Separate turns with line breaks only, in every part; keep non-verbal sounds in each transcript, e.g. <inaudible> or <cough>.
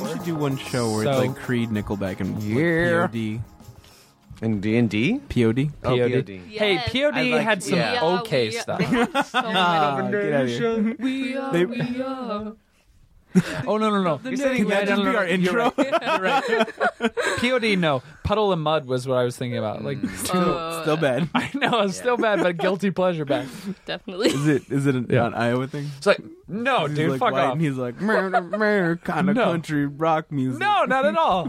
We should do one show where
So-
it's like Creed, Nickelback, and like,
Yeah.
POD.
In D and D.
POD.
Oh,
POD.
POD.
Hey,
Yes.
POD
I like-
had some
yeah.
okay
we-
stuff. <laughs>
They
<laughs>
had so
Uh,
many.
Ah, get out of here.
We are,
They-
we are.
Oh no <laughs> no no!
You said he
Yeah,
had
no,
to
no,
be
no.
our
You're
intro.
right. You're right. <laughs> POD no. Puddle of mud was what I was thinking about. Like <laughs>
Oh,
<laughs>
Uh,
Still bad.
I know it's still bad, but guilty pleasure bad.
Definitely.
Is it is it an,
Yeah.
an Iowa thing?
It's like no,
He's
dude,
like
fuck
white
off.
And he's like, murder, murder, kind of
No.
country rock music.
<laughs> No, not at all.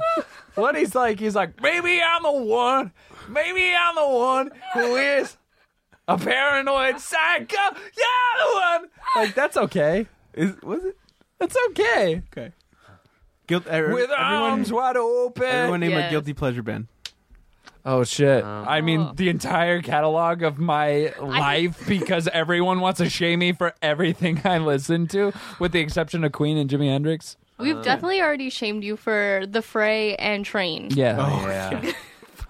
what he's like, he's like, maybe I'm the one, maybe I'm the one who is a paranoid psycho. Yeah, the one. Like that's okay.
Is, was it?
That's okay.
Okay. Guilt, er, everyone,
With arms wide open.
everyone named a
Yes.
guilty pleasure band.
Oh shit! I
Oh.
mean, the entire catalog of my life because everyone wants to shame me for everything I listen to, with the exception of Queen and Jimi Hendrix.
We've definitely already shamed you for the fray and train.
Yeah.
yeah.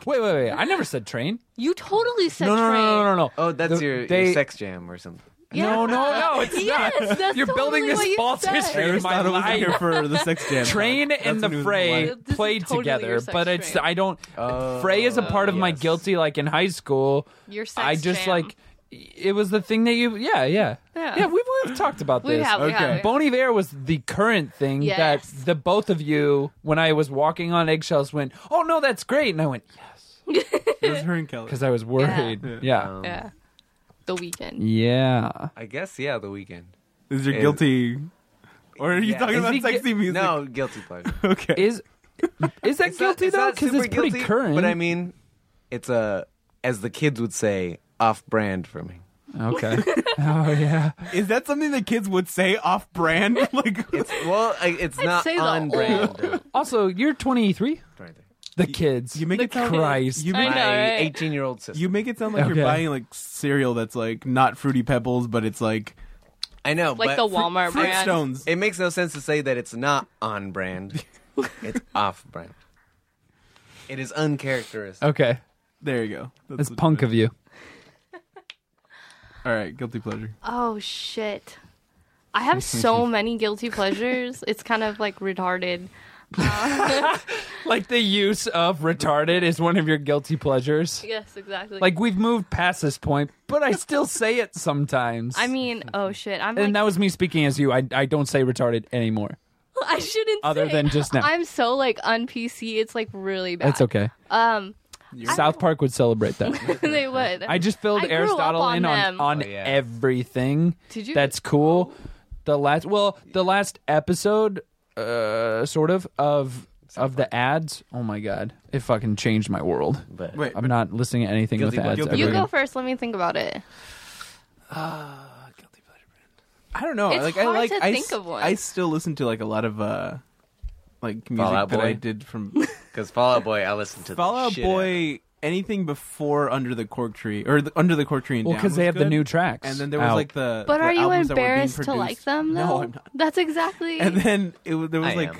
Wait, wait, wait! I never said train.
You totally said
No, no,
train.
no, no, no, no.
Oh, that's
The-
your,
they-
your sex jam or something.
Yeah.
No, no,
<laughs>
no, it's
yes,
not.
That's
You're building
totally
this
what you
false
said.
history. In my
Aristotle was
life.
here for the sex jam.
<laughs> Train
That's
and
when he
the
was
Fray
alive.
This is
played
totally
together,
your sex
but it's
train.
I don't.
Oh.
Fray is a part of my
Yes.
guilty. Like in high school,
Your sex
I just
jam.
like it was the thing that you. Yeah, yeah,
Yeah.
yeah. We've we've talked about
We
this.
have, we
Okay.
have.
Bon Iver was the current thing
Yes.
that the both of you, when I was walking on eggshells, went, "Oh no, that's great," and I went, "Yes,"
It was her and Kelly.
because I was worried.
Yeah.
Yeah,
Um,
Yeah. The weekend.
yeah.
I guess yeah, the weekend.
Is your
Is-
guilty? Or are you
Yeah.
talking
Is
about
he gu-
sexy music?
No, guilty pleasure.
Okay.
Is is that
It's not-
guilty
it's
though?
not
Because
super
it's pretty
guilty,
current.
But I mean, it's a as the kids would say, off brand for me.
okay. oh yeah.
is that something that kids would say off brand? <laughs> like,
It's well, I, it's not
say the
on
old-
brand.
Also, you're 23.
Right there.
The kids.
you make
The
it sound
Christ.
You
I
make,
know,
My
right?
eighteen-year-old sister.
you make it sound like
Okay.
you're buying like cereal that's like not fruity pebbles, but it's like
I know,
Like
but
the Walmart
fruit
brand.
stones.
it makes no sense to say that it's not on brand. it's off brand. It is uncharacteristic.
Okay.
There you go.
That's
what-
punk of you.
All right, guilty pleasure.
Oh shit.
<laughs>
I have so many guilty pleasures. It's kind of like retarded.
Like the use of retarded is one of your guilty pleasures.
Yes, exactly.
Like we've moved past this point, but I still say it sometimes.
I mean, oh shit. I'm
and
like,
that was me speaking as you. I, I don't say retarded anymore.
<laughs> I shouldn't
Other
say.
than just now.
I'm so like un PC. It's like really bad.
That's okay.
Um
South Park would celebrate that.
<laughs> they would.
I just filled
I grew up
Aristotle
on
in
them.
on, on
Oh, yeah.
everything.
Did you- Oh.
That's cool. The last well, the last episode, uh, sort of of of the ads. Oh my god, it fucking changed my world.
But
Wait,
I'm not listening to anything
Guilty
with ads.
pleasure.
ever
You
again.
go first, let me think about it. Uh,
I don't know.
It's
like
hard
I like
to
I,
think
s-
of one.
I still listen to like a lot of uh like music
Fall Out
that I
Boy?
did
<laughs>
from
because Fallout Boy, I listen to the
Fall Out
shit out of it.
Boy. Anything before Under the Cork Tree or the, Under the Cork Tree and
Well,
because
because they have the new tracks.
And then there was
out.
like the.
But
the
are you
albums that were being
embarrassed to
produced.
like them though?
No, I'm not.
That's exactly
And
<laughs>
then it was there was
I
like.
am.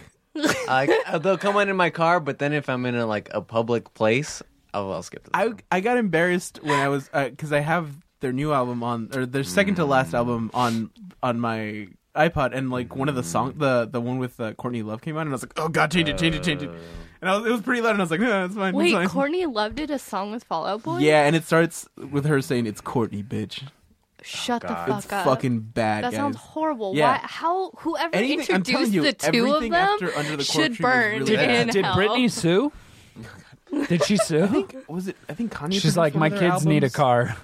I- uh, they'll come on in my car, but then if I'm in a, like a public place, I'll, I'll skip. To
I I got embarrassed when I was because I have their new album on or their second to
Mm.
last album on on my iPod and like one of the
Mm.
song the the one with uh, Courtney Love came out and I was like oh god change it change it change it
Uh.
and I was, it was pretty loud and I was like no it's fine
Wait,
it's fine.
Courtney Love did a song with Fallout Boy?
yeah and it starts with her saying it's Courtney bitch
Shut the
God.
fuck
it's
up.
fucking bad
that
guys.
sounds horrible.
Yeah.
Why how whoever
Anything- I'm telling
introduced
you,
the two of
everything
them
after Under the Cork Tree
should
was
burn
really
in
did, did
hell. Oh
Britney
<laughs>
sue? Did she sue?
was it I think Kanye
She's
produced
like,
one
my
of
kids
their
need a
albums?"
<laughs>
car.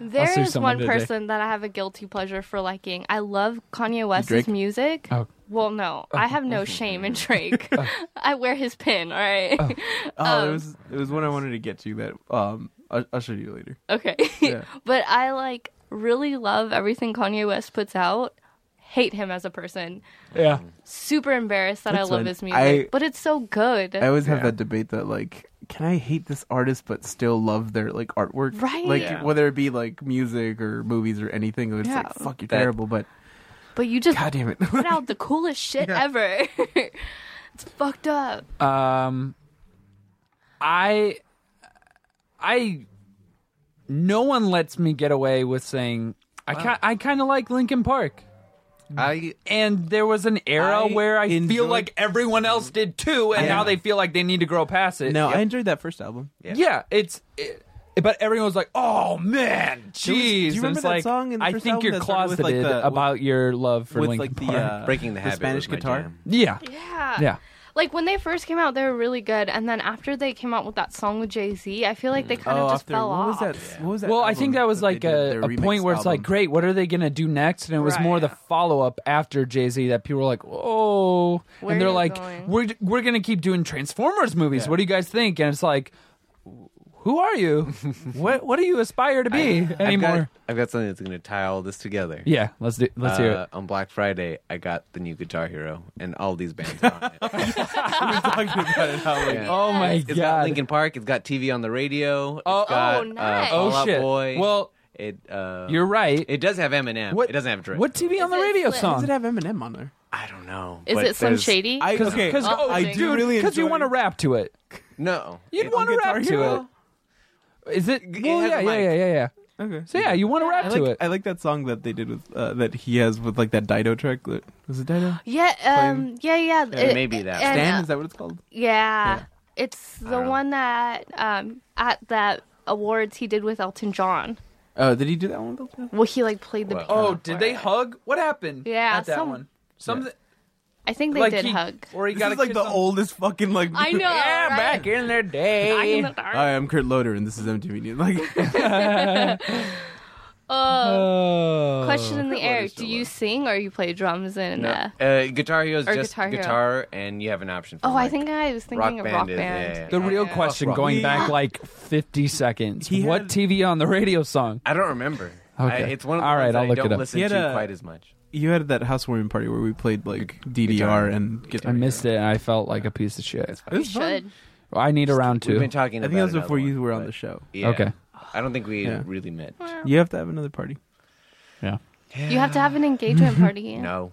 There
sue
is
someone
one
today.
person that I have a guilty pleasure for liking. I love Kanye West's
Drake?
music.
Oh.
Well, no, I have no shame
<laughs>
in Drake.
Uh.
I wear his pin. All right.
oh
Um,
there was there was one I wanted to get to that um I'll, I'll show you
<laughs>
later
<laughs> Okay.
Yeah.
but I like really love everything Kanye West puts out. Hate him as a person.
yeah.
Super embarrassed that
That's
I love
fine.
his music,
I-
but it's so good.
I always have that debate that like, can I hate this artist but still love their like artwork?
Right.
Like
Yeah.
whether it be like music or movies or anything, it's like
Yeah.
fuck, you're
That-
terrible, but
but you just
god damn it.
put out
<laughs>
the coolest shit ever. <laughs> it's fucked up.
Uh,
Um, I, I, no one lets me get away with saying I ki- I kind of like Linkin Park.
I
and there was an era
I
where I feel
enjoyed-
like everyone else did too, and now
Yeah.
they feel like they need to grow past
<laughs>
it.
No,
yeah,
I enjoyed that first album.
Yeah.
it's. It, but everyone was like, "Oh
There
man, jeez!"
was- do you
And
remember
it's
that
like,
song in the
I
first
think
album
you're
that started with,
closeted
like, the-
about your love for
with
Linkin
like the
Park.
uh,
breaking the
the
habit.
Spanish
was my
guitar.
jam.
yeah,
Yeah.
yeah.
Like when they first came out, they were really good, and then after they came out with that song with Jay Z, I feel like they kind
oh,
of just
after
fell
what
off.
was that? What was that?
Well, I
album
think that was
they
like
did,
a,
their
a
remix
point where it's like,
album?
<laughs> great, what are they gonna do next? And it was
Right.
more the follow up after Jay Z that people were like, oh,
Where
and they're
are you
like,
going?
we're we're gonna keep doing Transformers movies. What do you guys think? And it's like, who are you? what what do you aspire to be
I've
anymore?
got, I've got something that's going to tie all this together.
yeah, let's do let's hear it.
Uh, on Black Friday, I got the new Guitar Hero, and all these bands
<laughs>
are on it.
We were talking about it. How like
Yeah.
Oh my
It's got
god!
Linkin Park. It's got TV on the radio.
Oh,
it's got,
oh, nice.
Uh, Fall
oh
Out
shit!
Boy.
Well,
it. Uh,
you're right.
It does have Eminem.
What-
it doesn't have Drake.
what TV on the
it
radio
Slim?
does
song?
it have Eminem on there?
I don't know.
Is
but
it Slim
there's-
Shady?
I okay.
Because
Uh,
oh,
I
dude,
do
really
because you
enjoy-
want to rap to it.
No.
You'd
It-
want to
Guitar
rap to it.
Hero?
Is it?
It
Well,
has
yeah,
a
yeah,
mic.
yeah, yeah, yeah.
Okay.
So yeah, you want to rap
I
to
like,
it.
I like that song that they did with uh, that he has with like that Dido track. that- Was it Dido?
Yeah, um, yeah, yeah.
it may be that.
and,
Dan,
uh,
is that what it's called?
yeah, it's the
don't know.
one that um at that awards he did with Elton John.
Oh, did he do that one? with-
Well, he like played the.
Well,
piano
oh, did
for
they
it.
hug? What happened?
Yeah,
at that
some-
one. Something
I think they
like
did
he,
<laughs>
hug.
or he
This
got
is
a
like
kiss
the
on-
oldest fucking like.
I know.
Yeah,
right?
back in their
Back
day.
in the dark.
<laughs> Hi, I'm Kurt Loder, and this is MTV News. Like, <laughs>
Uh,
Oh.
question in the air:
is
Do you sing or you play drums in?
No.
Uh,
Uh, guitar Hero is
Or
just
Guitar Hero.
guitar, and you have an option for
oh, I
like,
think I was thinking
rock
of
band.
rock
is-
band.
yeah, yeah,
The
yeah.
real
Fuck
question,
rock.
going
He-
back like fifty seconds.
He
What
had-
TV on the radio song?
I don't remember.
Okay.
I, it's one of the
All
All
right,
right,
I'll
I
look
don't
it up.
listen
He had
to
a-
quite as much.
you had that housewarming party where we played like DDR
guitar.
and guitar.
I missed it, and I felt like a piece of shit.
You should.
I need a round
We've
two.
been talking.
I think
about
that was
another
before you
one,
were on
but-
the show.
Yeah.
Okay.
I don't think we
Yeah.
really met.
You have to have another party.
Yeah.
You have to have
<laughs>
an engagement party.
No.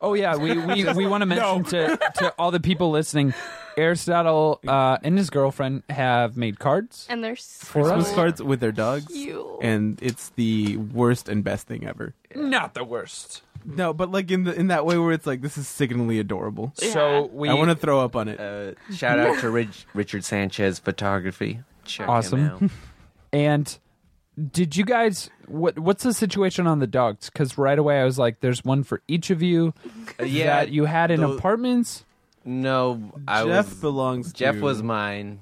Oh yeah, we we, <laughs> we want to mention to to all the people listening, Aristotle uh, and his girlfriend have made cards.
And they're so
Christmas
us?
cards with their dogs,
cute.
and it's the worst and best thing ever.
Not the worst.
No, but like in the in that way where it's like this is sickeningly adorable.
So we
I want to throw up on it.
Uh, shout out to Rich, Richard Sanchez Photography. Check
Awesome.
him
<laughs>
out.
And did you guys what what's the situation on the dogs? Because right away I was like, there's one for each of you
Uh, yeah,
that you had in
the-
apartments.
No, I
Jeff
was.
belongs.
Jeff
to,
was mine.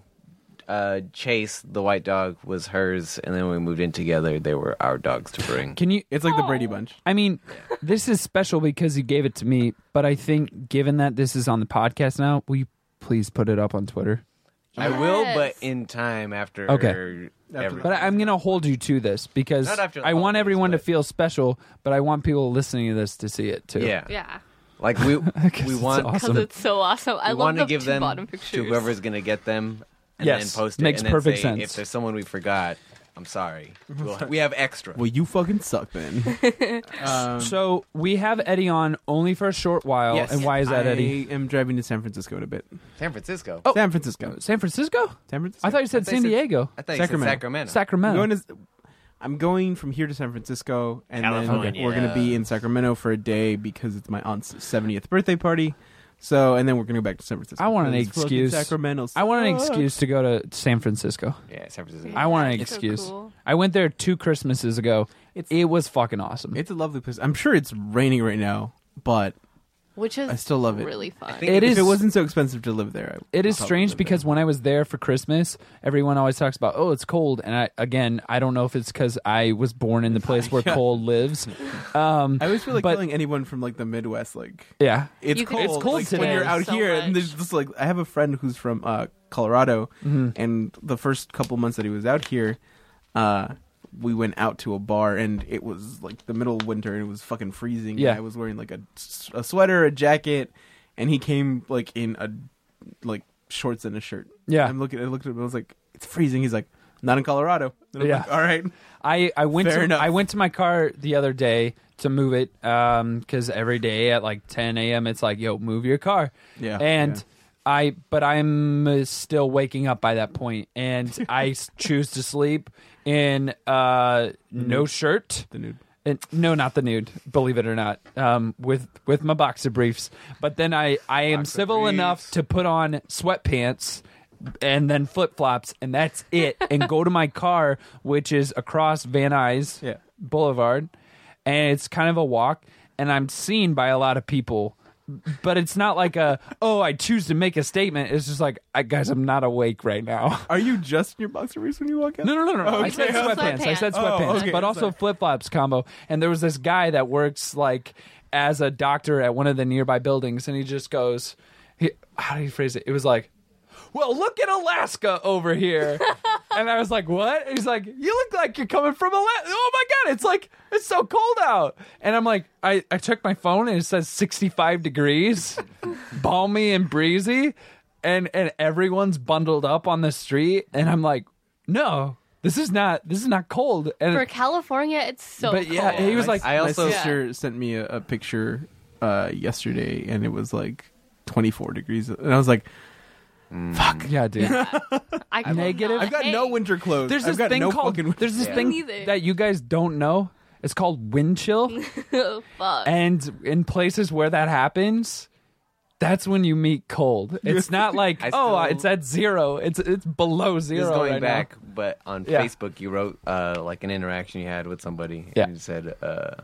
Uh, Chase, the white dog, was hers, and then when we moved in together. They were our dogs to bring.
Can you?
It's like the
Oh.
Brady Bunch.
I mean, this is special because you gave it to me. But I think given that this is on the podcast now, will you please put it up on Twitter?
I will, but
Yes.
in time after.
Okay.
everything.
But I, I'm going to hold you to this because
Not after the
I want
holidays,
everyone to
but-
feel special, but I want people listening to this to see it too.
yeah.
Yeah.
like
<laughs>
we
guess
we
it's
want
awesome.
Because it's so awesome.
we
I love
want
the
to give
two
them
bottom
to
pictures.
whoever's gonna get them. And
Yes.
then post it
Makes
and then
perfect
say,
sense.
If there's someone we forgot, I'm sorry. We'll, we have extra.
Well, you fucking suck then. um,
So we have Eddie on only for a short while.
Yes.
And why <laughs> is that,
I
Eddie?
am driving to San Francisco in a bit.
San Francisco.
Oh.
San Francisco.
San Francisco?
San Francisco.
I thought you said
They
San
said-
Diego.
I thought
Sacramento.
you said Sacramento.
I'm
Sacramento.
going to. I'm going from here to San Francisco, and
California.
then we're going to be in Sacramento for a day because it's my aunt's 70th birthday party. So, and then we're going to go back to San Francisco.
I want an
Because fucking
excuse.
Sacramento.
I want an
sucks.
excuse to go to San Francisco.
yeah, San Francisco.
I want an
That's so
excuse.
cool.
I went there two Christmases ago. it was fucking awesome.
It's a lovely place. I'm sure it's raining right now, but
Which is
I still love it.
really fun.
think-
It
if
is-
it wasn't so expensive to live there, I
It is
probably live
strange
there.
because when I was there for Christmas, everyone always talks about, oh, it's cold. And I, again, I don't know if it's because I was born
<laughs>
in the place where cold lives. Um,
I always feel like
but-
killing anyone from like the Midwest, like
yeah.
it's
You could
cold.
It's cold
like,
today.
when you're out
So
here, and
much.
there's just like I have a friend who's from uh, Colorado,
Mm-hmm.
and the first couple months that he was out here, uh, we went out to a bar, and it was like the middle of winter, and it was fucking freezing. and
Yeah.
I was wearing like a, s- a sweater, a jacket, and he came like in a like shorts and a shirt.
Yeah.
I'm looking. I looked at him. I was like, it's freezing. He's like, not in Colorado. And I'm
Yeah.
like, all right.
I, I went
Fair
to,
enough.
I went to my car the other day to move it because every day at like 10 a.m. it's like yo move your car
Yeah,
and
yeah.
I but I'm uh, still waking up by that point
Mm-hmm.
and I s- choose to sleep in uh, no shirt
The nude.
and no, not the nude. Believe it or not, um, with with my boxer briefs. But then I I am
Boxer
civil
briefs.
enough to put on sweatpants and then flip flops, and that's it. and go to my car, which is across Van Nuys
Yeah.
Boulevard, and it's kind of a walk, and I'm seen by a lot of people. But it's not like a oh I choose to make a statement. It's just like I, guys, I'm not awake right now. <laughs>
Are you just in your boxer briefs when you walk out?
No, no, no, no. I said
Okay.
sweatpants. I said
Sweatpants.
Oh,
sweatpants,
okay,
but also
sorry.
flip flops combo. And there was this guy that works like as a doctor at one of the nearby buildings, and he just goes, he, "How do you phrase it?" It was like, "Well, look at Alaska over here," and I was like, "What?" And he's like, "You look like you're coming from Alaska." Oh my god, it's like it's so cold out, and I'm like, I I checked my phone and it says 65 degrees, balmy and breezy. And, and everyone's bundled up on the street, and I'm like, no, this is not this is not cold. And
For California, it's so
but yeah,
cold.
he was like,
I
My
also
sister sent me a, a picture uh, yesterday, and it was like 24 degrees, and I was like,
yeah,
<laughs>
dude.
I could
Negative.
not
"I've got no
hang. <laughs>
winter clothes.
There's
I've
this
got
thing
no
called
fucking
there's this
Yeah.
thing
Neither.
that you guys don't know. It's called wind chill,
Oh, fuck.
and in places where that happens. That's when you meet
<laughs>
cold. It's not like
I
oh,
still-
it's at zero. It's it's below zero
This is going
right now.
back, but on
Yeah.
Facebook you wrote uh, like an interaction you had with somebody,
Yeah.
and you said uh,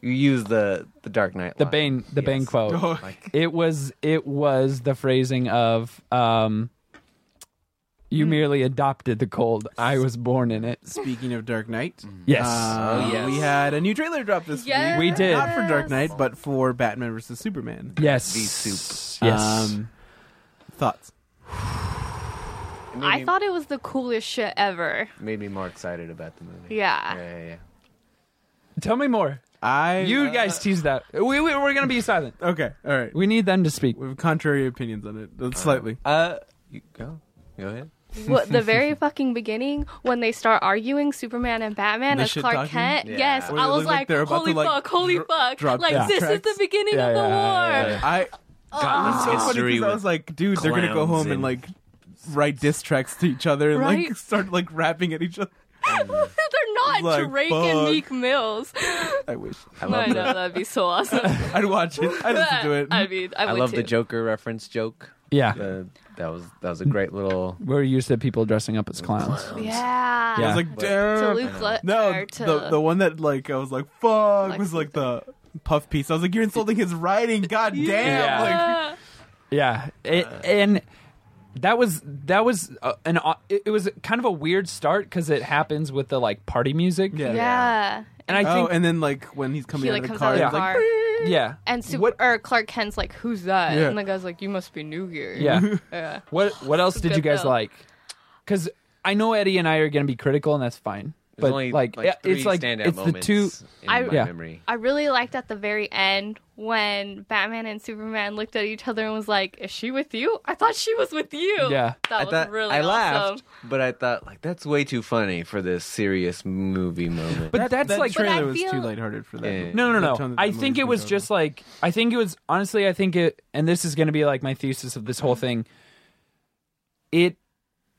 you used the the Dark Knight,
The
line.
Bane, the Bane
Yes.
<laughs>
quote.
Oh.
<laughs>
Like,
It was it was the phrasing of um, "You merely adopted the cold. I was born in it."
Speaking of Dark Knight,
Mm-hmm. Yes.
uh,
Oh, yes.
we had a new trailer drop this
Yes.
week.
We did.
not for Dark Knight, but for Batman versus Superman.
Yes.
The soup.
Yes.
Um, thoughts?
it made
I
me-
thought it was the coolest shit ever.
made me more excited about the movie.
Yeah.
yeah, yeah. yeah.
Tell me more.
I uh,
You
uh,
guys tease that. We, we, we're going to be silent.
okay? All right,
We need them to speak.
we have contrary opinions on it, uh, slightly.
Uh, you go, go ahead.
what the
<laughs>
very fucking beginning when they start arguing Superman and Batman
The
as
shit
Clark
talking?
Kent.
Yeah.
Yes,
Where they
I was
look like
like,
they're about
holy
to, like,
fuck, holy
dr-
fuck.
drop
Like this is
contracts.
the beginning
Yeah,
of the
yeah,
war.
yeah,
I
Godless
Oh, so funny
history
because I
with
was like, dude, they're gonna go
clowns
home and
and-
like write diss tracks to each other and like <laughs>
Right?
start like rapping at each other.
<laughs> they're not
Like,
Drake
fuck.
and Meek Mills.
<laughs> I wish
I
I
love
know
the
that'd be so awesome.
<laughs> I'd watch it. I'd listen to
<laughs>
it.
I mean, I,
I
would
love
too.
the Joker reference joke.
Yeah.
Uh, that was that was a great little.
We're used to people dressing up as clowns.
Yeah.
I
Yeah.
was like,
To
damn.
Luke Le-
No,
or to
the the one that like I was like, fuck,
Lex
was like the puff piece. I was like, you're insulting his writing. God damn.
Yeah.
Like,
Yeah.
Yeah, it, and that was that was uh, an au- it, it was kind of a weird start because it happens with the like party music.
Yeah.
yeah.
and I
<laughs> oh,
think
and then like when he's coming
He
out
like
of the
comes
car,
out of
he's
the
it's
like,
car.
yeah,
And Sup-
what
or Clark Kent's like, "Who's that?"
Yeah.
And the guy's like, "You must be new
<laughs>
here."
yeah
yeah.
what what else did you
Good
guys
though.
like? Because I know Eddie and I are going to be critical, and that's fine.
There's
But
only,
like, yeah,
three
it's like
standout
it's the
moments
two.
in
I-
my
Yeah.
memory.
I really liked at the very end when Batman and Superman looked at each other and was like, "Is she with you? I thought she was with you."
Yeah.
that
I
was
thought
really
I laughed,
awesome.
but I thought like that's way too funny for this serious movie moment.
But that's
that
like
trailer
But I
was too
feel-
lighthearted for that.
Yeah.
movie.
No, no,
The
no.
tone
no.
that
I
that
think
movie
it was
goes.
just like I think it was honestly I think it and this is going to be like my thesis of this whole thing. It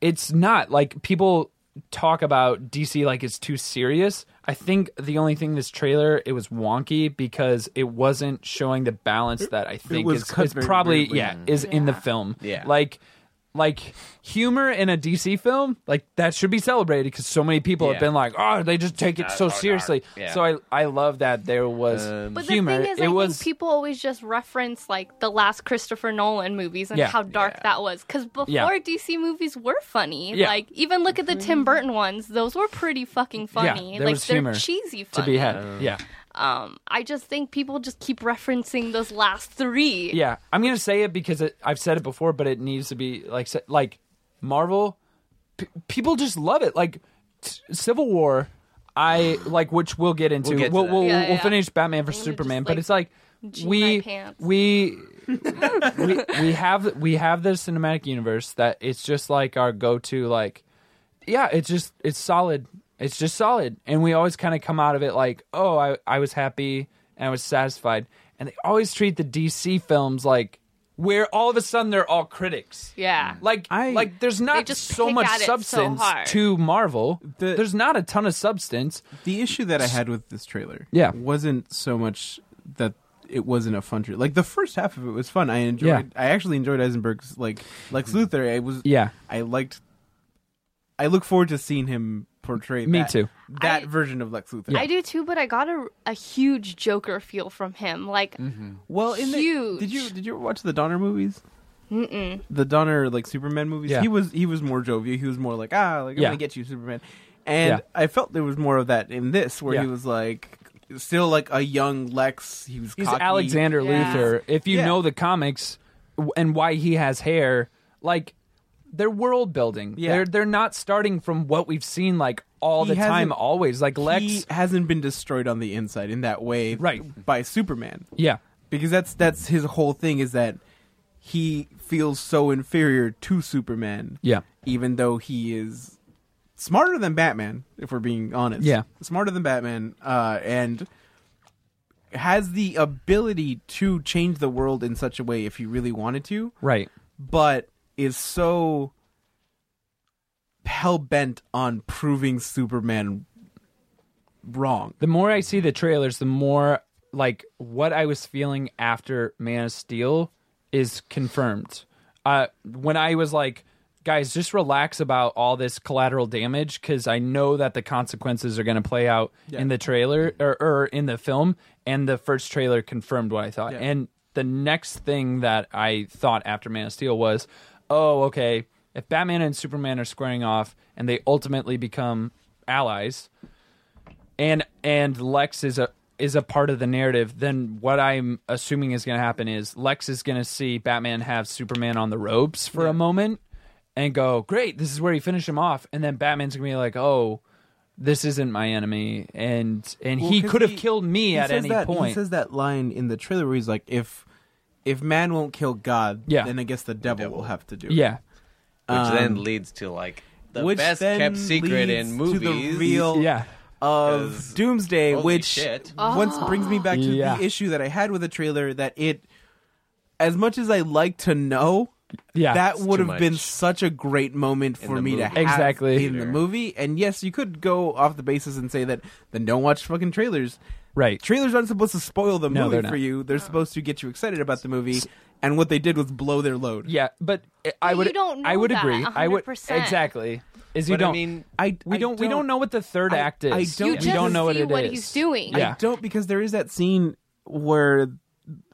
it's not like people talk about DC like it's too serious. I think the only thing this trailer it was wonky because it wasn't showing the balance that I think
was
is,
cut
is
very
probably
weirdly.
yeah, is in the film.
Yeah.
Like like humor in a DC film, like that should be celebrated because so many people have
Yeah.
been like, "Oh, they just take it so seriously."
Yeah.
So I I love that there was
Um,
But
humor.
the thing is,
it
I
was
think people always just reference like the last Christopher Nolan movies and
Yeah.
how dark
Yeah.
that was. Because before
Yeah.
DC movies were funny.
Yeah.
Like even look at the Tim Burton ones; those were pretty fucking funny.
there
like
was
they're
humor
cheesy
to
funny.
be had. yeah,
Um, I just think people just keep referencing those last three.
yeah. I'm gonna say it because it, I've said it before, but it needs to be like sa- like Marvel. P- people just love it. Like t- Civil War,
<sighs>
I like, which we'll get into. We'll
We'll get to
we'll,
that.
we'll,
Yeah, yeah, yeah.
finish Batman for
gonna
Superman,
just,
but
like,
it's like
jean my
we
pants. <laughs>
we. we we have we have this cinematic universe that it's just like our go-to like yeah, it's just it's solid. It's just solid, and we always kind of come out of it like, oh, I I was happy and I was satisfied, and they always treat the DC films like where all of a sudden they're all critics.
Yeah.
Like
I-
like there's not
just
so
pick
much
at it so
substance
hard.
to Marvel.
The-
there's not a ton of substance.
The issue that I had with this trailer,
Yeah.
wasn't so much that it wasn't a fun trailer. Like the first half of it was fun. I enjoyed. I actually enjoyed Eisenberg's like Lex Luthor. I was.
Mm. Yeah.
I liked. I look forward to seeing him portray.
Me
that-
too.
That
I-
version of Lex Luthor.
I do too, but I got a, a huge Joker feel from him. Like,
Mm-hmm.
well, in
Huge.
the did you did you ever watch the Donner movies? Mm-mm. The Donner like Superman movies.
Yeah.
He was he was more jovial. He was more like ah like I'm
Yeah.
gonna get you Superman. And
Yeah.
I felt there was more of that in this where
Yeah.
he was like still like a young Lex. He was
He's
cocky.
Alexander
Yeah.
Luthor. If you
Yeah.
know the comics w- and why he has hair, like they're world building.
Yeah.
They're they're not starting from what we've seen like all
He
the time
hasn't-
always. Like Lex
he hasn't been destroyed on the inside in that way
Right.
by Superman.
Yeah.
Because that's that's his whole thing is that he feels so inferior to Superman.
Yeah.
Even though he is smarter than Batman, if we're being honest.
Yeah.
Smarter than Batman, uh, and has the ability to change the world in such a way if he really wanted to
Right.
but is so hell bent on proving Superman wrong.
The more I see the trailers, the more like what I was feeling after Man of Steel is confirmed. Uh, when I was like, guys, just relax about all this collateral damage because I know that the consequences are going to play out in the trailer or, or in the film. And the first trailer confirmed what I thought. And the next thing that I thought after Man of Steel was, oh, okay, if Batman and Superman are squaring off and they ultimately become allies, and and Lex is a is a part of the narrative, then what I'm assuming is going to happen is Lex is going to see Batman have Superman on the ropes for a moment and go, "Great, this is where you finish him off." And then Batman's going to be like, "Oh, this isn't my enemy." And and he
'cause
could have
he-
killed me
He
at
says
any
that-
point.
He says that line in the trailer where he's like, "If if man won't kill God,
Yeah.
then I guess the devil, will have to do it."
yeah.
Which
Um,
then leads to like the
which
best
then
kept secret in
leads to
movies.
the real-
Yeah.
Of
'Cause-
Doomsday,
Holy
which
shit.
once brings me back to
Yeah.
the issue that I had with the trailer that it, as much as I like to know,
Yeah.
that would
much.
have been such a great moment for
the
me to
movie.
have
Exactly.
in the movie. And yes, you could go off the basis and say that then don't watch fucking trailers.
right.
Trailers aren't supposed to spoil the
No, they're
movie
not.
for you. They're supposed to get you excited about the movie. And what they did was blow their load.
Yeah, but I
But
would
you don't
I
know
would
that
agree. I would
100%.
exactly. Is you
But
don't
I mean,
I
we
I
don't, we don't know what the third
I-
act is.
I
you
don't-
we
just
don't know what
see
it
what
is.
he's doing.
Yeah.
don't because there is that scene where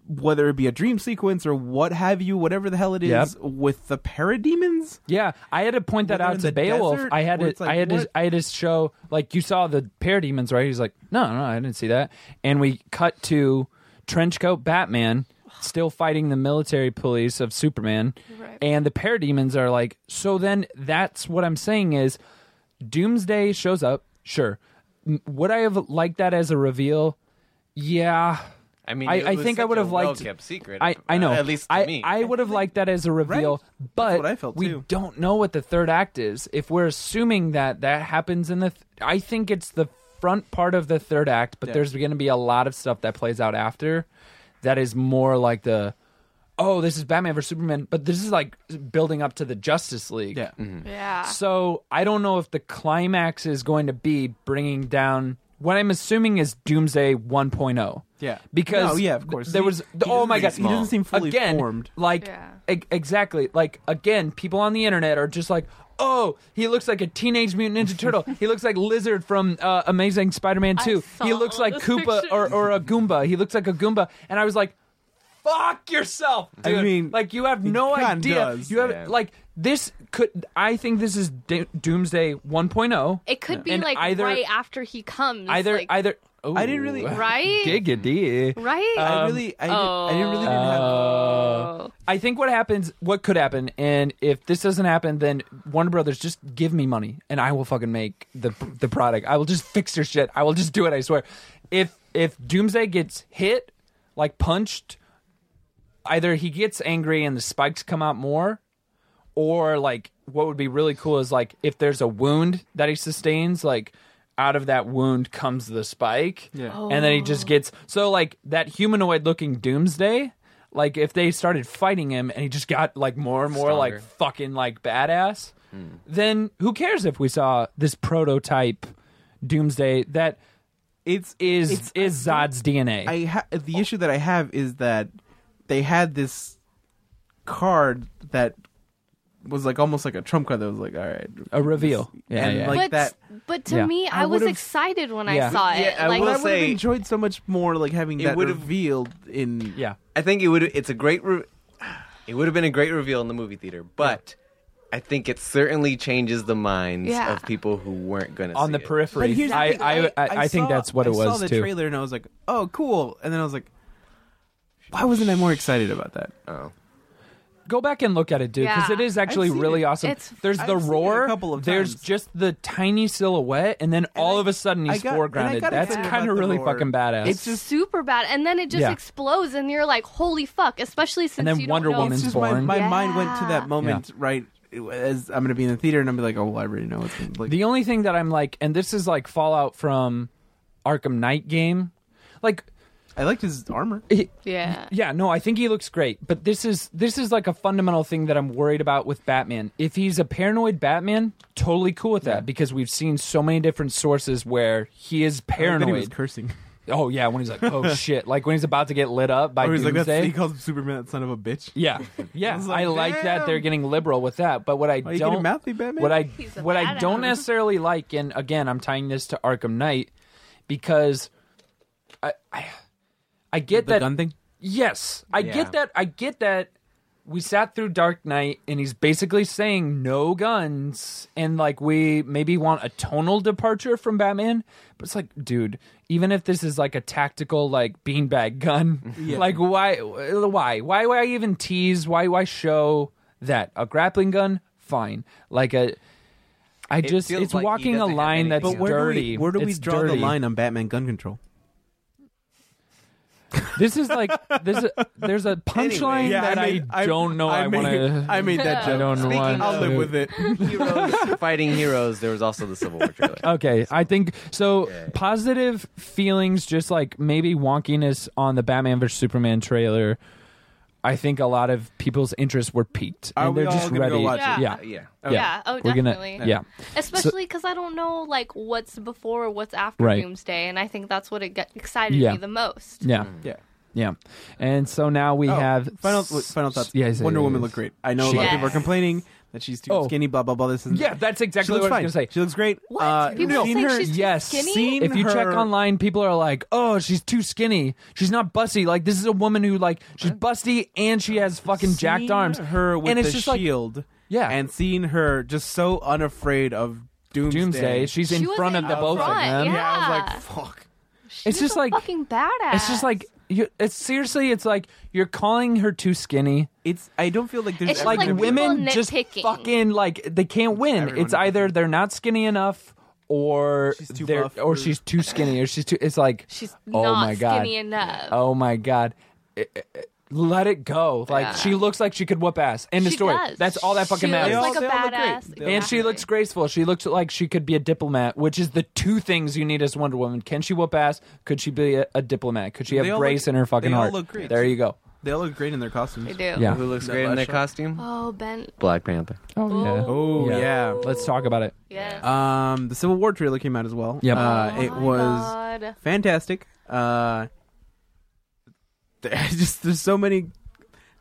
whether it be a dream sequence or what have you, whatever the hell it is,
Yep.
with the parademons.
Yeah, I had to point that
Whether
out
in
to
the
Beowulf.
desert,
I had
where
to,
it's like,
I had to,
what-
I had to show like you saw the parademons, right? He's like, no, no, I didn't see that. And we cut to trenchcoat Batman still fighting the military police of Superman,
Right.
and the parademons are like. So then, that's what I'm saying is, Doomsday shows up. Sure, M- would I have liked that as a reveal? Yeah.
I mean,
I-
it
I
was
think I
such
would
a
have liked-
well-kept secret.
I, I know.
uh, At least to
I,
me.
I would have liked that as a reveal,
Right.
but
what I felt,
we
too.
don't know what the third act is. If we're assuming that that happens in the, th- I think it's the front part of the third act, but there's going to be a lot of stuff that plays out after that is more like the, oh, this is Batman versus Superman, but this is like building up to the Justice League.
Yeah.
Mm-hmm.
Yeah.
So I don't know if the climax is going to be bringing down what I'm assuming is Doomsday oh. 1.0.
Yeah.
Because
No, yeah, of course.
there
He-
was
he
oh
doesn't
my
seem-
god
he doesn't seem fully
again,
formed.
Like
Yeah.
e- exactly like again people on the internet are just like oh he looks like a teenage mutant ninja turtle he looks like lizard from uh, Amazing Spider-Man 2
saw
he looks like
those
Koopa or,
pictures.
or a Goomba he looks like a Goomba and I was like fuck yourself dude
mean,
like you have
he
no
kinda
idea
does.
you have
Yeah.
like this could I think this is Do- Doomsday 1.0.
it could be
And
like
either-
right after he comes.
either
like,
either oh,
I didn't really-
Right?
<laughs> giggity.
Right?
uh, Um,
I really, I,
oh.
did, I didn't really didn't have.
Uh,
oh.
I think what happens, what could happen, and if this doesn't happen, then Warner Brothers just give me money and I will fucking make the the product. I will just fix your shit. I will just do it. I swear. If if Doomsday gets hit, like punched, either he gets angry and the spikes come out more, or like what would be really cool is like if there's a wound that he sustains, like out of that wound comes the spike,
Yeah.
and then he just gets so like that humanoid looking Doomsday. like if they started fighting him and he just got like more and more like
Stronger.
fucking like badass, then who cares if we saw this prototype Doomsday that
It's
is
It's-
is Zod's DNA?
I ha- the issue that I have is that they had this card that was like almost like a trump card that was like all right
A reveal. Yeah,
and
yeah.
like
but
that
but to
Yeah.
me,
I
I, was
would've-
excited when
Yeah.
I saw it.
Yeah, I
But I
like
will
would have
say-
enjoyed so much more like having
It
that
would've-
revealed in
yeah.
I think it would. It's a great. Re- it would have been a great reveal in the movie theater, but I think it certainly changes the minds
Yeah.
of people who weren't going to
On the
But
periphery.
here's the
I,
thing,
I, I, I think
saw-
that's what it
I
was
saw the
too.
trailer and I was like, "Oh, cool!" And then I was like, "Why wasn't I more excited about that?"
Oh,
Go back and look at it, dude, because
Yeah.
it is actually
I've seen
really
it.
awesome.
It's-
There's
I've
the
seen it a
roar.
couple of
there's
times.
just the tiny silhouette, and then all
I-
of a sudden
I
he's
got-
foregrounded.
and I got
That's
excited
kind of
about the
really
lore.
fucking badass.
It's just
super bad, and then it just
Yeah.
explodes, and you're like, "Holy fuck!" Especially since
then
you
Wonder
don't know.
Woman's
it's just
born.
my, my mind went to
Yeah.
that moment right as I'm gonna be in the theater and I'm gonna be like, "Oh, well, I already know it's like."
The only thing that I'm like, and this is like Fallout from Arkham Knight game, like.
I liked his armor.
he- <laughs>
Yeah.
yeah, no, I think he looks great, but this is this is like a fundamental thing that I'm worried about with Batman. If he's a paranoid Batman, totally cool with that because we've seen so many different sources where he is
I
paranoid.
think he was cursing.
oh yeah, when he's like,
<laughs>
oh shit, like when he's about to get lit up by
Or he's like,
Doomsday.
that's, he calls Superman that son of a bitch. <laughs>
Yeah, yeah. I
was
like,
like,
that
"Damn." Oh,
they're getting liberal with that, but what I
you
don't
getting mouthy, Batman?
what I
He's a
what I don't
badass.
necessarily like, and again, I'm tying this to Arkham Knight because I I, I get
the
that
gun thing.
Yes, I
Yeah.
get that. I get that. We sat through Dark Knight, and he's basically saying no guns, and like we maybe want a tonal departure from Batman. But it's like, dude, even if this is like a tactical like beanbag
<laughs>
gun, like why, why, why, why even tease? Why, why show that a grappling gun? Fine, like a. I just
feels
it's
like he
walking a
doesn't have
line that's
anything
But where do
dirty.
we, where do we
It's
draw the
dirty.
line on Batman gun control?
This is like this. Is, there's a punchline
Anyway,
that I, don't know. I,
made,
want to.
<laughs> I made that joke.
<laughs> I don't
Speaking
want.
I'll live
to-
with it.
heroes fighting heroes. There was also the Civil War trailer.
Okay, I think so. Positive feelings, just like maybe wonkiness on the Batman vs Superman trailer. I think a lot of people's interests were piqued,
Are
and
we
they're
all
just
gonna go
ready.
watch
it?
yeah,
yeah.
Yeah. Oh,
We're gonna-
definitely.
yeah.
Especially because I don't know like what's before or what's after
Right.
Doomsday, and I think that's what it got excited
Yeah.
me the
Uh,
most.
yeah,
Hmm. Yeah.
yeah. And so now we
Oh,
have
final
s-
wait, final thoughts.
Yes, yes,
Wonder
yes,
Woman
yes.
looked great. I know a
She-
lot of people are
Yes.
complaining that she's too
Oh.
skinny. Blah blah blah. This and
Yeah, that's
She
exactly
looks
what I
fine.
was gonna
She
say.
looks great.
What?
Uh,
People
no.
saying she's too
Yes,
skinny?
Seen
if you check
her-
online, people are like, "Oh, she's too skinny. She's not bussy. Like this is a woman who like she's busty and she has fucking jacked
Seeing
arms.
Uh, Her with
and it's
the
just like
shield.
Yeah.
and seeing her just so unafraid of doomsday.
doomsday. She's
She
in
was
front
in
of the
the
both
front,
of
yeah,
them.
I
Yeah.
was like, fuck.
It's
She's
just
a
like-
fucking badass.
It's just like you, it's seriously. It's like you're calling her too skinny.
It's. I don't feel like there's
It's just
Like,
like
ever-
people
women just
nitpicking.
fucking like they can't win.
Everyone
it's either they're not skinny enough. Or
She's too
they're-
buff
or
or-
she's too skinny, or she's too. It's like
she's
oh
not
my god,
skinny enough.
Oh my god. I- I- I- Let it go. Like
Yeah.
she looks like she could whoop ass. End of
She
story.
does.
That's all that fucking
she
matters.
They
Looks like a
all- they all look
badass.
great.
Exactly.
all-
and she looks graceful. She looks like she could be a diplomat, which is the two things you need as Wonder Woman. Can she whoop ass? Could she be a, a diplomat? Could she have
They all
grace
look-
in her fucking
they all
heart?
look great.
There you go.
They all look great in their costumes.
They do.
Yeah.
Who looks
That
great in
last
their
shot.
costume?
Oh, Ben.
Black Panther.
Oh yeah.
Oh
Yeah.
yeah.
Let's talk about it.
Yes.
Um, the Civil War trailer came out as well.
Yep.
Uh,
Oh
it
my
was
God.
fantastic. Uh, <laughs> there- just there's so many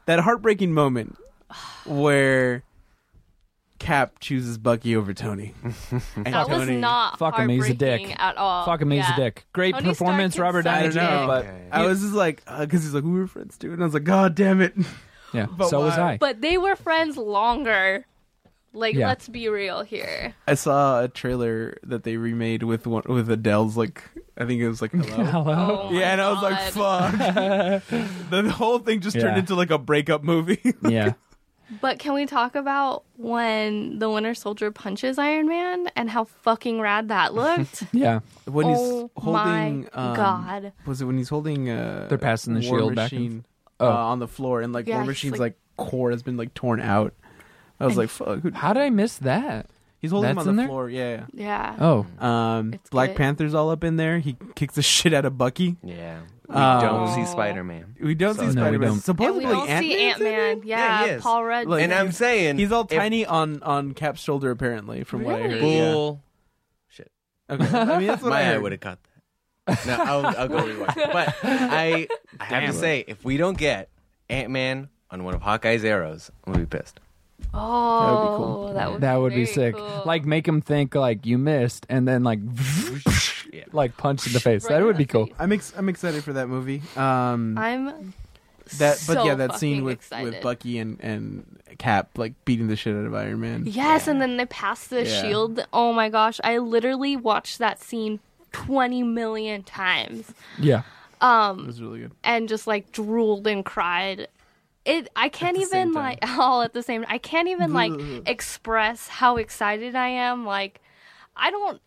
that heartbreaking
<sighs>
moment where Cap chooses Bucky over Tony. <laughs> And
That was
Tony-
not
Fuck him, he's a dick.
heartbeaking at all.
Fuck him, he's
Oh, Yeah.
a dick. Great
Tony Stark
performance,
is
Robert
such
Downey
a
Jr.
dick.
But
I was just like, because he's like, we were friends, dude, and I was like, God damn it.
yeah,
But
so was
why?
I.
But they were friends longer. Like,
Yeah.
let's be real here.
I saw a trailer that they remade with one, with Adele's like, I think it was like, <laughs> hello.
Hello.
Oh
<laughs>
my
Yeah, and I was like,
God.
fuck.
<laughs>
the whole thing just
Yeah.
turned into like a breakup movie.
<laughs> Yeah.
But can we talk about when the Winter Soldier punches Iron Man and how fucking
<laughs>
rad that looked?
Yeah.
when
Oh
he's holding,
my
um,
God.
was it when he's holding? Uh,
They're passing the
War
shield back and-
Machine,
Oh.
uh, on the floor, and like
Yeah,
War
he's
Machine's
like-
like, core has been like torn out. I was like, fuck. Who,
How did I miss that?
he's holding him
that's
on
in
the
there?
floor. Yeah.
yeah.
Oh.
yeah. Um,
It's
Black <laughs>
good.
Panther's all up in there. He kicks the shit out of Bucky.
Yeah. We don't see Spider Man.
We don't see
we
Spider Man.
don't.
And we
Supposedly
don't see Ant
Ant-Man's in
Man.
it?
Yeah,
Yeah, he is.
Paul Rudd.
Like-
And I'm saying
He's all
if-
tiny on on Cap's shoulder apparently, from what I heard.
Really?
Bull. Shit.
Yeah. Okay. I mean, that's
<laughs>
what I
My eye
heard.
would have caught that. No, I'll, I'll go rewatch. it. But I, I have to say, if we don't get Ant Man on one of Hawkeye's arrows, I'm gonna be pissed.
oh,
cool.
That would,
That would be
very
sick.
cool.
Like make him think like you missed, and then like <laughs>
Yeah.
like punch in the face.
Right
that would
in
be
the
cool.
face.
I'm ex- I'm excited for that movie. Um,
I'm
that but
so
yeah, that scene
fucking
with
excited.
with Bucky and and Cap like beating the shit out of Iron Man.
Yes, and then they pass the
Yeah.
shield. Oh my gosh, I literally watched that scene 20 million times
Yeah.
It was really good.
and just like drooled and cried. It I can't
the same
even like <laughs> all at the same I can't even like
<laughs>
express how excited I am. Like I don't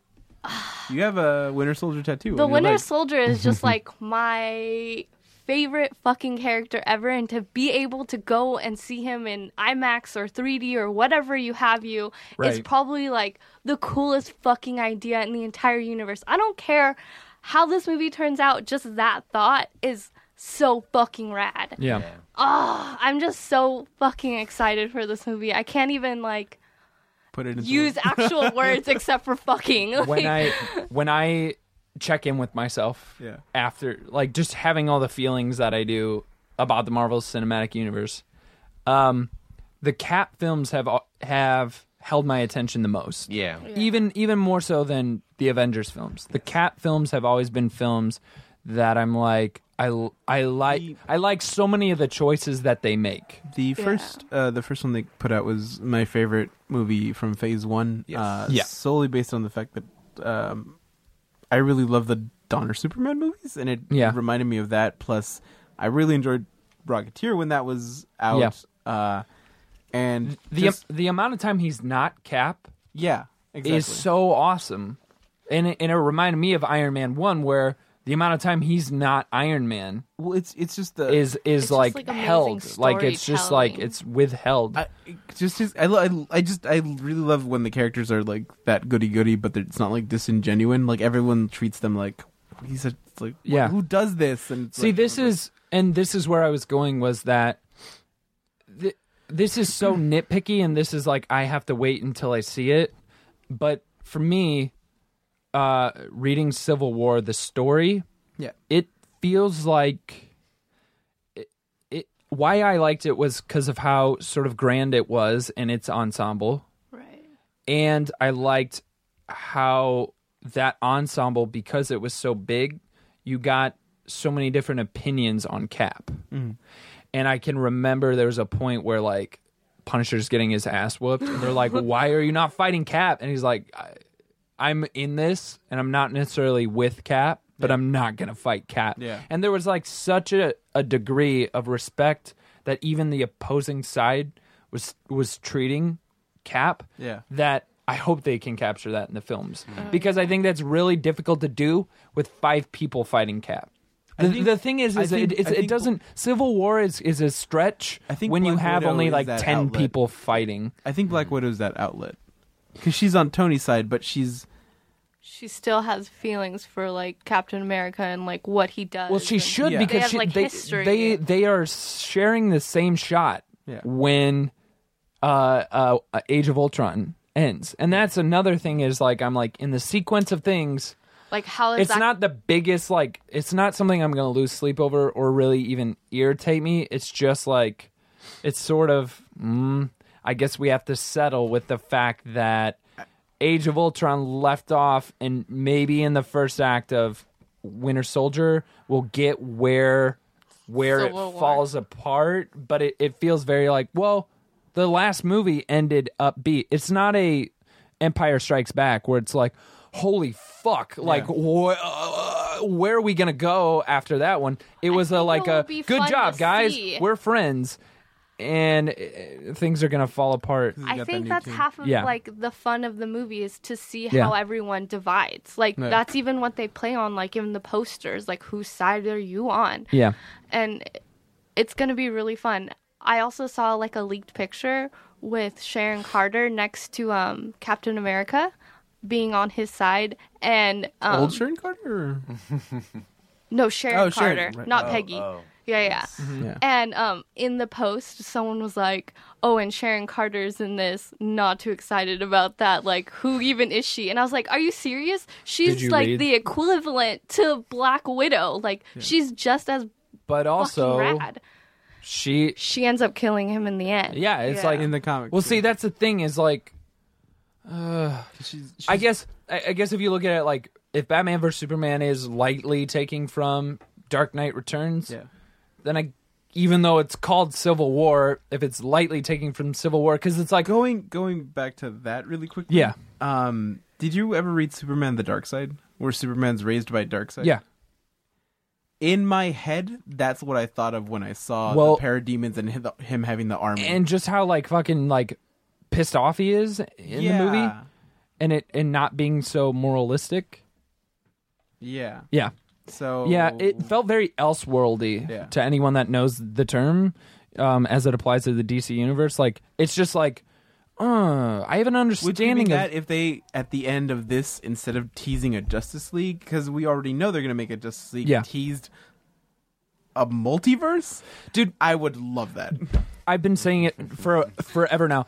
You have a Winter Soldier tattoo.
The
on your
Winter
leg.
Soldier
<laughs>
is just like my favorite fucking character ever, and to be able to go and see him in IMAX or 3D or whatever you have you is
Right.
probably like the coolest fucking idea in the entire universe. I don't care how this movie turns out, just that thought is so fucking rad.
Yeah.
Ah, I'm just so fucking excited for this movie. I can't even like
Put it in.
use
<laughs>
actual words except for fucking. Like,
When I when I check in with myself
Yeah.
after like just having all the feelings that I do about the Marvel Cinematic Universe, um, the Cap films have have held my attention the most.
Yeah.
even even more so than the Avengers films. The Cap films have always been films that I'm like I I like I like so many of the choices that they make.
The first, uh, the first one they put out was my favorite movie from Phase One.
Yes.
Uh,
Yeah.
Solely based on the fact that um, I really love the Donner Superman movies, and it
Yeah.
reminded me of that. Plus, I really enjoyed Rocketeer when that was out. Uh, and
The
just-
the amount of time he's not Cap
yeah, exactly.
is so awesome, and it, and it reminded me of Iron Man one where. The amount of time he's not Iron Man
well, it's it's just the
is is
just,
like,
like, amazing
held, like it's just like
storytelling.
it's withheld.
I, just his, I, lo- I, I just I really love when the characters are like that goody goody, but they're- it's not like disingenuine. Like everyone treats them like he's a like
Yeah.
who does this? And it's
See,
like- um,
this is and this is where I was going was that th- this is so nitpicky, and this is like I have to wait until I see it. But for me, uh, reading Civil War, the story,
yeah.
it feels like it, it. Why I liked it was because of how sort of grand it was in its ensemble
<laughs> right.
and I liked how that ensemble because it was so big, you got so many different opinions on Cap. And I can remember there was a point where like Punisher's getting his ass whooped, and they're like, "Why are you not fighting Cap?" And he's like, I, "I'm in this, and I'm not necessarily with Cap." But I'm not gonna fight Cap.
Yeah.
And there was like such a, a degree of respect that even the opposing side was was treating Cap
Yeah.
that I hope they can capture that in the films
Mm-hmm.
because I think that's really difficult to do with five people fighting Cap. The, the thing is,
I
is
think-
it, it's,
I think-
it doesn't. Civil War is is a stretch
I think
when you
Black
have
Widow
only
is
like
that
ten
outlet.
people fighting.
I think Black Widow's that outlet because she's on Tony's side, but she's
she still has feelings for like Captain America and like what he does.
Well, she
and-
should
Yeah.
because
They have,
she,
like,
they,
history.
they they are sharing the same shot
Yeah.
when uh, uh, Age of Ultron ends, and that's another thing. Is like I'm like in the sequence of things.
Like how is
it's
that?
not the biggest like it's not something i'm gonna lose sleep over or really even irritate me it's just like it's sort of mm, i guess we have to settle with the fact that age of ultron left off and maybe in the first act of winter soldier we'll get where where
Civil
it
War.
falls apart but it, it feels very like well the last movie ended upbeat it's not a empire strikes back where it's like holy fuck like wh- uh, where are we gonna go after that one it was
think
a like
it will
a
be
good
fun
job
to
guys
see."
we're friends and uh, things are gonna fall apart
You
I
got that
think
new
that's
team.
half of
Yeah.
like the fun of the movie is to see
Yeah.
how everyone divides. Like that's even what they play on, like in the posters, like whose side are you on?
yeah
And it's gonna be really fun. I also saw like a leaked picture with Sharon Carter next to um Captain America being on his side and um,
old Sharon Carter. or-
No, Sharon
Oh, Sharon,
Carter,
right.
not
Oh,
Peggy.
oh.
Yeah, yeah.
Mm-hmm.
Yeah.
And um, in the post, someone was like, "Oh, and Sharon Carter's in this. Not too excited about that. Like, who even is she?" And I was like, "Are you serious? She's
you
like
read-
the equivalent to Black Widow. Like, she's just as
But also,
fucking rad.
she
She ends up killing him in the end.
yeah, it's
Yeah.
like
in the comics.
well, see, that's the thing is like
she's, she's,
I guess I, I guess if you look at it like if Batman vs Superman is lightly taking from Dark Knight Returns,
yeah.
then I even though it's called Civil War, if it's lightly taking from Civil War, because it's like
Going going back to that really quickly.
Yeah.
Um, did you ever read Superman: The Dark Side, where Superman's raised by Darkseid?
yeah,
In my head, that's what I thought of when I saw
Well-
the parademons and hi- him having the army.
and just how like fucking like pissed off he is in the movie,
Yeah.
and it and not being so moralistic.
Yeah.
Yeah,
So
yeah, it felt very elseworldy
Oh. Yeah.
to anyone that knows the term um, as it applies to the DC universe. Like it's just like, uh, I have an
Would you be
understanding of
that if they at the end of this instead of teasing a Justice League because we already know they're going to make a Justice League
Yeah.
teased a multiverse?
dude.
I would love that.
I've been saying it for forever now.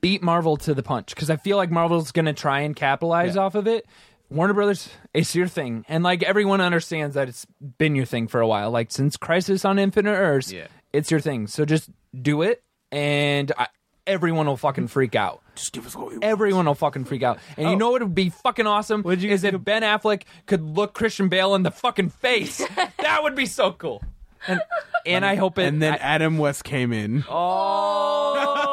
Beat Marvel to the punch because I feel like Marvel's going to try and capitalize
Yeah.
off of it. Warner Brothers, it's your thing, and like everyone understands that it's been your thing for a while. Like since Crisis on Infinite Earths,
Yeah.
it's your thing. So just do it, and I, everyone will fucking freak out.
Just give us what we want.
Everyone will fucking freak out. And you know what would be fucking awesome
Oh. What'd you
is
think
if
of-
Ben Affleck could look Christian Bale in the
<laughs>
fucking face. that would be so cool. And, and I hope it.
and then
I-
Adam West came in.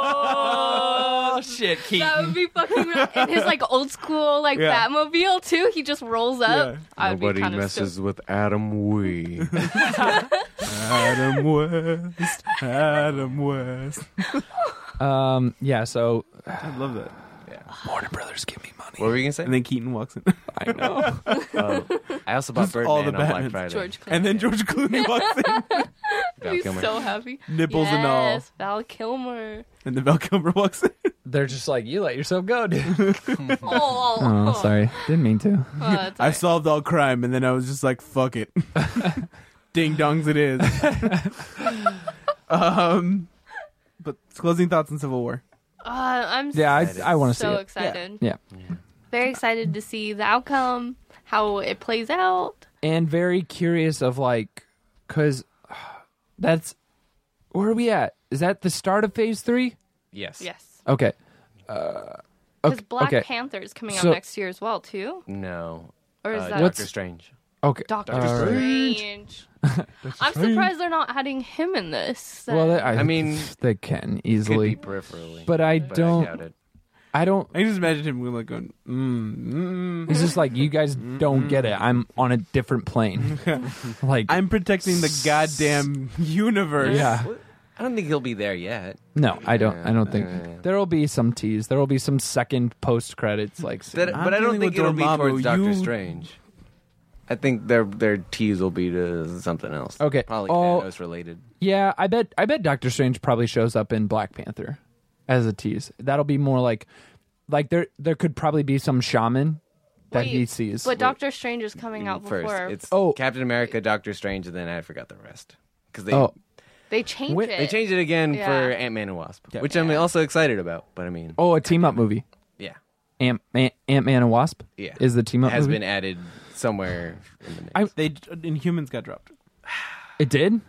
Oh shit,
That would
Keaton.
be
<laughs>
fucking rad. in his like old school like
Yeah.
Batmobile too. He just rolls up.
Yeah.
I would be
Nobody
kind of
messes
stoked.
with Adam Wee.
Adam West. Adam West.
Um, yeah. So
I love that.
Warner Brothers, give me money.
what were you gonna say? Oh.
And then Keaton walks in. <laughs>
I know.
I also bought Birdman
all
all
the
the on Black
Batmans.
Friday.
George Clooney.
and then George Clooney walks in.
Val
He's
Kilmer.
so happy.
Nipples
yes,
and all.
Val Kilmer.
And then Val Kilmer walks in.
<laughs> They're just like you. Let yourself go, dude.
<laughs> Oh,
Didn't mean to.
<laughs> Oh, that's
<laughs> I solved all crime, and then I was just like, "Fuck it, <laughs> ding dongs it is." <laughs> um, but closing thoughts on Civil War.
Uh, I'm
Yeah, I,
That is
I want to see
so
it.
excited.
Yeah,
Very excited to see the outcome, how it plays out.
and very curious of like, cause <sighs> that's where are we at? Is that the start of Phase Three?
Yes.
Yes.
Okay. Uh,
Because
okay.
Black
okay.
Panther is coming
So-
out next year as well, too.
No.
Or is
Uh,
that
What's-
Doctor Strange?
okay.
Doctor
all right.
Strange? <laughs> I'm surprised they're not adding him in this.
Well, they- I,
I mean,
<laughs> they can
Could be
easily, <laughs>
peripherally,
but I
but
don't.
I doubt it.
I don't
I can just imagine him like going, mm, mm.
It's just like you guys don't get it. I'm on a different
<laughs>
plane. like
"I'm protecting the goddamn universe."
yeah.
I don't think he'll be there yet. Uh,
No, I don't I don't think
Yeah.
there'll be some tease. There'll be some second post credits like
That-
I'm
but I
dealing
don't think
with
it'll
Dormammu.
be towards Doctor
You-
Strange. I think their their tease will be to something else.
Okay.
Probably
Oh.
Thanos related.
Yeah, I bet I bet Doctor Strange probably shows up in Black Panther as a tease. That'll be more like like there there could probably be some shaman that he
Wait,
sees.
But Doctor Strange is coming out
First,
before
it's
Oh.
Captain America, Doctor Strange, and then I forgot the rest because they
oh,
they change
Wait,
it.
they changed it again
Yeah.
for Ant Man and Wasp, which I'm also excited about. But I mean,
oh, a team up movie.
yeah,
Ant Ant Man and Wasp
Yeah.
is the team up
has
movie.
been added somewhere. In the mix.
I-
They Inhumans got dropped.
it did.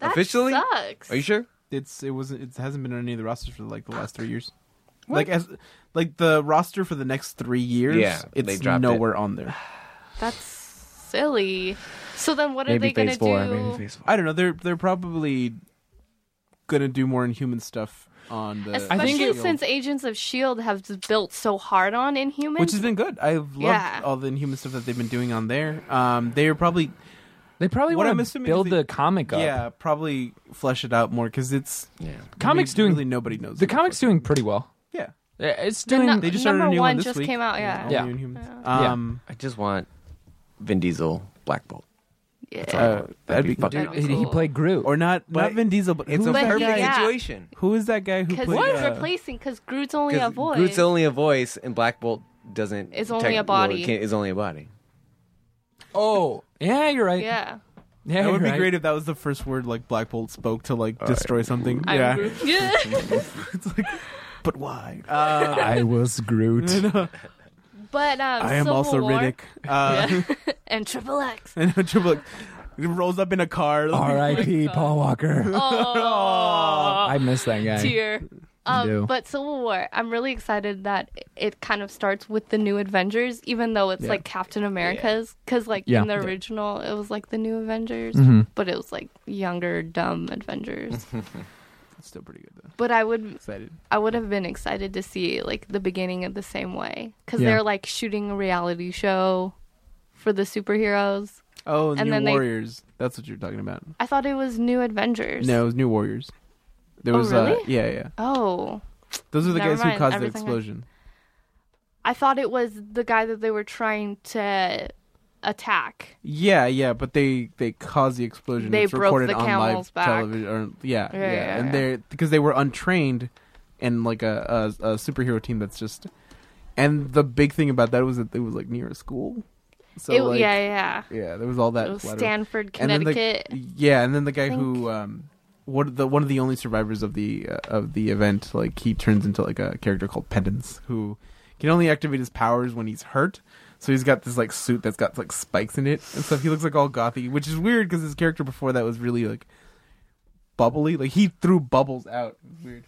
That
officially?
sucks.
Are you sure?
It's it wasn't it hasn't been on any of the rosters for like the last three years. Like as like the roster for the next three years,
Yeah, they
it's
dropped it.
nowhere on there.
That's silly. So then, what are they going to do?
I don't know. They're they're probably gonna do more Inhuman stuff on the.
Especially
I think it-
since Agents of Shield E have just built so hard on Inhumans.
which has been good. I've loved
Yeah.
all the Inhuman stuff that they've been doing on there. Um, they are probably
They probably
What I'm
want to
assuming is
build
they-
the comic up.
yeah probably flesh it out more because it's
Yeah.
Comics
really,
doing
really nobody knows
The
about
comic's
it.
doing pretty well.
yeah
Yeah, It's
The
doing.
nu-
they just
Number
started a new
one
one this
just
week.
came out, yeah.
all
Yeah.
new Inhumans.
Yeah.
Um,
I just want Vin Diesel, Black Bolt.
yeah.
uh, that'd be
fucking
dude,
awesome.
He, he played Groot.
or not not
But
Vin Diesel, but
It's
who is
a
But
that
perfect
guy?
he- yeah.
situation.
Who is that guy who
Because
played?
he's
uh,
replacing. Because Groot's only a
'Cause
voice.
Groot's only a voice, and Black Bolt doesn't.
It's only a
well,
body.
it can't- It's only a body.
oh, yeah, you're right. <laughs>
yeah.
Yeah,
that would be
right.
great if that was the first word like Black Bolt spoke to like destroy something.
I'm
yeah,
Groot.
<laughs>
<laughs>
it's like, but why? Uh,
<laughs> I was Groot.
but um,
I am
Civil
also
War,
Riddick. Uh,
<laughs>
Yeah. <laughs> and Triple X. <laughs>
<laughs> and Triple X rolls up in a car.
R.I.P.
God.
Paul Walker.
Oh,
I miss that guy.
dear.
do.
Um, but Civil War, I'm really excited that it kind of starts with the new Avengers, even though it's
Yeah.
like Captain America's, because like
Yeah.
in the
Yeah.
original, it was like the new Avengers,
Mhm.
but it was like younger, dumb Avengers.
Mm-hmm.
It's still pretty good though.
but I would,
Excited.
I would have been excited to see like the beginning of the same way, because
Yeah.
they're like shooting a reality show for the superheroes.
Oh,
And
New
then they-
Warriors. That's what you're talking about.
I thought it was New Adventures.
No, it was New Warriors. There
Oh,
was uh,
really?
yeah, yeah.
Oh,
Those are the
Never
guys who
mind.
caused the
Everything I-
explosion.
I thought it was the guy that they were trying to attack.
Yeah, yeah, but they they caused the explosion.
They
it's
broke
recorded
the
on
camel's
live
back.
television. Or, yeah, yeah,
Yeah, yeah,
and
yeah.
they're because they were untrained, and like a, a a superhero team that's just. And the big thing about that was that it was like near a school, so
it,
like,
yeah, yeah.
yeah, there was all that
It was
clutter.
Stanford,
And then the- <laughs>
Connecticut.
yeah, and then the guy
I
who um, what the one of the only survivors of the uh, of the event, like he turns into like a character called Pendants, who can only activate his powers when he's hurt. So he's got this like suit that's got like spikes in it and stuff. He looks like all gothy, which is weird because his character before that was really like bubbly. Like he threw bubbles out. It was weird.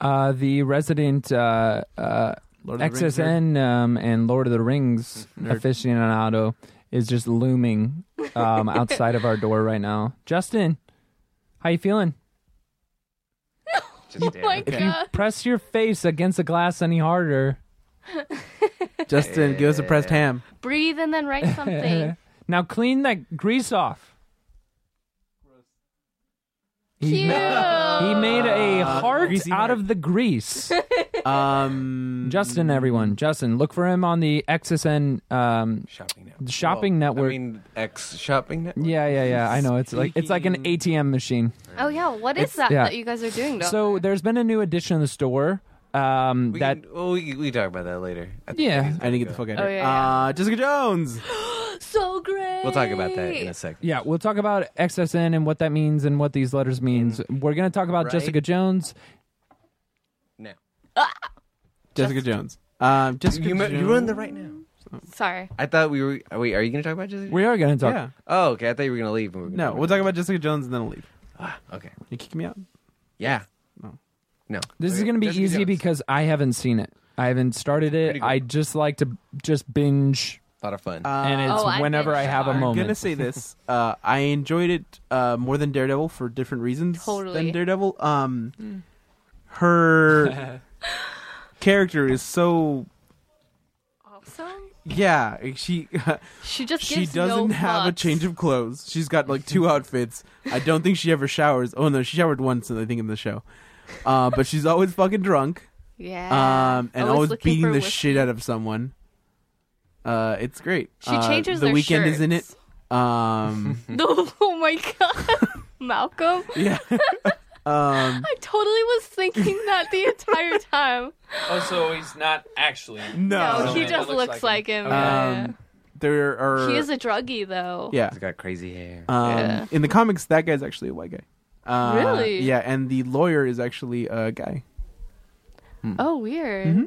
Uh, the resident uh, uh,
Lord of the Rings Mm-hmm.
XSN um, and Lord of the Rings
Nerd.
aficionado is just looming
<laughs>
um, outside
<laughs>
of our door right now. Justin, how you feeling?
<laughs> Just
oh my
did.
If
god.
Press your face against the glass any harder.
<laughs>
Justin, give us a pressed ham.
Breathe and then write
<laughs>
something.
<laughs> now clean that grease off. He,
Cute.
he made a
Uh,
heart
greasy
out
heart.
of
<laughs>
the grease.
Um,
Justin, everyone, Justin, look for him on the XSN um,
Shopping network.
Shopping
Well,
network.
I mean, X shopping network.
Yeah, yeah, yeah. I know. It's like it's like an ATM machine.
oh yeah, what is
It's-
that
yeah.
that you guys are doing though?
So there's been a new addition in the store. Um,
We
that
can, well, we can, we can talk about that later. I think
Yeah.
it is
I need to get the fuck out of
Oh,
here.
yeah, yeah.
Uh, Jessica Jones.
so great.
We'll talk about that in a second.
yeah, we'll talk about XSN and what that means and what these letters means. We're gonna talk about
Mm. Right.
Jessica Jones.
Now,
Jessica Jones. Um, Jessica
you,
Jones.
you run the right now.
Sorry.
I thought we were. Are we? Are you going to talk about Jessica?
We are gonna talk.
Yeah.
oh, okay. I thought you were going to leave. And we were gonna
No, we'll talk about Jessica Jones and then I'll leave.
about. Okay.
You kick me out.
Yeah.
No.
No.
This is
Okay.
gonna be
Jessica
easy
Jones.
because I haven't seen it. I haven't started
Pretty
it.
good.
I just like to just binge,
a lot of fun.
and
Uh,
it's
Oh, I
whenever I
binge
have a
hard.
I'm gonna
moment.
say
<laughs>
this. Uh, I enjoyed it uh, more than Daredevil for different reasons
Totally. Hmm.
than Daredevil. Um,
<laughs>
her character is so
Awesome.
yeah. She <laughs>
She just
she
gives
doesn't
no
have a
fucks.
change of clothes. She's got like
<laughs>
two outfits. I don't think she ever showers. Oh no, she showered once, I think in the show. Uh, but she's always fucking drunk.
Yeah.
um, and
Always
always,
looking
beating
for
the
whiskey. <laughs>
shit out of someone. Uh, it's great.
She
Uh,
changes
the
their
weekend is in it.
shirts.
Um,
oh my
<laughs>
god. Malcolm,
yeah. um,
I totally was thinking that the entire <laughs> time.
Oh, so he's not actually.
no.
No, he
Okay.
just
Looks
looks,
like
like him. yeah.
Um, there are.
he is a druggie though.
yeah.
He's got crazy hair.
Um,
Yeah.
In the comics, that guy's actually a white guy. Uh,
Really?
Yeah, and the lawyer is actually a guy.
Oh weird.
Mm-hmm.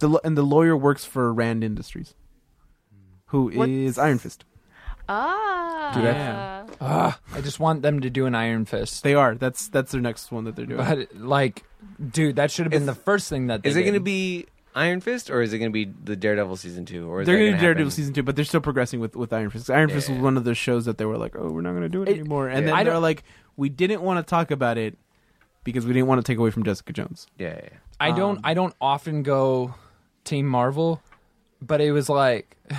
The lo- and the lawyer works for Rand Industries, who is
What's-
Iron Fist.
Ah.
Dude, I-
I just want them to do an Iron Fist.
They are. That's that's their next one that they're doing.
But like, dude, that should have been the first thing that. They
is it
going to
going to be Iron Fist or is it going to be the Daredevil season two? Or is
they're
going
to do Daredevil season two, but they're still progressing with with Iron Fist. Iron Fist was
Yeah.
one of those shows that they were like, "Oh, we're not going to do it,
It-
anymore," and
Yeah.
I
then they're
don't-
like, "We didn't want to talk about it because we didn't want to take away from Jessica Jones."
Yeah, yeah.
I don't.
Um,
I don't often go Team Marvel, but it was like <laughs>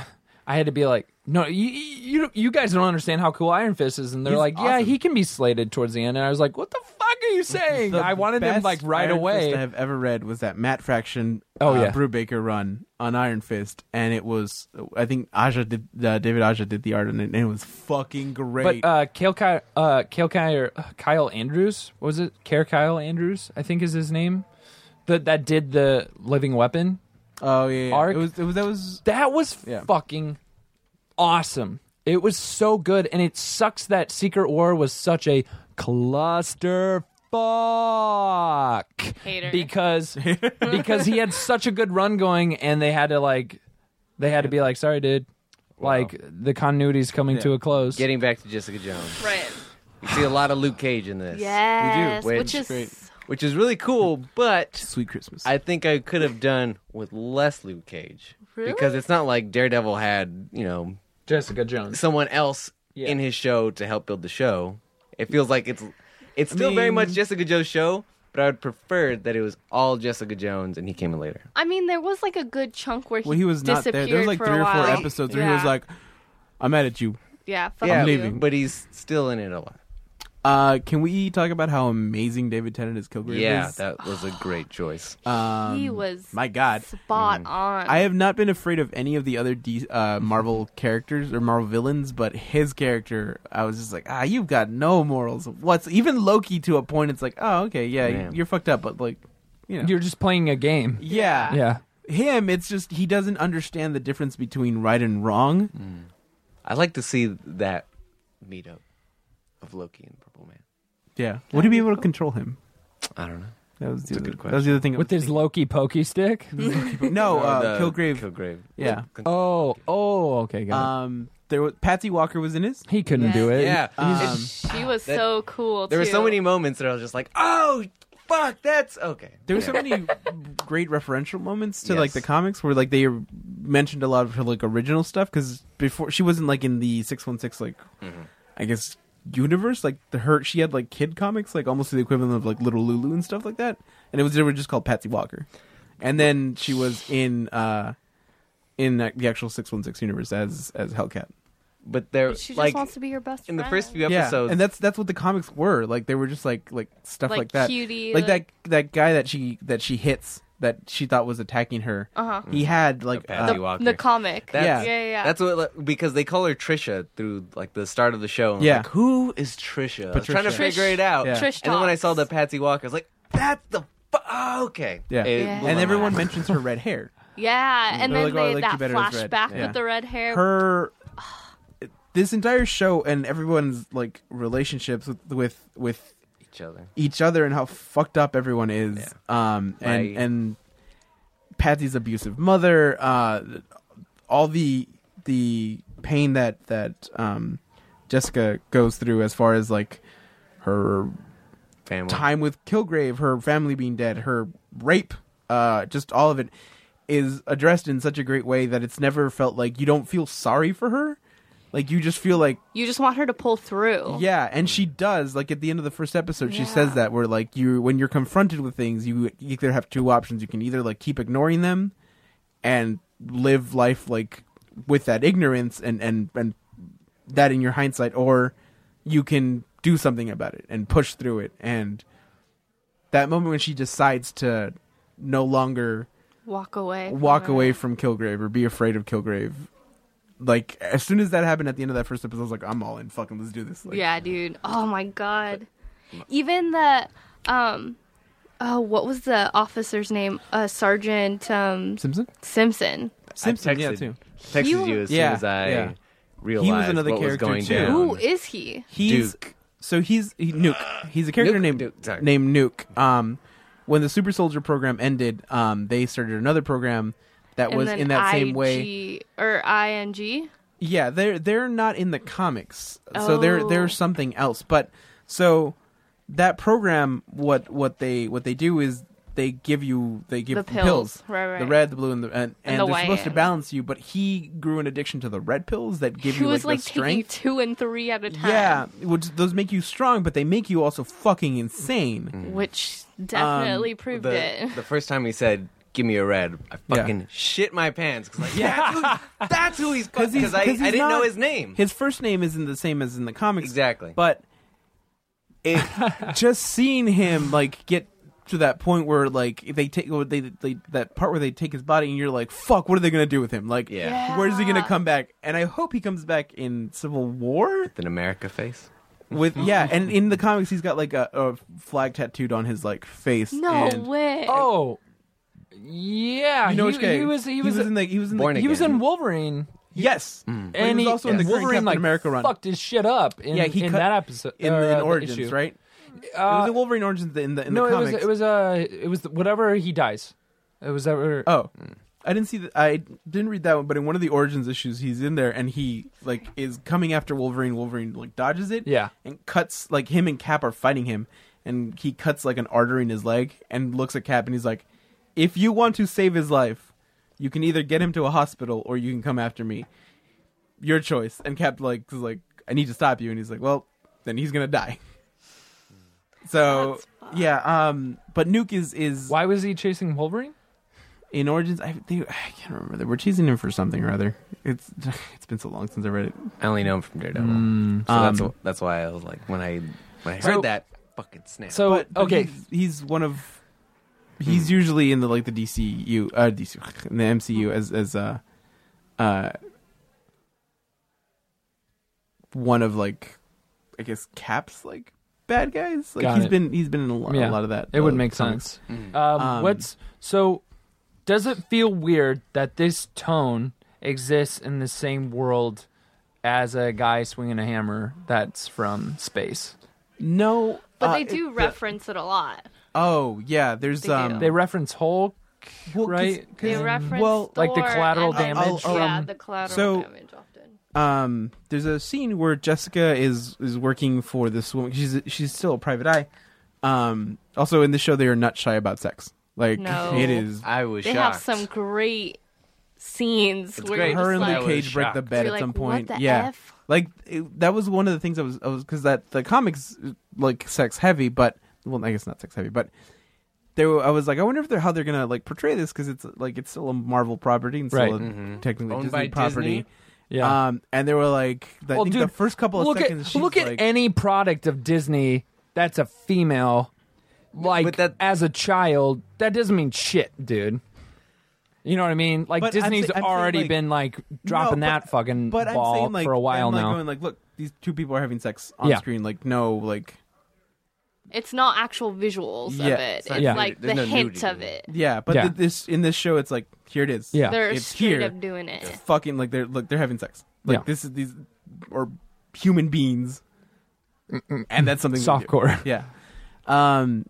I had to be like, no, you you you guys don't understand how cool Iron Fist is, and they're
He's
like, yeah,
awesome.
he can be slated towards the end, and I was like, what the fuck are you saying?
The
I wanted them
best
like right
Iron
away.
Fist I have ever read was that Matt Fraction,
Oh,
uh,
yeah.
Brubaker run on Iron Fist, and it was I think Aja did uh, David Aja did the art on it, and it was fucking
but
great.
uh, Kale Kyle, uh, Kale Kyle, or uh, Kyle Andrews what was it? Care Kyle Andrews, I think is his name. That that did the Living Weapon.
oh yeah, yeah.
arc-
it was it was that was
That was
Yeah.
fucking awesome. It was so good, and it sucks that Secret War was such a cluster. Fuck.
<laughs>
Hater.
Because because he had such a good run going and they had to like they had to be like, sorry dude. Like the continuity's coming to a close.
Getting back to Jessica Jones,
Right.
you see a lot of Luke Cage in this.
Yes.
We do.
Which is
Great.
which is really cool, but
Sweet Christmas.
I think I could have done with less Luke Cage
Really?
because it's not like Daredevil had you know
Jessica Jones.
someone else
Yeah.
in his show to help build the show. It feels like it's it's still very much Jessica Jones' show, but I would prefer that it was all Jessica Jones and he came in later.
I mean, there was like a good chunk where he,
well, he was not there.
disappeared
There was like
for
three
a
or
while.
four episodes where he was
Yeah.
like, "I'm mad at you."
"Yeah, fuck
yeah,
you.
leaving.
but he's still in it a lot.
Uh, can we talk about how amazing David Tennant as Kilgrave
Yeah,
is?
that was a great choice.
um,
He was
My God, Mm-hmm.
spot on.
I have not been afraid of any of the other D- uh, Marvel characters or Marvel villains, but his character, I was just like, ah, you've got no morals. What's even Loki to a point? It's like, oh, okay, yeah,
Man.
you're fucked up, but like, you know,
You're just playing a game.
yeah,
Yeah.
Him, it's just he doesn't understand the difference between right and wrong.
Mm. I'd like to see that meetup of Loki and Purple Man.
Yeah, would he be able to control him?
I don't know.
That was the
That's a
other,
good
that was the other thing. I
With
was
his Loki pokey stick?
<laughs>
thinking. no,
Or
uh,
the
Kilgrave.
Kilgrave.
Yeah.
Oh, oh, okay, got
Um, there was Patsy Walker was in his.
it. He couldn't
Yes.
do it.
Yeah.
Um,
she was
that-
so cool.
there were
too.
so many moments that I was just like, oh, fuck, that's okay.
There were
Yeah.
so many great referential moments to like
Yes.
the comics where like they mentioned a lot of her like original stuff because before she wasn't like in the six one six like
Mm-hmm.
I guess universe like the her she had like kid comics like almost the equivalent of like Little Lulu and stuff like that and it was they were just called Patsy Walker and then she was in uh in that- the actual six one six universe as as Hellcat
But there,
She just
Uh, like,
wants to be your best
in
friend.
the first few
yeah
episodes,
and that's that's what the comics were like they were just like like stuff
Like
like, that
cutie,
like,
like-
that that guy that she that she hits that she thought was attacking her
Uh-huh.
he had like
Patsy
uh,
Walker.
the comic.
That's-
yeah, yeah. yeah.
Mm. That's what like, because they call her Trisha through like the start of the show. And I'm
Yeah.
like, who is Trisha? I was trying to
Patricia.
figure it out.
Yeah.
Trish
And then when I
Talks.
saw the Patsy Walker, I was like, that's the fu- oh, okay.
Yeah.
It
Yeah.
blew
and
my
everyone
mind.
mentions her red
<laughs>
hair
yeah, and
They're
then
like, oh, I
they,
liked you
that
better as red.
flashback
Yeah.
with the red hair.
her this entire show and everyone's like relationships with with with
each other.
each other and how fucked up everyone is um and
My-
and Patsy's abusive mother uh all the the pain that that um Jessica goes through as far as like her
Family.
time with Kilgrave, her family being dead, her rape, uh, just all of it is addressed in such a great way that it's never felt like you don't feel sorry for her. Like you just feel like
You just want her to pull through.
yeah, and she does. Like at the end of the first episode, she
Yeah.
says that where like you when you're confronted with things, you either have two options. You can either like keep ignoring them and live life like with that ignorance and and and that in your hindsight or you can do something about it and push through it and that moment when she decides to no longer
Walk away. from
walk
it.
away from Kilgrave or be afraid of Kilgrave like as soon as that happened at the end of that first episode I was like I'm all in fucking let's do this like,
yeah, dude. Oh my god. Even the um oh, what was the officer's name? Uh Sergeant um
Simpson
Simpson.
Simpson, yeah,
texted-
too.
Texted
You-
you as
Yeah,
soon as I
yeah.
realized
another
what
character,
was going
too.
down.
Who is he?
He's
Duke. Uh,
so he's he, Nuke. He's a character
Nuke?
named
Duke, sorry.
named Nuke. Um, when the Super Soldier program ended, um, they started another program that was in that same way.
IG or ING?
Yeah, they're they're not in the comics, so they're
Oh.
they're something else. But so that program, what what they what they do is they give you they give
The
you
pills. Right, right.
the red, the blue, and the and, and
the
they're supposed to
white.
balance you. But he grew an addiction to the red pills that give
He
you
was like
the
taking
strength.
two and three at a time.
Yeah, which those make you strong, but they make you also fucking insane.
Mm-hmm.
Which
Um,
definitely proved
the,
it.
the first time he said, "Give me a red," I
Yeah.
fucking shit my pants. 'cause, like, yeah,
<laughs>
that's who, that's who he's because I, I
he's
didn't know
not-
his name.
His first name isn't the same as in the comics,
exactly.
But it, just seeing him like get to that point where like if they take they, they that part where they take his body and you're like, fuck, what are they gonna do with him? Like,
Yeah. Yeah.
where's he gonna come back? And I hope he comes back in Civil War
an America face.
with yeah. And in the comics, he's got like a, a flag tattooed on his like face.
No
and-
way.
Oh. Yeah.
You know
he,
which guy?
he was he was
in the he was in the
Born
he was
again.
in Wolverine.
Yes, But he
and
was also in the current
Wolverine
Captain
like
America run.
fucked his shit up in,
yeah, he
in
cut
that episode
in,
or,
the, in
uh,
Origins,
issue. Uh,
right? it was the Wolverine Origins in the in the
no, it was
comics.
it was uh it was whatever he dies. It was ever
Oh, I didn't see that. I didn't read that one, but in one of the origins issues, he's in there and he like is coming after Wolverine. Wolverine like dodges it,
Yeah.
and cuts like him and Cap are fighting him, and he cuts like an artery in his leg and looks at Cap and he's like, "If you want to save his life, you can either get him to a hospital or you can come after me. Your choice." And Cap like is like, "I need to stop you," and he's like, "Well, then he's gonna die." So yeah, um, but Nuke is is
Why was he chasing Wolverine?
in Origins, I, they, I can't remember. They were chasing him for something or other. It's <laughs> it's been so long since I read it.
I only know him from Daredevil, so that's
um,
wh- that's why I was like when I when I heard
So-
that fucking snap.
So
But, but
Oh, okay,
he's, he's one of he's usually in the like the DCU, uh, DC, <laughs> in the MCU as as uh, uh, one of like I guess Cap's like bad guys. Like
Got
he's
it.
been he's been in a lot,
Yeah.
a lot of that.
it would
uh,
make
comics.
sense.
Mm.
Um,
Um,
what's so? Does it feel weird that this tone exists in the same world as a guy swinging a hammer that's from space?
No,
But
uh,
they
it-
do reference it a lot.
oh yeah, there's
They do.
um
They reference Hulk,
well, 'cause-
right?
'cause-
They reference
well,
like the
Thor
collateral
and then-
damage I'll- I'll-
yeah,
from-
the collateral
So-
damage often.
um there's a scene where Jessica is is working for this woman. She's she's still a private eye. Um also in the show they are not shy about sex. Like
No.
it is
I was
They
shocked.
have some great scenes
It's
where
great.
you're
her
just
and
like,
Luke Cage break the
shocked.
bed
You're
at
like,
some
"What
point.
the
yeah.
F?
Like it, that was one of the things I was I was cuz that the comics like sex heavy but well I guess not sex heavy but there were- I was like I wonder if they're how they're going to like portray this cuz it's like it's still a Marvel property and still
Right.
a, technically
Owned
Disney
by
property.
Disney?
Yeah.
Um and they were like I
Uh, Well,
think the
dude,
first couple of
look
seconds
at
she's
look at
like,
any product of Disney that's a female, like
but that-
as a child. That doesn't mean shit, dude. You know what I mean? Like
But I'm
Disney's
say- I'm saying,
already
like-
been like dropping
No, but-
that fucking
but
ball
I'm saying, like,
for a while
I'm, like,
now.
Going like, look, these two people are having sex on
Yeah.
screen. Like, no, like,
It's not actual visuals
Yeah,
of it.
it's not
It's
Yeah.
like
nudity.
the
There's no
hint
nudity.
of it.
yeah. But
Yeah.
th- this in this show, it's like here it is.
Yeah.
They're
it's
straight
here.
up doing it.
Fucking like they're look, they're having sex. Like
Yeah.
this is these or human beings, and that's something they do.
Softcore.
Yeah. Um.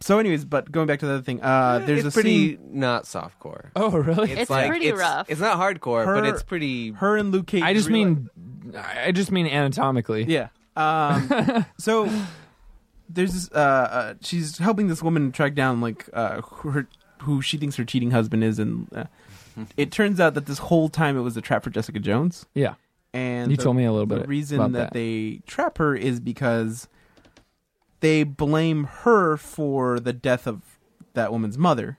So, anyways, but going back to the other thing, uh,
Eh,
there's a
it's pretty
scene.
not softcore.
Oh, really?
It's
like,
pretty
it's,
rough.
It's not hardcore,
Her-
but it's pretty.
Her and Luke Cage.
I just
realize-
mean, I just mean anatomically.
Yeah.
<laughs>
Um, so there's this, uh, uh, she's helping this woman track down like uh, who her, who she thinks her cheating husband is, and uh, it turns out that this whole time it was a trap for Jessica Jones.
Yeah.
And
You
the-
told me a little bit
The reason
about
that,
that.
they trap her is because they blame her for the death of that woman's mother.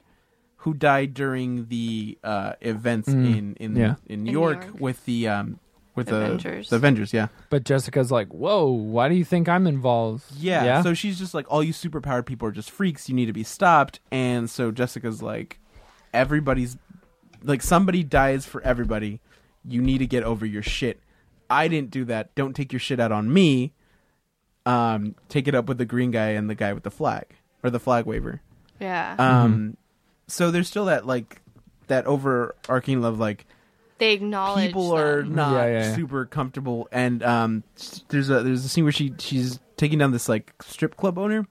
Who died during the uh, events
Mm.
in in,
Yeah.
in New
New
York,
York.
with the um, with
Avengers.
the, the Avengers, yeah.
But Jessica's like, "Whoa, why do you think I'm involved?"
Yeah, So she's just like, all you superpowered people are just freaks. You need to be stopped. And so Jessica's like, everybody's like, somebody dies for everybody. You need to get over your shit. I didn't do that. Don't take your shit out on me. Um, take it up with the green guy and the guy with the flag or the flag waver.
Yeah.
Um, so there's still that like that overarching love, like
they acknowledge
people are
them.
not
Yeah, yeah, yeah.
super comfortable and um s- there's a there's a scene where she she's taking down this like strip club owner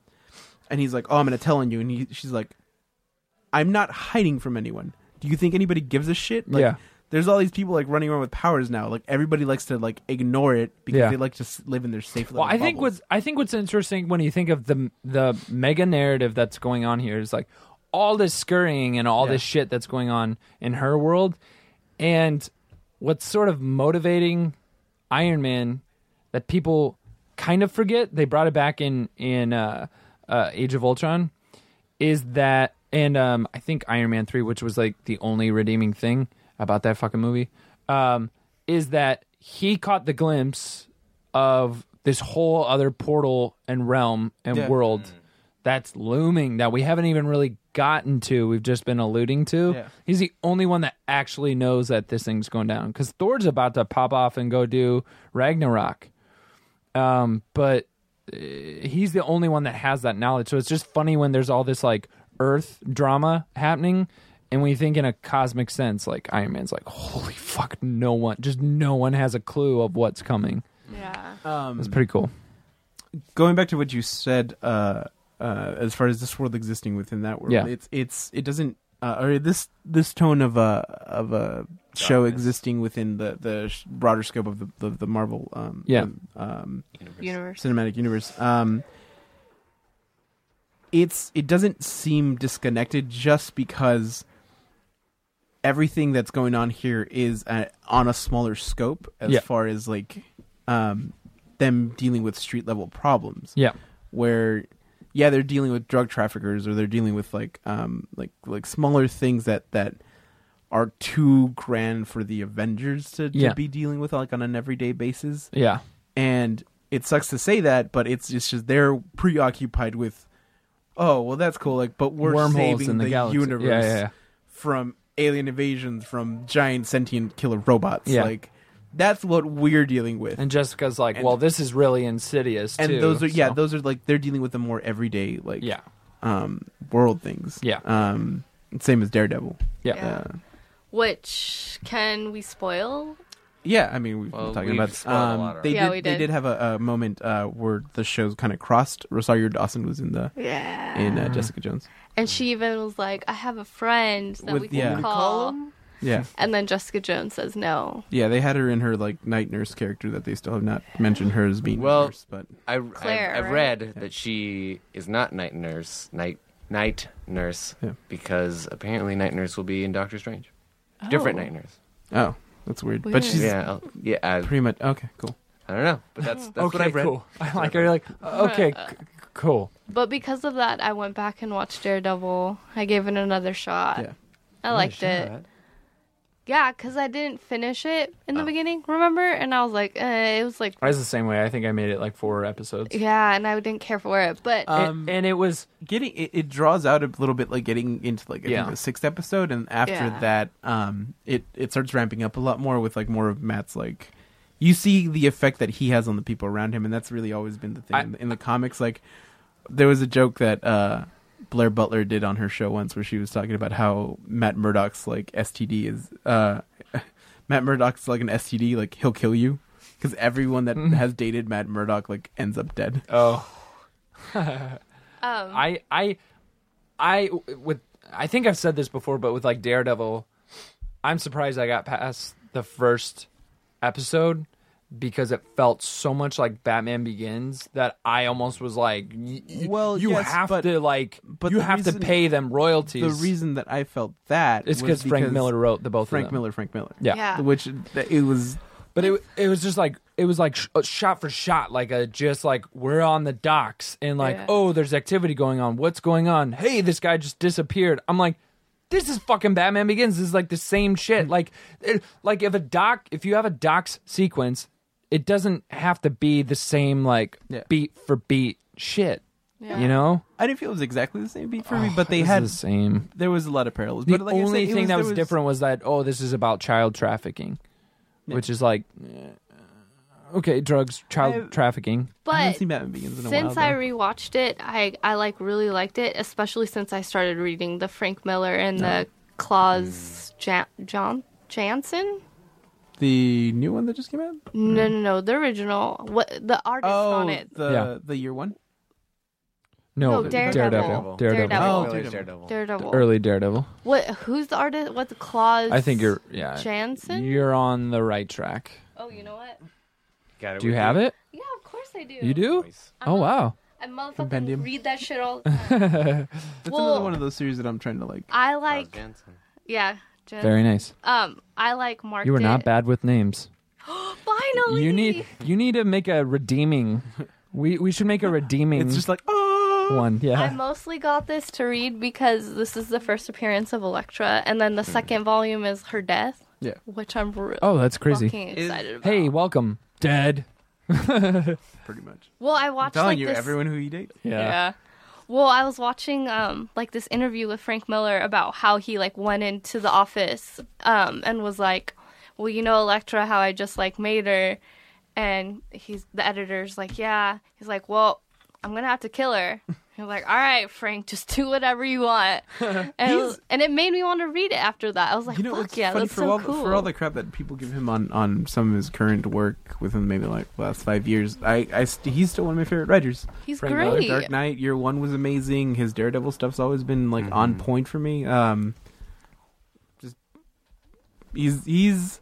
and he's like oh i'm gonna tell on you and he, she's like i'm not hiding from anyone do you think anybody gives a shit like
Yeah.
there's all these people like running around with powers now like everybody likes to like ignore it because
Yeah.
they like to s- live in their safe
Well, I
little
think
bubble.
what's I think what's interesting when you think of the the mega narrative that's going on here is like all this scurrying and all this
Yeah.
shit that's going on in her world, and what's sort of motivating Iron Man that people kind of forget they brought it back in in uh, uh, Age of Ultron is that and um, I think Iron Man three, which was like the only redeeming thing about that fucking movie, um, is that he caught the glimpse of this whole other portal and realm and
Yeah. Mm.
world that's looming that we haven't even really gotten to. We've just been alluding to.
Yeah.
He's the only one that actually knows that this thing's going down because Thor's about to pop off and go do Ragnarok. Um, but uh, he's the only one that has that knowledge. So it's just funny when there's all this like Earth drama happening, And when you think in a cosmic sense, like Iron Man's like, holy fuck, no one, just no one has a clue of what's coming.
Yeah.
Um,
It's pretty cool.
going back to what you said uh, uh, as far as this world existing within that world
Yeah.
it's it's it doesn't uh, or this this tone of a of a show
Darkness.
existing within the the sh- broader scope of the the, the marvel um
Yeah.
um
Universe.
cinematic universe um it's it doesn't seem disconnected just because everything that's going on here is uh on a smaller scope as
Yeah.
far as like um them dealing with street level problems
Yeah.
where yeah they're dealing with drug traffickers or they're dealing with like um like like smaller things that that are too grand for the avengers to, to
Yeah.
be dealing with like on an everyday basis
Yeah.
and it sucks to say that but it's it's just they're preoccupied with oh well that's cool like but we're
Wormholes
saving
in the, galaxy.
universe
Yeah, yeah, yeah.
from alien invasions from giant sentient killer robots
Yeah.
like that's what we're dealing with
And Jessica's like,
And-
well, this is really insidious.
and
too,
those are yeah
so-
those are like they're dealing with the more everyday like
yeah,
um world things.
Yeah.
Um same as Daredevil.
yeah,
Yeah.
Uh,
Which can we spoil?
yeah, I mean we've
Well,
been talking
we've
about
spoiled a lot
um,
already.
they
Yeah,
did,
we
they
did.
did have a, a moment uh where the shows kind of crossed. Rosario Dawson was in the
Yeah.
in uh, Jessica Jones.
And she even was like, I have a friend that
With-
we can
yeah. We
call.
Yeah.
And then Jessica Jones says no.
Yeah, they had her in her like night nurse character that they still have not mentioned her as being a
Well-
nurse, but
I,
Claire,
I, have
right?
read that she is not night nurse, night night nurse,
Yeah.
because apparently night nurse will be in Doctor Strange, different night nurse.
oh, that's weird.
Weird.
But she's
yeah, I'll- yeah. I,
pretty much okay, cool.
I don't know, but that's that's
okay,
what I've read.
cool. <laughs> I like. You're like, okay, c- c- cool.
But because of that, I went back and watched Daredevil. I gave it another shot.
Yeah.
I liked it. Yeah, because I didn't finish it in
Oh.
the beginning, remember? And I was like, eh, it was like,
I was the same way. I think I made it like four episodes.
yeah, and I didn't care for it. But
Uh,
And-
Um,
and it was
Getting it, it draws out a little bit like getting into like I
Yeah.
think the sixth episode and after
Yeah.
that um it it starts ramping up a lot more with like more of Matt's like you see the effect that he has on the people around him and that's really always been the thing
I-
in, in the comics like there was a joke that uh Blair Butler did on her show once where she was talking about how Matt Murdock's like STD is uh <laughs> Matt Murdock's like an STD like he'll kill you cuz everyone that
Mm-hmm.
has dated Matt Murdock like ends up dead.
oh.
um,
I I I with I think I've said this before, but with like Daredevil, I'm surprised I got past the first episode because it felt so much like Batman Begins that I almost was like, y- y-
Well,
you
yes,
have
but-
to like,
but
you
the
have
reason-
to pay them royalties.
The reason that I felt that
it's
was
because Frank Miller wrote the both
Frank
of them.
Miller, Frank Miller.
yeah.
yeah.
Which th- it was.
But it it was just like it was like sh- uh, shot for shot, like a just like we're on the docks and like
Yeah.
oh there's activity going on. What's going on? Hey, this guy just disappeared. I'm like, this is fucking Batman Begins. This is like the same shit. Like it, like if a doc if you have a docs sequence, it doesn't have to be the same like
Yeah.
beat for beat shit.
Yeah.
You know,
I didn't feel it was exactly the same beat for me, but they
Oh, This is
had
the same.
there was a lot of parallels.
The
but like I
only
said, it
thing that
there
was, different was that oh, this is about child trafficking, which is like uh, okay, drugs, child
I've-
trafficking.
I haven't
but
seen Batman Begins in a
since
while,
I
though.
rewatched it, I, I like really liked it, especially since I started reading the Frank Miller and the
Mm.
Claus ja- John Jansen.
the new one that just came out.
No, no, no, the original. What the artist on
Oh.
it?
Oh, the
Yeah.
the year one.
No,
No,
Daredevil. Daredevil.
Daredevil. Daredevil.
Oh,
Oh, Daredevil.
Daredevil.
Daredevil.
The Early Daredevil.
What? Who's the artist? What the Claus?
I think you're uh, yeah.
Jansen.
You're on the right track.
oh, you know what?
Got
Do you have it?
Yeah, of course I do.
You do? Oh wow.
I
Compendium.
motherfucking read that shit
<laughs>
all the time.
That's
Well-
another one of those series that I'm trying to
Mm-hmm.
like.
I like. Yeah. Jen.
Very nice.
Um, I like Mark.
You were not bad with names.
<gasps> Finally.
You need you need to make a redeeming. We we should make a redeeming
It's just like oh,
one.
I
Yeah.
mostly got this to read because this is the first appearance of Elektra, and then the second volume is her death.
Yeah.
Which I'm really
Hmm. Oh, that's crazy.
fucking excited about.
Hey, welcome. Dead.
pretty much.
well, I
I'm
watched
telling
like
you,
this.
everyone who you date.
Yeah. Well, I was watching um like this interview with Frank Miller about how he like went into the office um and was like, "Well, you know Electra how I just like made her." And he's the editor's like, "Yeah." He's like, "Well, I'm gonna have to kill her. <laughs> You're like, all right, Frank, just do whatever
<laughs>
you want. And, it was- and it made me want to read it after that. I was like,
You know,
fuck
it's
yeah,
funny
that's
for
so
all the,
cool.
for all the crap that people give him on on some of his current work within maybe like last five years. I, I st- he's still one of my favorite writers.
He's
Frank Miller,
great.
Dark Knight Year One was amazing. His Daredevil stuff's always been like on
Mm-hmm.
point for me. Um, just he's he's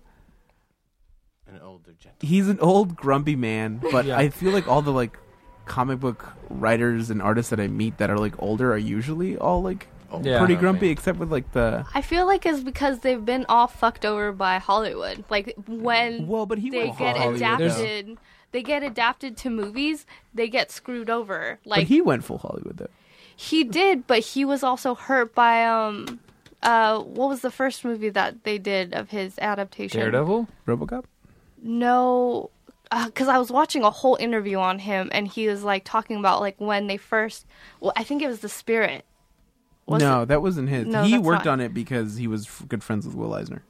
An older gentleman.
he's an old grumpy man, but
Yeah.
I feel like all the like comic book writers and artists that I meet that are like older are usually all like
Oh,
Yeah.
pretty
I
grumpy, except with like the
I feel like it's because they've been all fucked over by Hollywood. Like when
well, but he
they
went
get
from Hollywood,
There's-
though.
adapted, they get adapted to movies, they get screwed over.
But
Like
he went full Hollywood though.
He did, but he was also hurt by um uh what was the first movie that they did of his adaptation?
Daredevil?
RoboCop.
No, because I was watching a whole interview on him, and he was like talking about like when they first. Well, I think it was The Spirit. Was
no,
It?
that wasn't his.
No,
he
that's
worked
not-
on it because he was f- good friends with Will Eisner.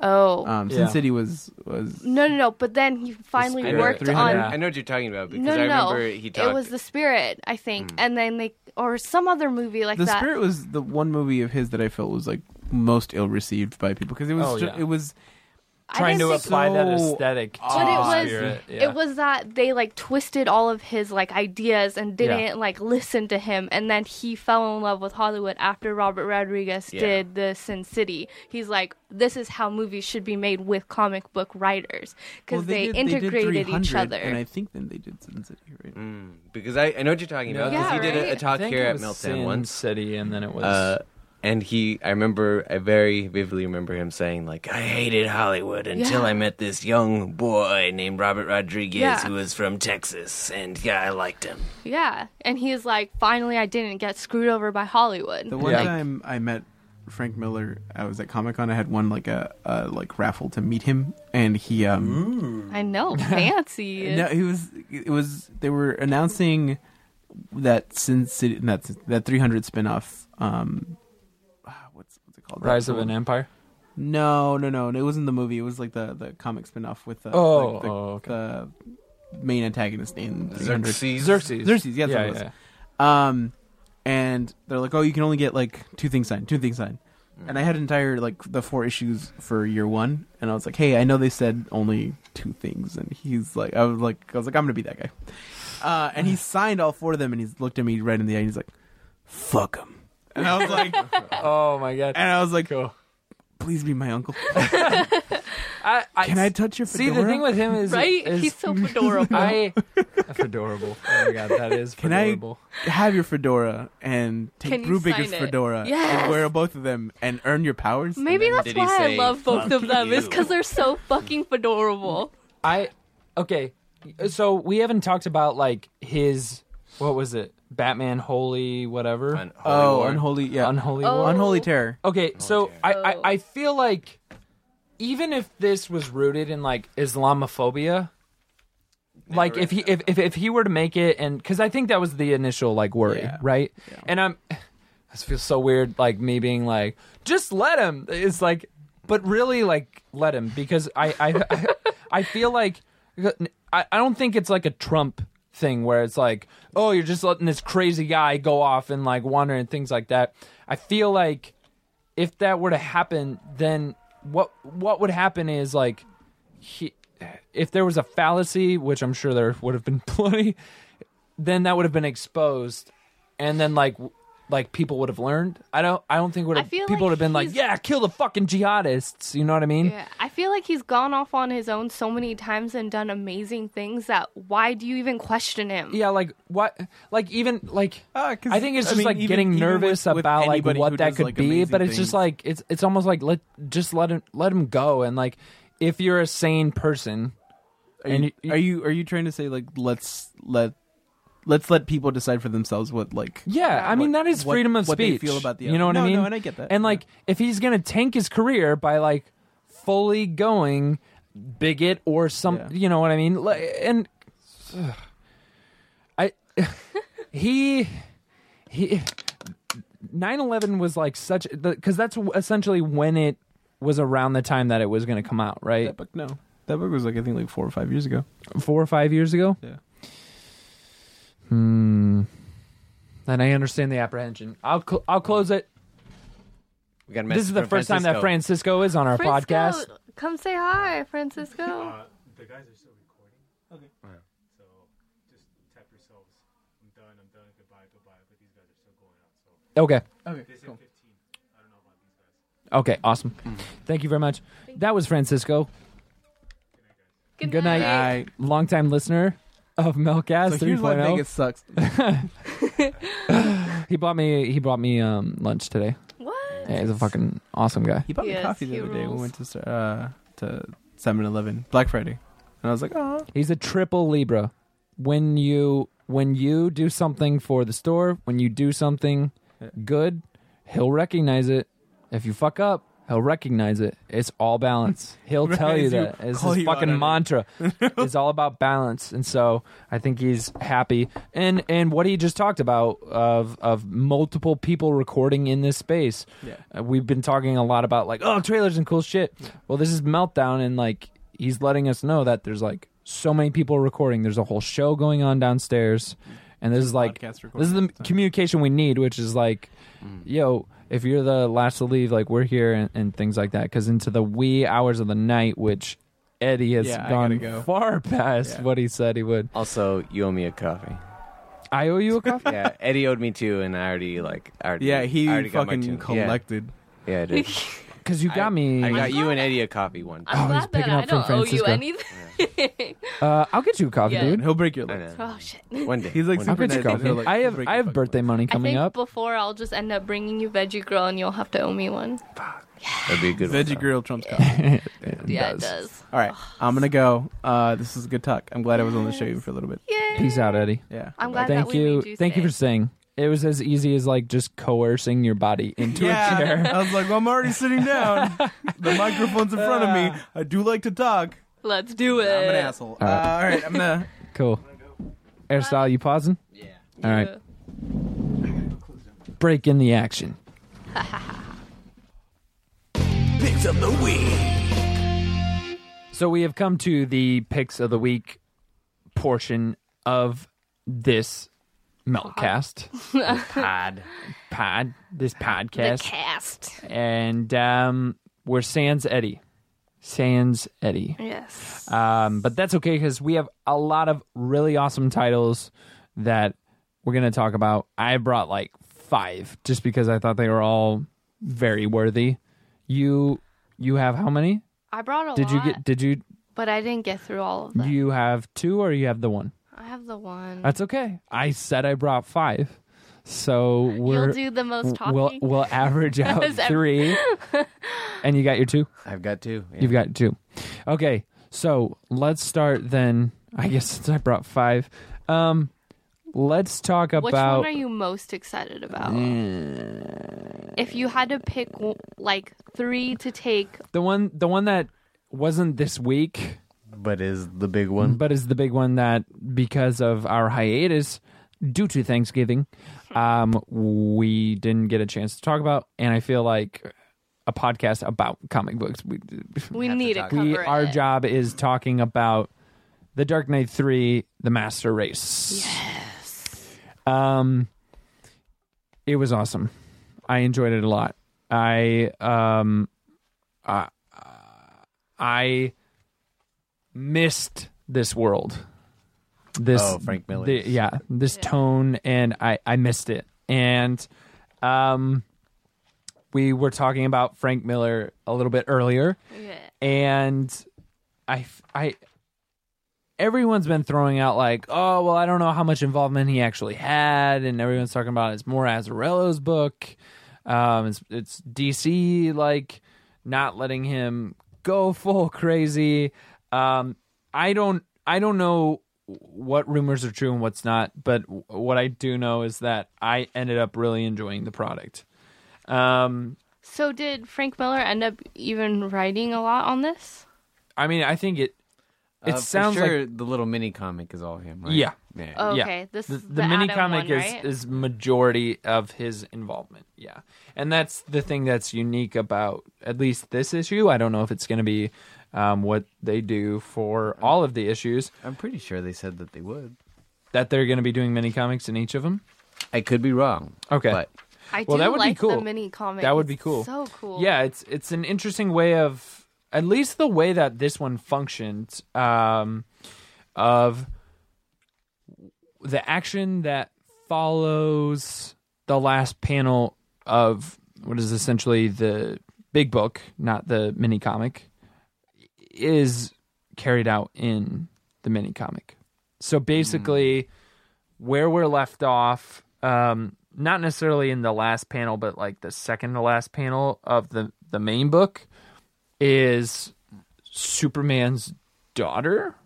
Oh.
Um,
Yeah.
Sin City was was
no, no, no. But then he finally
Spirit.
worked
Yeah.
on.
Yeah.
I know what you're talking about because
No,
I
no, no.
remember he talked.
It was The Spirit, I think,
Hmm.
and then they or some other movie like
the
that.
spirit was the one movie of his that I felt was like most ill received by people because it was
Oh,
ju-
yeah.
it was
I
Trying to
didn't think-
apply that
so
aesthetic to
but it
the
was
spirit. Yeah.
it was that they like twisted all of his like ideas and didn't like listen to him and then he fell in love with hollywood after robert rodriguez
Yeah.
did the sin city he's like this is how movies should be made with comic book writers because
well,
they,
did- did
integrated each
300,
other
and I think then they did Sin City right.
Mm, because I, I know what you're talking about
Yeah.
because he
Yeah,
did a, a
right?
talk
think
here
it
at
was
Meltdown
Sin
once.
City, and then it was.
Uh, and he, I remember, I very vividly remember him saying, like, I hated Hollywood until
Yeah.
I met this young boy named Robert Rodriguez
Yeah.
who was from Texas. And yeah, I liked him.
yeah and he's like finally i didn't get screwed over by hollywood
The one
Yeah.
time I met Frank Miller, I was at Comic Con. I had one like a, a like raffle to meet him, and he um
i
<laughs>
know fancy
no he was it was they were announcing that Sin City that that 300 spinoff um ah, what's what's it called
Rise
That-
of an Empire.
No, no, no. It wasn't the movie. It was like the the comic spin-off with the
Oh,
like, the,
oh, okay.
the main antagonist in 300.
Xerxes.
Xerxes, yeah, that's
yeah,
what it was.
yeah.
Um, and they're like, oh, you can only get like two things signed, two things signed. And I had entire like the four issues for year one, and I was like, hey, I know they said only two things, and he's like, I was like, I was like, I'm gonna be that guy. Uh, and
<sighs>
he signed all four of them, and he's looked at me right in the eye, and he's like, fuck him. <laughs> And I was like,
<laughs> Oh my god.
and I was like,
Cool.
please be my
<laughs>
uncle.
I, I,
Can I touch your
see
fedora?
the thing with him is
right
is-
he's
<laughs>
so
<laughs>
adorable
I adorable. Oh my god, that is
Can I-
adorable.
have your fedora and
Can
take
you
Rubik's
sign it?
fedora
Yes.
and wear both of them and earn your powers.
Maybe
And then
that's
did he
why I
say,
love both
"Fuck
of them. Is
you"?
because they're so fucking fedorable.
I okay. So we haven't talked about like his what was it? Batman Holy whatever.
Unholy
oh,
War.
unholy, yeah,
Unholy
Oh.
War.
unholy terror.
Okay, so I,
Oh.
I I feel like even if this was rooted in like Islamophobia, like if he if, if if he were to make it and because I think that was the initial like worry,
Yeah.
right? And I'm <sighs> this feels so weird, like me being like, just let him. It's like, but really, like, let him because I I <laughs> I, I feel like I, I don't think it's like a Trump thing where it's like, oh, you're just letting this crazy guy go off and like wander and things like that. I feel like if that were to happen, then what what would happen is like he, if there was a fallacy, which I'm sure there would have been <laughs> plenty, then that would have been exposed, and then like w- like people would have learned. I don't I don't think would have
I feel
people
like
would have been like,
he's-
yeah, kill the fucking jihadists. You know what I mean?
<laughs> Yeah, I feel like he's gone off on his own so many times and done amazing things that why do you even question him?
Yeah, like what? Like even like
Ah, 'cause,
I think it's
I
just
mean,
like
even-
getting
even
nervous
with- with
about like
anybody
what
who
that
does,
could
like,
be,
amazing
but it's just
things.
like it's it's almost like let just let him let him go and like if you're a sane person,
Are
and
you,
you-
are you are you trying to say like let's let let's let people decide for themselves what like
yeah, I mean that is
what-
freedom of
what they
speech.
feel about the
you know what I
other. No,
mean?
no, and I get that.
And like if he's gonna tank his career by like fully going bigot or some,
Yeah.
you know what I mean? Like, and <sighs> ugh. I <laughs> he he 9-11 was like such because that's essentially when it was around the time that it was going to come out right
that book. No, that book was like I think like four or five years ago.
four or five years ago
Yeah.
And I understand the apprehension. I'll cl- I'll close it.
We got a
This is the first time that Francisco is on our
Francisco,
podcast.
Come say hi, Francisco.
The guys are still recording. Okay. So just tap yourselves. I'm done. I'm done. Goodbye. Goodbye. But these guys are still going out. So
Okay.
they said 15. I don't know about these guys.
Okay. Awesome.
Hmm.
Thank you very much. That was Francisco, Good night.
I,
longtime listener of Melcast
so here's why
3.0.
Vegas sucks.
He bought me. He brought me um, lunch today.
What?
Yeah, he's a fucking awesome guy.
He bought me
Yes,
coffee the
he
other day. We
rules.
went to uh, to 7-Eleven Black Friday, and I was like, oh,
He's a triple Libra. When you when you do something for the store, when you do something good, he'll recognize it. If you fuck up, he'll recognize it. It's
<laughs>
all balance. He'll tell you
Recognize you,
that. It's
call
his
you out on
fucking
it. <laughs>
mantra. it's all about balance. And so I think he's happy. And and what he just talked about of of multiple people recording in this space.
Yeah.
Uh, we've been talking a lot about like oh trailers and cool shit. Well, this is meltdown and like he's letting us know that there's like so many people recording. There's a whole show going on downstairs, and this is like
podcast
this
recording.
is the communication we need, which is like, yo, if you're the last to leave, like we're here and, and things like that. Because into the wee hours of the night, which Eddie has
Yeah, I
gone
gotta go.
far past
Yeah.
what he said he would.
Also, you owe me
<laughs>
a coffee.
I owe you
<laughs>
a coffee.
yeah, Eddie owed me two, and I already like. I already,
yeah, he
I already got my
fucking
two.
collected.
Yeah, yeah I
<laughs>
did.
Because you got me.
I got you and Eddie a coffee one.
I'm
Oh, he's
glad that
picking up
I
from
don't owe you
Francisco. <laughs>
anything. <laughs>
uh, I'll get you a coffee,
Yeah.
And
dude.
he'll break your
I
leg.
know.
oh shit.
<laughs> One day.
He's like
One
I'll
day.
get you a
Super nice.
coffee.
He'll, like,
I have
break your
I have
fucking
birthday
leg.
money
I
coming
think
up.
before I'll just end up bringing you Veggie Girl, and you'll have to owe me one.
That'd be a good one,
Veggie
though.
grill trumps coffee.
yeah, it does.
All right, I'm gonna go. Uh, this is a good talk. I'm glad I was on the show even for a little bit.
Yay!
Peace out, Eddie.
<laughs>
Yeah.
I'm glad
thank
that we
you,
made you.
thank you
stay.
for saying it was as easy as like just coercing your body into a chair
<laughs> I was like, well, I'm already sitting down. the microphone's in front of me. I do like to talk.
Let's do it.
I'm an asshole. Uh, all right, I'm gonna.
cool airstyle you pausing yeah all right
Yeah.
break in the
<laughs>
action
Picks of the week.
so we have come to the picks of the week portion of this meltcast
<laughs>
Pod.
pod this
The
podcast
cast.
and um we're sans eddie sans eddie
Yes.
Um, but that's okay because we have a lot of really awesome titles that we're going to talk about. I brought like five just because I thought they were all very worthy. You you have how many?
I brought a
Did you
lot,
get? Did you
but I didn't get through all of them.
you have two or you have the one?
I have the one.
That's okay. I said I brought five, so
You'll
we're
do the most talking.
we'll we'll
<laughs>
average out
As ev-
three, and you got your two.
I've got two. Yeah.
You've got two. Okay, so let's start then. I guess since I brought five, um, let's talk about.
Which one are you most excited about? If you had to pick w- like three to take,
the one? The one that wasn't this week,
But is the big <laughs> one.
but is the big one that because of our hiatus due to Thanksgiving, um, we didn't get a chance to talk about, and I feel like a podcast about comic books. We,
we
have to
need to
talk
cover
we our
it.
job is talking about the Dark Knight Three, the Master Race. Um, it was awesome. I enjoyed it a lot. I um, I, I missed this world. This
Oh, Frank Miller.
the- yeah, this tone, and I I missed it. And um, we were talking about Frank Miller a little bit earlier
Yeah.
and I, I, everyone's been throwing out like, oh well, I don't know how much involvement he actually had, and everyone's talking about it's more Azzarello's book, um, it's it's DC like not letting him go full <laughs> crazy. Um, I don't, I don't know what rumors are true and what's not, but w- what I do know is that I ended up really enjoying the product. Um,
So did Frank Miller end up even writing a lot on this?
I mean, I think it. It
Uh, for
sounds
sure
like
the little mini comic is all him, right?
Yeah.
Yeah.
Oh, Okay,
yeah.
this
the,
is
the,
the
mini
Adam
comic
one,
is
right?
is majority of his involvement. Yeah, and that's the thing that's unique about at least this issue. I don't know if it's going to be um, what they do for all of the issues.
I'm pretty sure they said that they would.
that they're going to be doing mini comics in each of them?
I could be wrong.
Okay.
But
I
Well,
do
that would be
like
cool.
the mini comic.
That would be
It's
cool.
So cool.
Yeah, it's it's an interesting way of at least the way that this one functioned um, of the action that follows the last panel of what is essentially the big book, not the mini comic, is carried out in the mini comic. So basically, where we're left off, um, not necessarily in the last panel, but like the second to last panel of the the main book, is Superman's daughter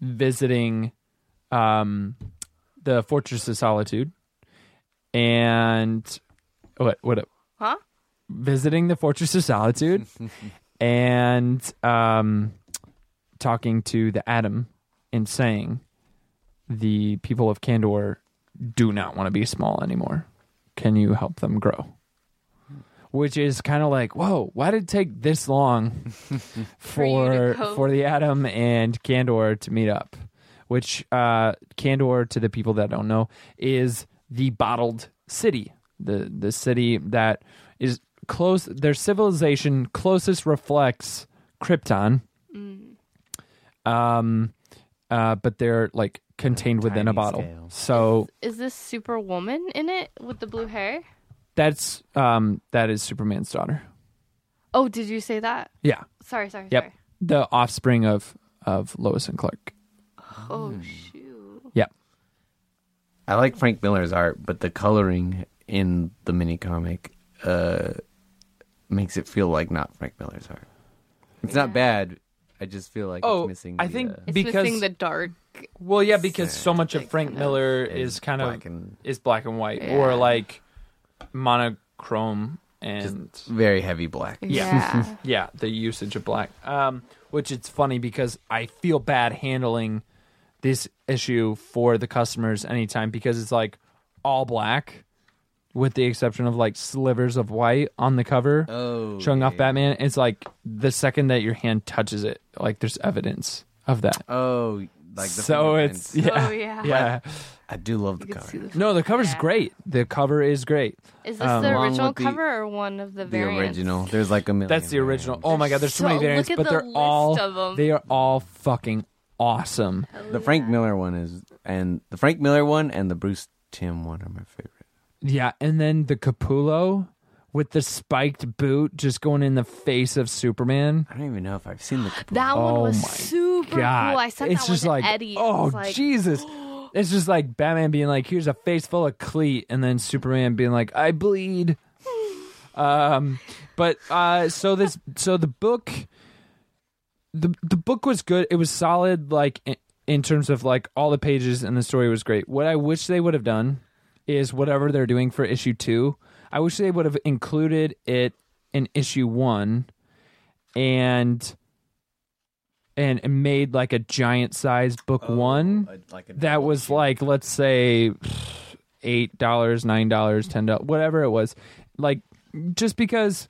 visiting um, the Fortress of Solitude, and what what
Huh?
visiting the Fortress of Solitude, and um, talking to the Atom and saying the people of Kandor do not want to be small anymore. Can you help them grow? Which is kind of like, whoa, why did it take this
<laughs>
long
you
for for,
to cope.
the Atom and Kandor to meet up? Which uh Kandor to the people that don't know is the bottled city. The the city that is close their civilization closest reflects Krypton. Um uh, but they're like contained within a
Tiny
bottle.
scale.
So
Is this Superwoman in it with the blue hair?
that's um that is Superman's daughter.
Oh, did you say that?
Yeah.
Sorry, sorry,
Yep.
sorry.
The offspring of of Lois and Clark.
Oh
Hmm.
shoot.
Yeah.
I like Frank Miller's art, but the coloring in the mini comic uh, makes it feel like not Frank Miller's art. It's not
Yeah.
bad. I just feel like
Oh,
it's missing.
I
the,
think-
uh,
It's
Because-
missing the dark.
Well, yeah, because so much of
Like,
Frank
kind of-
Miller
and
is kind of
black and
is black and white or
Yeah.
like monochrome and
very heavy black.
Yeah. <laughs>
Yeah.
yeah, the usage of black. Um, which it's funny because I feel bad handling this issue for the customers anytime because it's like all black with the exception of like slivers of white on the cover
Oh,
showing off
yeah.
Batman. It's like the second that your hand touches it, like there's evidence of that.
Oh, like the
so
fingerprints.
it's yeah,
Oh yeah.
yeah.
I do love the
You can
cover.
see the-
No, the cover's
Yeah.
great. The cover is great.
Is this
Um,
the
along
original
with the-
cover or one of the
The
variants?
original. There's like a million.
That's the original. Oh my god, there's so, many
So- look
variants,
at
but
the
they're
list
all
of 'em.
they are all fucking awesome.
The Frank Miller one is, and the Frank Miller one and the Bruce Tim one are my favorite.
Yeah, and then the Capullo with the spiked boot just going in the face of Superman.
I don't even know if I've seen the. Capullo.
That
Oh
one was
my
super
God,
cool. I sent
it's
that
just
one
like
to Eddie.
oh
It's like, <gasps>
Jesus. It's just like Batman being like, "Here's a face full of cleat," and then Superman being like, "I
<sighs>
bleed." um, but uh, so this, so the book, the the book was good. It was solid, like in, in terms of like all the pages and the story was great. What I wish they would have done is whatever they're doing for issue two. I wish they would have included it in issue one, and and and made like a giant size book <gasps>
Oh,
one
like a
that was like let's say eight dollars nine dollars ten dollars whatever it was like just because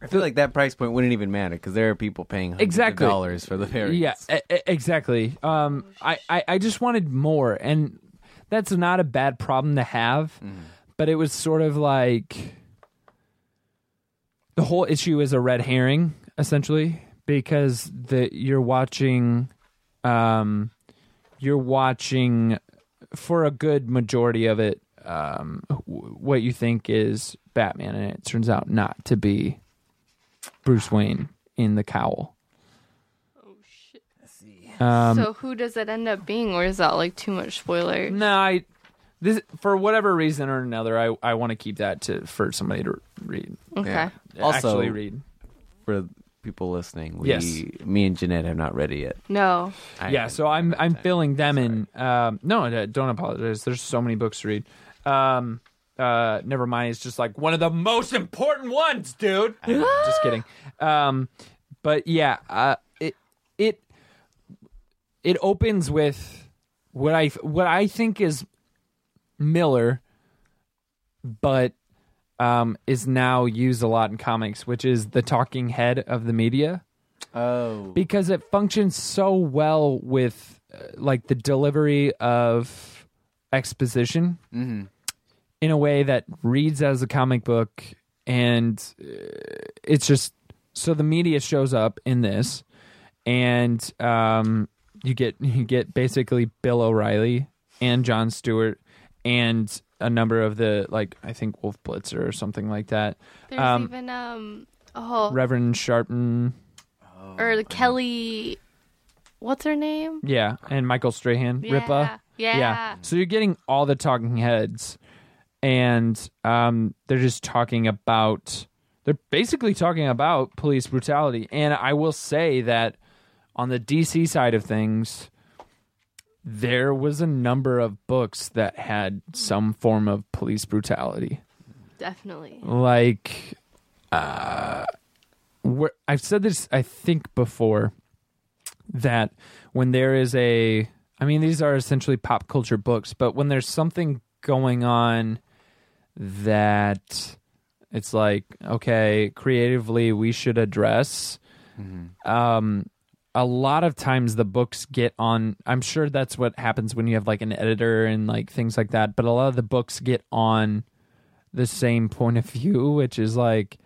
I feel like that price point wouldn't even matter because there are people paying hundreds
Exactly.
of dollars for the variants.
yeah e- e- exactly um I, I i just wanted more and that's not a bad problem to have
Mm-hmm.
but it was sort of like the whole issue is a red herring essentially because the you're watching um you're watching for a good majority of it um wh- what you think is batman and it turns out not to be bruce wayne in the cowl um
so who does it end up being, or is that like too much spoiler?
no i this for whatever reason or another i i want to keep that to for somebody to read
Okay.
Yeah. Also,
actually read
for people listening, we,
Yes.
me and Jeanette have not read it yet.
No.
I
yeah so i'm i'm
Oh.
filling them in um no no, don't apologize there's so many books to read um uh never mind it's just like one of the most important ones dude just kidding um but yeah uh it it it opens with what i what i think is miller but um is now used a lot in comics which is the talking head of the media
Oh,
because it functions so well with uh, like the delivery of exposition in a way that reads as a comic book and uh, it's just so the media shows up in this and um, you get <laughs> you get basically Bill O'Reilly and John Stewart and a number of the like I think Wolf Blitzer or something like that
There's
Um,
even um oh
Reverend Sharpton
Oh,
or the Kelly, what's her name?
Yeah, and Michael Strahan,
Yeah,
Ripa.
yeah.
So you're getting all the talking heads, and um, they're just talking about. They're basically talking about police brutality, and I will say that on the DC side of things, there was a number of books that had some form of police brutality
Definitely.
Oh.
like uh where I've said this I think before that when there is a I mean these are essentially pop culture books, but when there's something going on that it's like okay, creatively we should address
Mm-hmm.
um a lot of times the books get on I'm sure that's what happens when you have like an editor and like things like that, but a lot of the books get on the same point of view, which is like,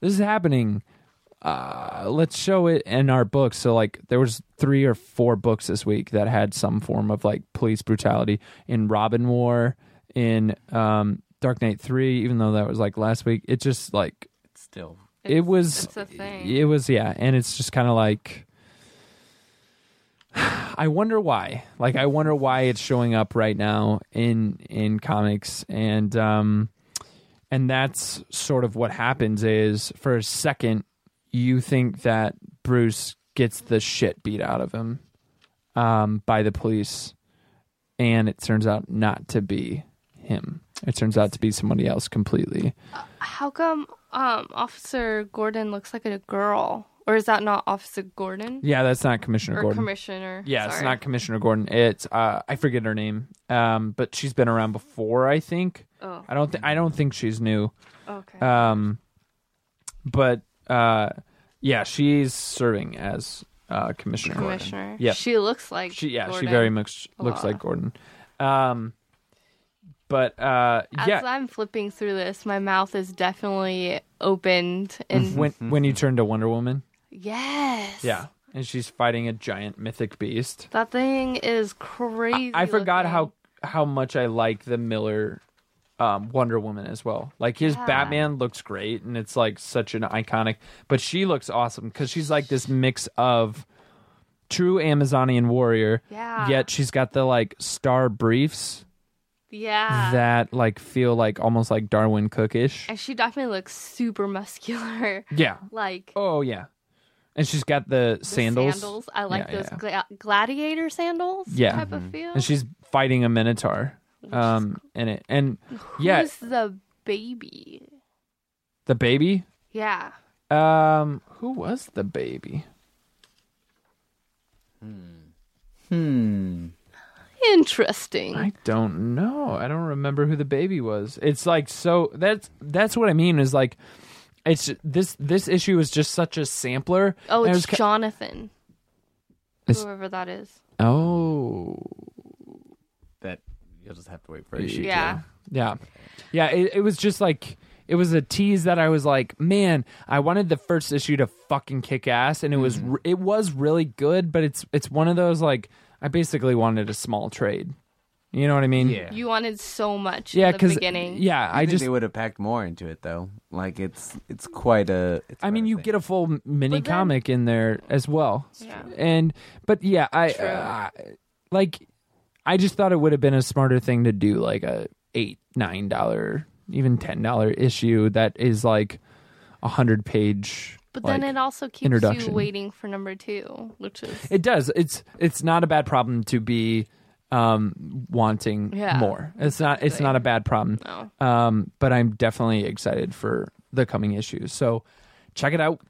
this is happening. Uh, let's show it in our books. So like, there was three or four books this week that had some form of like police brutality in Robin War, in um, Dark Knight Three. Even though that was like last week, it just like
Still.
it was
it's a thing.
it was yeah and it's just kind of like <sighs> i wonder why like i wonder why it's showing up right now in in comics and um and that's sort of what happens is for a second you think that bruce gets the shit beat out of him um by the police and it turns out not to be him it turns out to be somebody else completely
How come um Officer Gordon looks like a girl? Or is that not Officer Gordon?
yeah that's not commissioner
or
gordon
Commissioner?
Yeah, it's
Sorry.
not Commissioner Gordon. It's uh, I forget her name, um, but she's been around before. I think.
Oh.
I don't. Th- I don't think she's new.
Okay.
Um, but uh, yeah, she's serving as uh, Commissioner. Gordon.
Commissioner.
Yeah.
She looks like
She yeah,
Gordon.
she very much
a
looks
lot.
like Gordon. Um, but uh,
As
yeah,
I'm flipping through this, my mouth is definitely opened and
Mm-hmm. when when you turn to Wonder Woman,
yes.
yeah, and she's fighting a giant mythic beast.
That thing is crazy.
I forgot
looking.
how how much I like the Miller um, Wonder Woman as well. Like his
Yeah.
Batman looks great, and it's like such an iconic. But she looks awesome because she's like this mix of true Amazonian warrior.
Yeah.
Yet she's got the like star briefs
Yeah.
that like feel like almost like Darwin Cookish.
and she definitely looks super muscular. <laughs>
Yeah.
Like
Oh yeah. And she's got the,
the
sandals.
sandals. I like
Yeah,
those
yeah.
gla- gladiator sandals.
Yeah. Mm-hmm.
Type of feel.
And she's fighting a minotaur. Um, in it and yeah,
Who's the baby?
the baby
Yeah.
Um, who was the baby?
Hmm.
Interesting.
I don't know. I don't remember who the baby was. It's like so that's that's what I mean is like it's this this issue is just such a sampler.
oh,
And it was
it's
ki-
Jonathan.
It's-
Whoever that is.
oh
That you'll just have to wait for issue.
Yeah.
yeah. Yeah, it, it was just like it was a tease that I was like, man, I wanted the first issue to fucking kick ass, and it was
Mm-hmm.
re- it was really good, but it's it's one of those like I basically wanted a small trade, you know what I mean?
Yeah.
You wanted so much
yeah,
in the
because
beginning.
yeah, I
think
just
they would have packed more into it though. Like it's it's quite a. It's
I mean, you get a full m- mini
But then-
comic in there as well,
Yeah.
and but yeah, I
True.
uh, like. I just thought it would have been a smarter thing to do, like a eight, nine dollar, even ten dollar issue that is like a hundred page.
But
like,
then it also keeps you
introduction.
waiting for number two, which is
it does. It's it's not a bad problem to be um wanting
Yeah.
more. It's not it's
Exactly.
not a bad problem.
no.
Um, but I'm definitely excited for the coming issues. So check it out.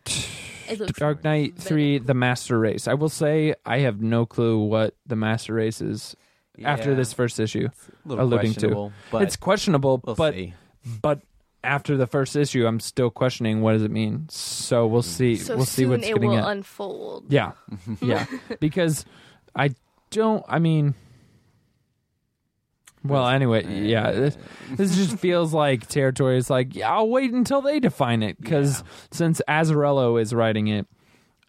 It looks
Dark Knight
Venom.
Three: The Master Race. I will say I have no clue what the Master Race is after
Yeah.
this first issue.
a little
alluding to.
questionable, But
it's questionable,
we'll
but <laughs>
see.
but after the first issue, I'm still questioning what does it mean. So
Hmm.
we'll see.
So
we'll see
soon
what's
it
getting
will
at. <laughs>
unfold.
yeah, yeah, because I don't. I mean, well,
<laughs>
anyway, yeah. This, this just feels like territory. It's like yeah, I'll wait until they define it because since Azarello is writing it,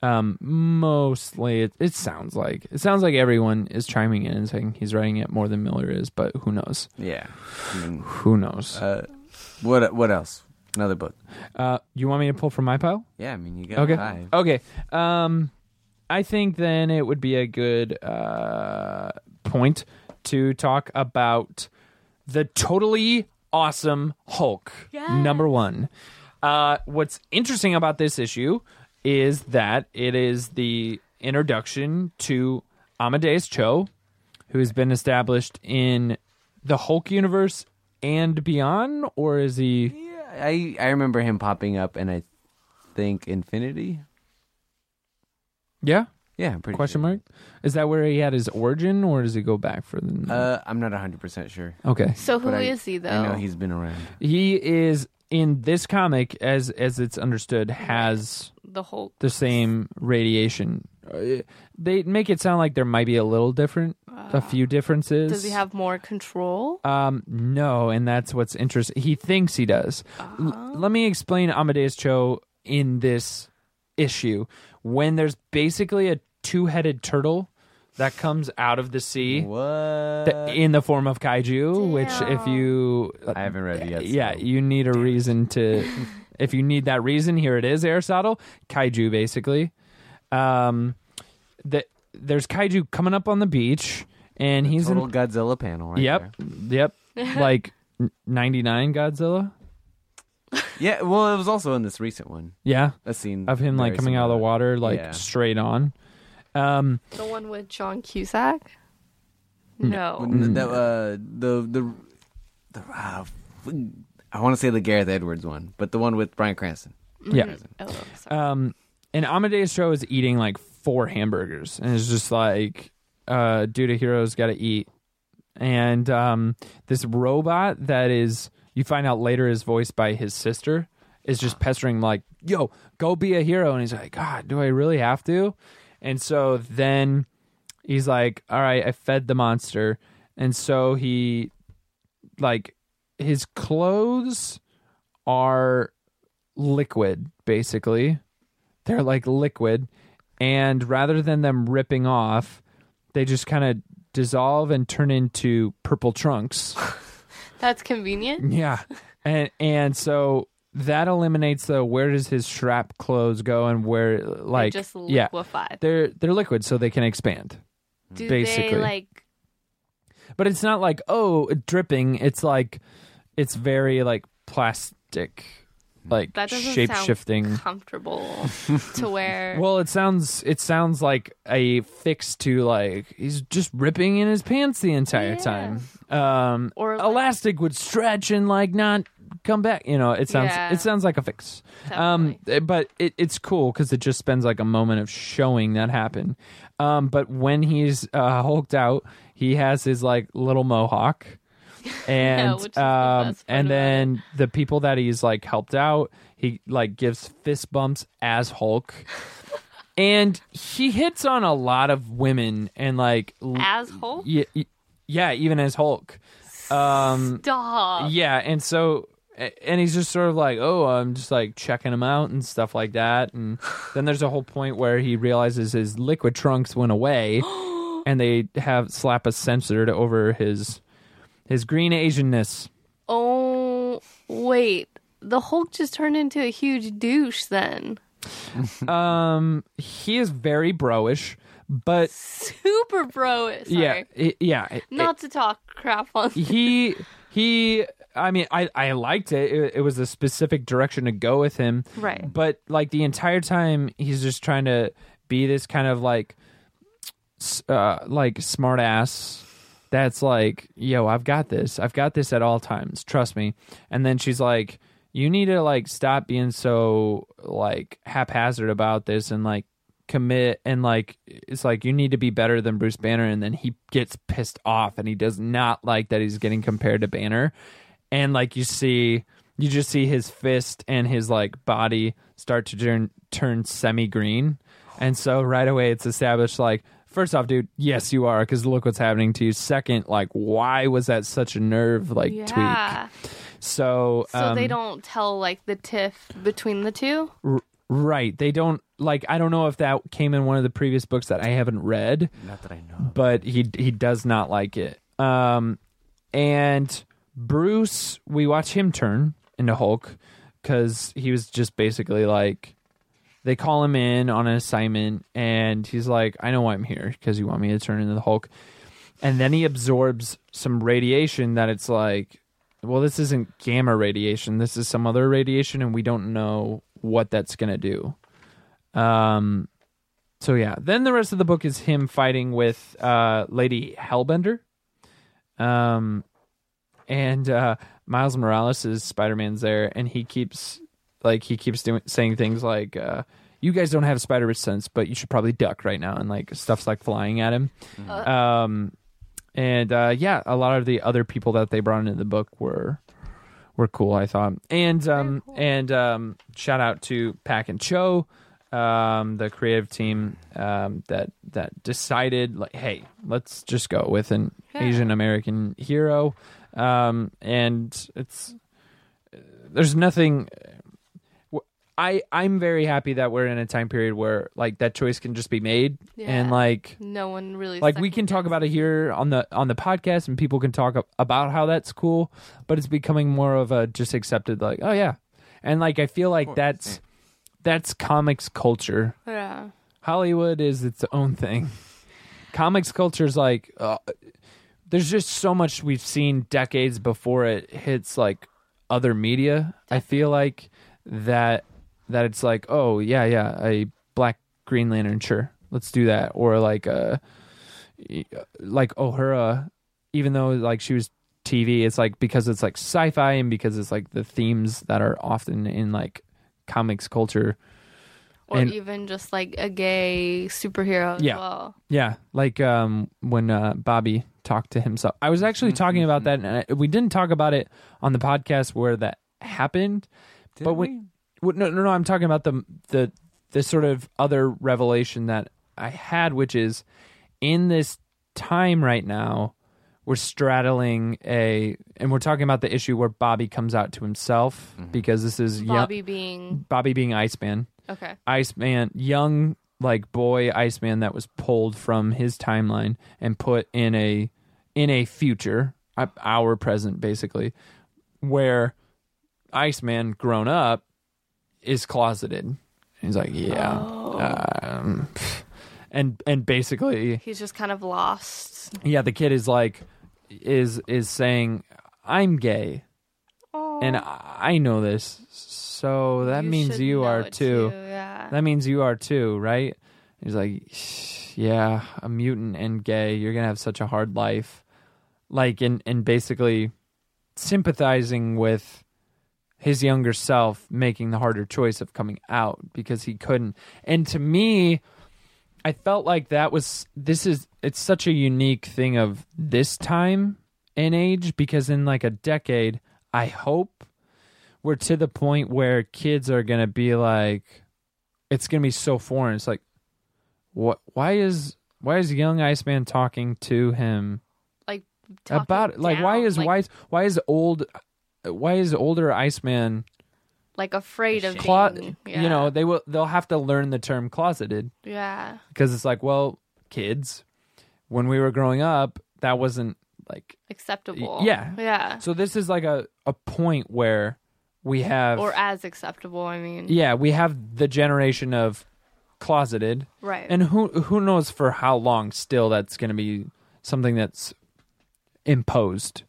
um, mostly it, it sounds like it sounds like everyone is chiming in and saying he's writing it more than Miller is, but who knows?
Yeah. I mean,
Who knows? Uh,
uh, what what else? Another book.
you want me to pull from my pile?
Yeah, I mean you got
Okay.
five.
Okay. Um, I think then it would be a good uh, point to talk about the totally awesome Hulk. Number one. Uh, what's interesting about this issue is that it is the introduction to Amadeus Cho, who has been established in the Hulk universe and beyond, or is he?
Yeah, I I remember him popping up, and I think Infinity.
Yeah.
Yeah, I'm pretty
Question
sure.
mark? Is that where he had his origin, or does he go back for the?
Uh, I'm not 100 percent sure.
okay,
<laughs> So who
But I-
is he though?
I know he's been around.
he is in this comic, as as it's understood, has
the Hulk.
the same radiation. Uh, They make it sound like there might be a little different, a few differences.
Ah. Does he have more control?
Um, no, and that's what's interesting. He thinks he does. L-
Uh-huh.
let me explain Amadeus Cho in this issue. When there's basically a two-headed turtle that comes out of the E? sea.
What?
th- in the form of kaiju, which if you
I haven't read it yet.
E? yeah,
so-
you need a reason
<laughs>
to if you need that reason, here it is, Aristotle. Kaiju basically. Um the, there's kaiju coming up on the beach and he's
Total
in
Godzilla panel. Right
Yep. Yep. like n- 99 Godzilla.
there. Yeah. Well, it was also in this recent one.
Yeah.
A scene
Of him like
very
coming out of the
similar.
water like
Yeah.
straight on. Um
The one with John Cusack? No.
When the, uh, the the the uh, I want to say the Gareth Edwards one, but the one with Brian Cranston.
yeah.
Oh, sorry.
um and Amadeus Cho is eating like four hamburgers and it's just like uh dude a hero's gotta eat. And um this robot that is you find out later is voiced by his sister is just pestering him like, yo, go be a hero and he's like, God, do I really have to? And so then he's like, All right, I fed the monster and so he like his clothes are liquid basically they're like liquid and rather than them ripping off they just kind of dissolve and turn into purple trunks
That's convenient.
yeah and and so that eliminates the where does his strap clothes go and where
They
like
just
yeah
liquefy.
they're they're liquid so they can expand
Do
basically.
they like
but it's not like oh dripping it's like it's very like plastic like
that doesn't
shape shifting
sound
<laughs>
comfortable to wear?
Well, it sounds it sounds like a fix to like he's just ripping in his pants the entire
Yeah.
time. Um,
Or, like-
elastic would stretch and like not come back. You know, it sounds
Yeah.
it sounds like a fix. Um, but it, it's cool because it just spends like a moment of showing that happen. Um, but when he's uh, hulked out, he has his like little
<laughs>
mohawk. And
which is the
um,
best part
and
about it.
then and the people that he's like helped out, he like gives fist bumps as
<laughs>
Hulk. and he hits on a lot of women and like l-
as Hulk?
y- y- yeah, even as Hulk. Um
Stop.
yeah, and so a- and he's just sort of like, "Oh, I'm just like checking him out and stuff like that." And then there's a whole point where he realizes his liquid trunks went away and they have slap a censored over his his green Asianness.
Oh wait. The Hulk just turned into a huge douche then.
Um, he is very broish, but
Super bro. Sorry.
yeah, i- yeah, i-
Not to talk crap
<laughs>
on
i- he he. I mean, I I liked it. it. It was a specific direction to go with him,
Right.
But like the entire time, he's just trying to be this kind of like, s- uh, like smart ass. That's like, yo, I've got this. I've got this at all times. Trust me. And then she's like, you need to like stop being so like haphazard about this and like commit and like it's like you need to be better than Bruce Banner and then he gets pissed off and he does not like that he's getting compared to Banner and like you see you just see his fist and his like body start to turn turn semi green and so right away it's established like First off, dude, yes, you are, because look what's happening to you. Second, like, why was that such a nerve like tweak?
yeah.
So,
So
um,
they don't tell like the tiff between the two.
r- right? They don't like. I don't know if that came in one of the previous books that I haven't read,
Not that I know. of.
but he he does not like it. Um, and Bruce, we watch him turn into Hulk because he was just basically like, they call him in on an assignment, and he's like, "I know why I'm here because you want me to turn into the Hulk." And then he absorbs some radiation that it's like, well, this isn't gamma radiation. This is some other radiation, and we don't know what that's gonna do. Um, so yeah, then the rest of the book is him fighting with uh, Lady Hellbender, um, and uh, Miles Morales is Spider Man's there, and he keeps like he keeps doing saying things like, uh, "You guys don't have Spider sense, but you should probably duck right now," and like stuff's like flying at him.
Uh,
Um, and uh, yeah, a lot of the other people that they brought into the book were were cool, I thought. And um, and um, shout out to Pack and Cho, um, the creative team um, that that decided like, hey, let's just go with an
Yeah.
Asian American hero. Um, and it's there's nothing. I I'm very happy that we're in a time period where like that choice can just be made and
Yeah.
like
No one really
like we can
second
talk
guessed.
about it here on the on the podcast and people can talk ab- about how that's cool but it's becoming more of a just accepted like oh yeah and like i feel like
course,
that's that's comics culture
Yeah.
hollywood is its own thing comics culture is like uh, there's just so much we've seen decades before it hits like other media i feel like that that it's like oh yeah yeah a black green lantern sure let's do that or like uh like O'Hara, even though like she was TV, it's like because it's like sci-fi and because it's like the themes that are often in like comics culture.
Or
And-
even just like a gay superhero as
Yeah.
well.
Yeah, like um when uh, Bobby talked to himself. I was actually talking about that, and I, we didn't talk about it on the podcast where that happened. but when, we? no, no, no, I'm talking about the the the sort of other revelation that I had, which is in this time right now, we're straddling a, and we're talking about the issue where Bobby comes out to himself because this is young-
Bobby being
Bobby being Iceman.
okay.
Iceman, young like boy Iceman that was pulled from his timeline and put in a in a future, uh, our present basically, where Iceman grown up is closeted. And He's like, yeah,
Oh.
um, and and basically,
He's just kind of lost.
yeah, the kid is like, is is saying, I'm gay, and I, I know this, so that means
should
you
know
are
it Yeah.
that means you are too, right? He's like, yeah, a mutant and gay. You're gonna have such a hard life, like, and and basically sympathizing with his younger self making the harder choice of coming out because he couldn't. And to me, I felt like that was this is it's such a unique thing of this time and age because in like a decade, I hope we're to the point where kids are gonna be like it's gonna be so foreign. It's like, what? Why is why is young Iceman talking to him
like talking
about it? Like, why
down,
is
like,
why is why is old why is older Iceman
like afraid of
clo-
being, yeah.
You know, they will they'll have to learn the term closeted
yeah
because it's like, well, kids, when we were growing up, that wasn't like.
acceptable.
yeah.
yeah,
So this is like a a point where we have
or as acceptable. I mean,
yeah we have the generation of closeted
right.
And who who knows for how long still that's going to be something that's imposed.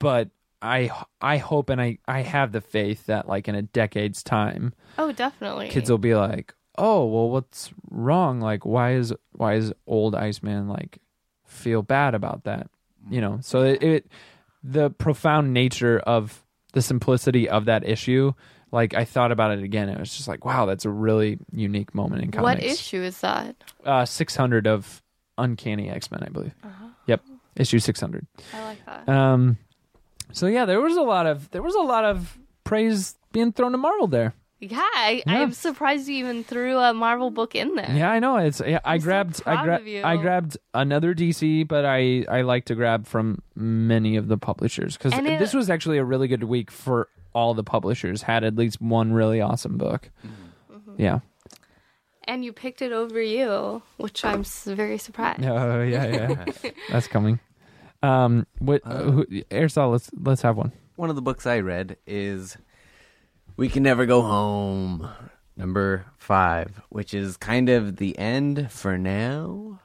But I I hope and I I have the faith that like in a decade's time
oh, definitely.
kids will be like, "Oh, well what's wrong? Like why is why is old Iceman like feel bad about that?" You know. So it, it the profound nature of the simplicity of that issue like I thought about it again. It was just like, wow, that's a really unique moment in comics
what issue is that?
uh, 600 of Uncanny X Men, I believe.
Uh-huh.
Yep, issue 600.
I like
Uh,
that.
Um, so yeah, there was a lot of there was a lot of praise being thrown to Marvel there.
Yeah, I,
Yeah.
I'm surprised you even threw a Marvel book in there.
Yeah, I know. It's yeah, I
so
grabbed I
proud
grabbed
of you.
I grabbed another DC, but I I like to grab from many of the publishers cuz
And it-
this was actually a really good week for all the publishers had at least one really awesome book.
Mm-hmm.
Yeah.
And you picked it over you, which I'm s- very
<laughs>
surprised.
Oh, yeah, yeah. That's coming. Um what who, Aristotle, let's let's have one.
One of the books I read is We Can Never Go Home, number five, which is kind of the end for now.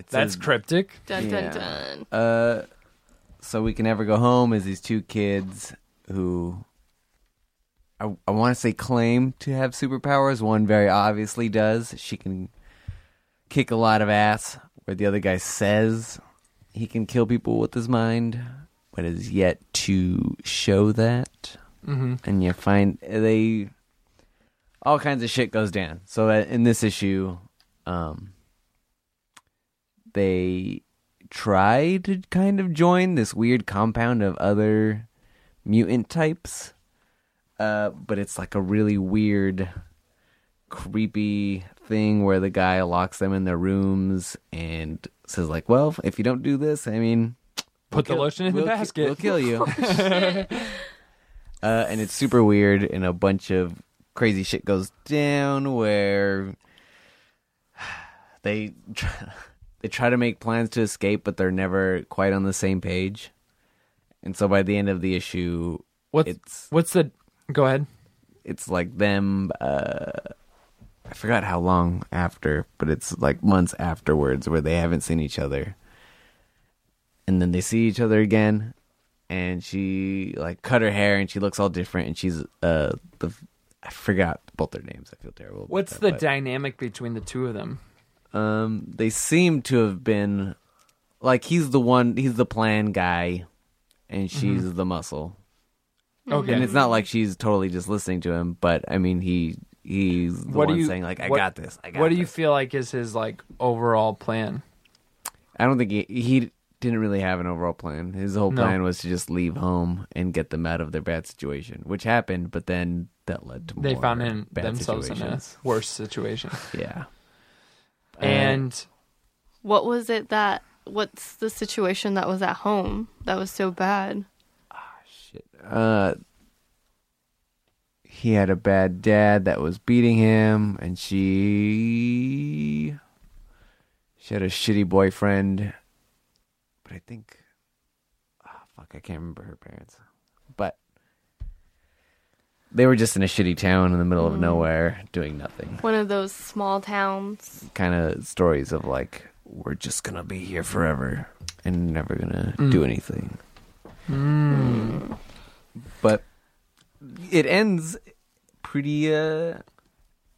It's a-
cryptic.
Dun dun
Yeah.
dun.
Uh, so we can never go home is these two kids who I, I want to say claim to have superpowers. One very obviously does. She can kick a lot of ass, where the other guy says he can kill people with his mind, but is yet to show that.
Mm-hmm.
And you find they all kinds of shit goes down. So uh, in this issue, um, they try to kind of join this weird compound of other mutant types, uh, but it's like a really weird, creepy thing where the guy locks them in their rooms and says like, "Well, if you don't do this, I mean,
Put the lotion in
we'll
the
ki-
basket.
we'll
<laughs>
kill you." uh, and it's super weird, and a bunch of crazy shit goes down where <sighs> they try, <laughs> they try to make plans to escape, but they're never quite on the same page. And so by the end of the issue,
What's
it's
what's the Go ahead.
it's like them. Uh, I forgot how long after, but it's like months afterwards where they haven't seen each other, and then they see each other again, and she like cut her hair and she looks all different, and she's uh the I forgot both their names. I feel terrible. about
What's
that,
the
but-
dynamic between the two of them?
um, they seem to have been like he's the one, he's the plan guy, and
Mm-hmm.
she's the muscle.
Okay.
And it's not like she's totally just listening to him, but I mean, he he's the
What do
one
you-
saying like, "I
what-
got this." I got
what do you
this."
feel like is his like overall plan?
I don't think he he didn't really have an overall plan. His whole
No.
plan was to just leave home and get them out of their bad situation, which happened. But then that led to
They
more
found in
bad
themselves
situations. Uh,
in a worse
<laughs>
situation.
yeah.
and
What was it that? What's the situation that was at home that was so bad?
uh he had a bad dad that was beating him and she she had a shitty boyfriend but i think ah, fuck i can't remember her parents but they were just in a shitty town in the middle of nowhere doing nothing
One of those small towns.
kind of stories of like we're just gonna be here forever and never gonna do anything Mm. but it ends pretty uh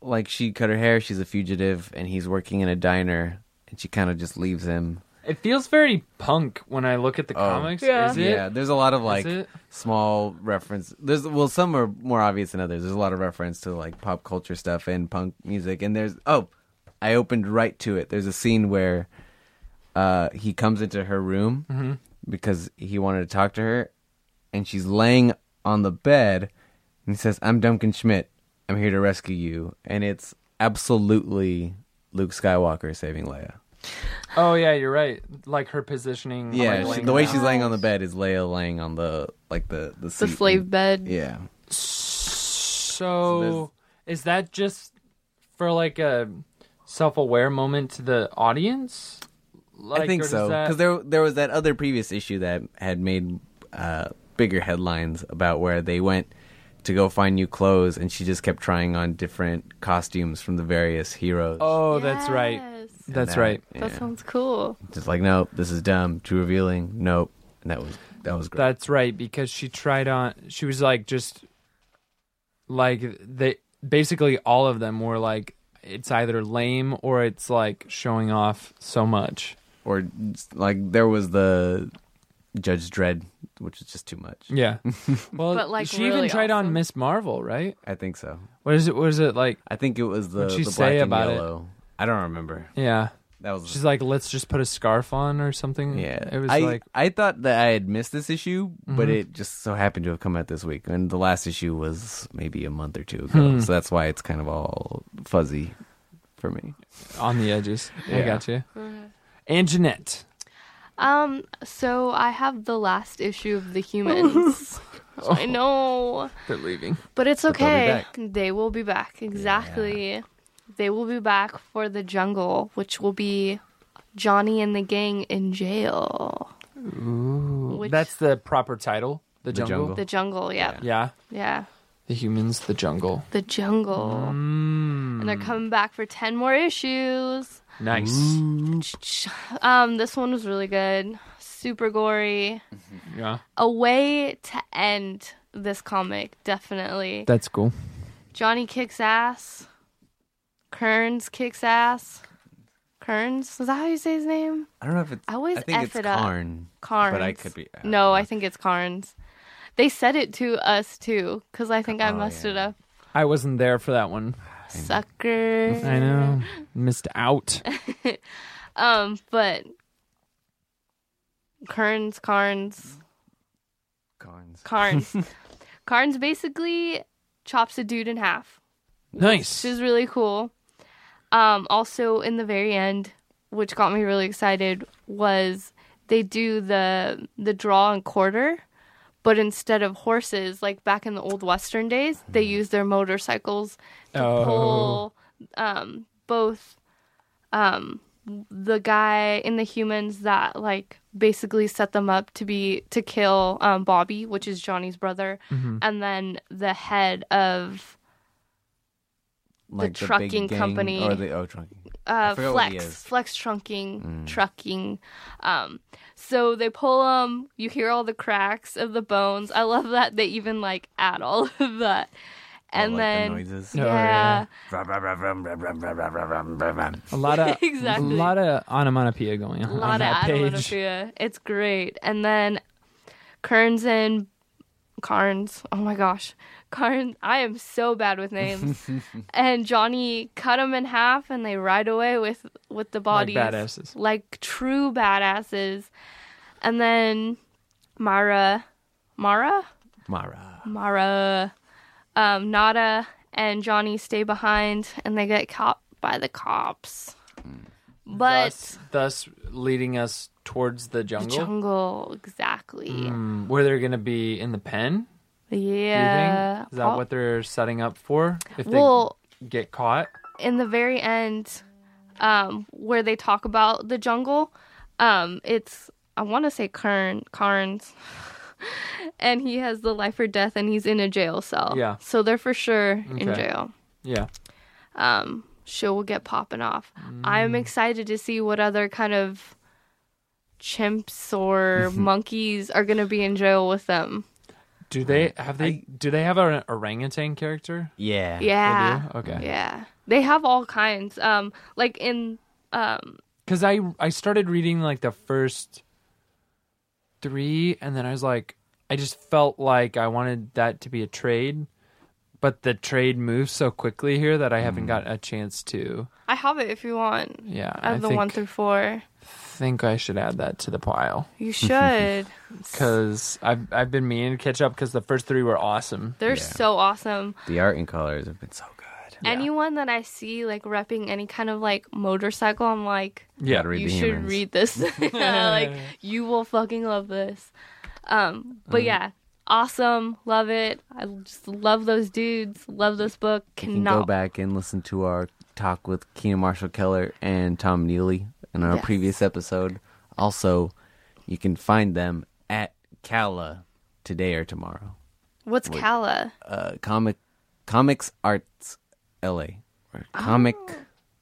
like she cut her hair she's a fugitive and he's working in a diner and she kind of just leaves him
it feels very punk when I look at the comics.
Yeah.
Is it?
Oh. yeah there's a lot of like
it?
small reference there's well some are more obvious than others there's a lot of reference to like pop culture stuff and punk music and there's oh i opened right to it there's a scene where uh he comes into her room because he wanted to talk to her and she's laying on the bed and he says i'm duncan schmidt i'm here to rescue you and it's absolutely luke skywalker saving leia
Oh yeah, you're right. Like her positioning. like,
yeah she-
laying
the way
down.
she's laying on the bed is leia laying on the like the the,
The
seat.
slave bed.
mm, yeah
So is that just for like a self-aware moment to the audience? Like,
I think
or does
so
that-
because there there was that other previous issue that had made uh, bigger headlines about where they went to go find new clothes, and she just kept trying on different costumes from the various heroes.
Oh, that's right.
Yes.
That's
That-
right.
yeah.
That sounds cool.
Just like nope, this is dumb, too revealing. Nope, and that was that was great.
That's right because she tried on. She was like just like they basically all of them were like it's either lame or it's like showing off so much.
or like there was the Judge Dredd, which is just too much.
Yeah. Well,
But, like,
she even
really
tried on
awesome.
Miss Marvel, right?
I think so.
What is it? Was it like?
I think it was the,
What'd she
the
say
black
about it?
and yellow. I don't remember.
Yeah.
That was
She's like, let's just put a scarf on or something.
yeah.
It was
I,
like,
I thought that I had missed this issue, but it just so happened to have come out this week, and the last issue was maybe a month or two ago, so that's why it's kind of all fuzzy for me.
on the edges. I
Yeah.
got you.
Mm-hmm.
And Jeanette.
Um, so I have the last issue of
<laughs>
the humans. I know.
They're leaving.
But it's
they'll be
okay.
back.
They will be back. Exactly. They will be back for the jungle, which will be Johnny and the gang in jail. Ooh. Which,
That's the proper title. The,
The
jungle.
Jungle.
the jungle, yeah. yeah.
Yeah.
Yeah.
The humans, the jungle. Mm.
The jungle. Oh. And
Mm.
they're coming back for 10 more issues.
Nice.
Mm.
Um, this one was really good. Super gory.
Yeah.
A way to end this comic, definitely.
That's cool.
Johnny kicks ass. Kearns kicks ass. Kearns? Is that how you say his name?
I don't know if it's.
I always
I think
F
it's
it up.
Karn.
Carnes.
But I could be. I don't
no,
know.
I think it's Carnes. They said it to us too, because I think I
Oh,
messed
yeah.
it up.
I wasn't there for that one.
Sucker.
<laughs>
I know. Missed
<laughs>
out.
Um, but Kearns, Carnes,
Karns.
Carnes. Carnes basically chops a dude in half.
Nice.
She's really cool. Um, also, in the very end, which got me really excited, was they do the the draw and quarter, but instead of horses, like back in the old Western days, they use their motorcycles to
Oh.
pull um, both um, the guy in the humans that like basically set them up to be to kill um, Bobby, which is Johnny's brother, and then the head of
Like big
trucking
gang
company.
Or the. Oh, trucking.
uh,
I forgot what he
flex
is. Mm.
flex trunking trucking um so they pull them you hear all the cracks of the bones i love that they even like add all of that and
like,
then
The noises.
Oh,
yeah,
A lot of
<laughs> Exactly.
a lot of onomatopoeia going on
a
on
lot
that
of
page.
onomatopoeia it's great and then kearns and carnes oh my gosh carnes i am so bad with names
<laughs>
and johnny cut them in half and they ride away with with the
Like
bodies
badasses.
like true badasses. And then Mara, Mara,
Mara.
Mara, um, Nada, and Johnny stay behind, and they get caught by the cops.
Mm.
But
Thus, thus leading us towards the
the
jungle,
jungle, exactly.
Mm, where they're going to be in the pen. do you think?
Yeah.
Is that
Prob-
what they're setting up for? If they
well,
get caught,
in the very end, um, where they talk about the jungle, um, it's I want to say Kern Carnes, <laughs> and he has the life or death, and he's in a jail cell.
Yeah.
so they're for sure in
Okay.
jail.
yeah,
Um, show will get popping off.
Hmm.
I'm excited to see what other kind of chimps
<laughs>
or monkeys are gonna be in jail with them.
do they have they do they have an orangutan character?
Yeah.
Yeah,
They do? Okay.
yeah, they have all kinds. Um, like in um,
because I I started reading like the first three, and then I was like, I just felt like I wanted that to be a trade, but the trade moves so quickly here that I haven't got a chance to.
I have it if you want.
Yeah,
I
I
have the
think,
one through four.
think I should add that to the pile
You should.
because I've I've been meaning to catch up because the first three were awesome.
They're so awesome.
The art and colors have been so good.
Anyone that I see like repping any kind of like motorcycle, I'm like,
Yeah,
Gotta read
you
the
should
humans.
read this. <laughs> Yeah, like you will fucking love this. Um, but yeah, awesome. Love it. I just love those dudes. Love this book.
You can go
Cannot.
back and listen to our talk with Keenan Marshall Keller and Tom Neely in our
Yes.
previous episode. Also, you can find them at Cala today or tomorrow.
What's Kala?
Uh, comic Comics Arts LA or
Oh.
Comic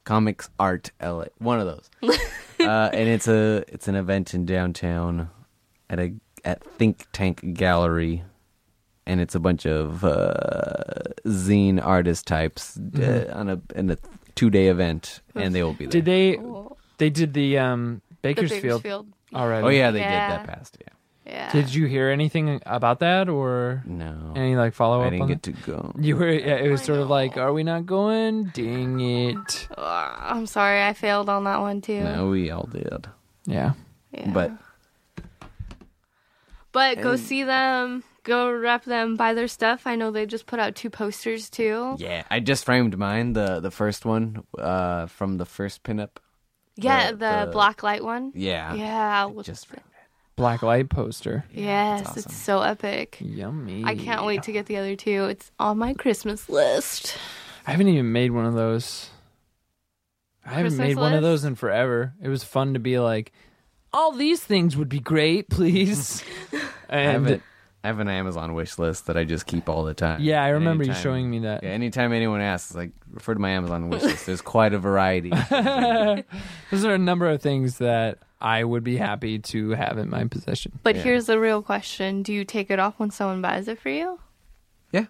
Comics Art LA. One of those.
<laughs>
uh, and it's a it's an event in downtown at a at Think Tank Gallery. And it's a bunch of uh, zine artist types uh, on a in a two day event, and they will be there.
Mm-hmm. Did they
Cool.
they did the um
Oh, The
Bakersfield
Bakersfield.
already?
oh yeah, they
Yeah.
did that past. Yeah,
Yeah.
Did you hear anything about that or
No,
any like follow up?
I didn't
on
get
that?
to go.
You were. Yeah, it was
I
sort of
know.
like, are we not going? Ding it.
Ugh, I'm sorry, I failed on that one too.
No, we all did,
Yeah.
Yeah.
but
But go see them. Go rep them. Buy their stuff. I know they just put out two posters too.
yeah, I just framed mine the the first one uh from the first pinup.
Yeah,
The-
the,
the-
black light one.
Yeah,
Yeah. look-
just framed it.
Black light poster.
yes,
it's awesome.
it's so epic.
Yummy.
I can't wait to get the other two. It's on my Christmas list.
I haven't even made one of those. I haven't
Christmas
made one of
list?
those in forever. It was fun to be like, all these things would be great, please.
<laughs> I
and
have, an, I have an Amazon wish list that I just keep all the time.
yeah, I
And
remember you
anytime-
showing me that.
Yeah, anytime anyone asks, like refer to my Amazon wish list. There's quite a variety.
Those are a number of things that I would be happy to have in my possession.
But
Yeah.
here's the real question: Do you take it off when someone buys it for you?
yeah,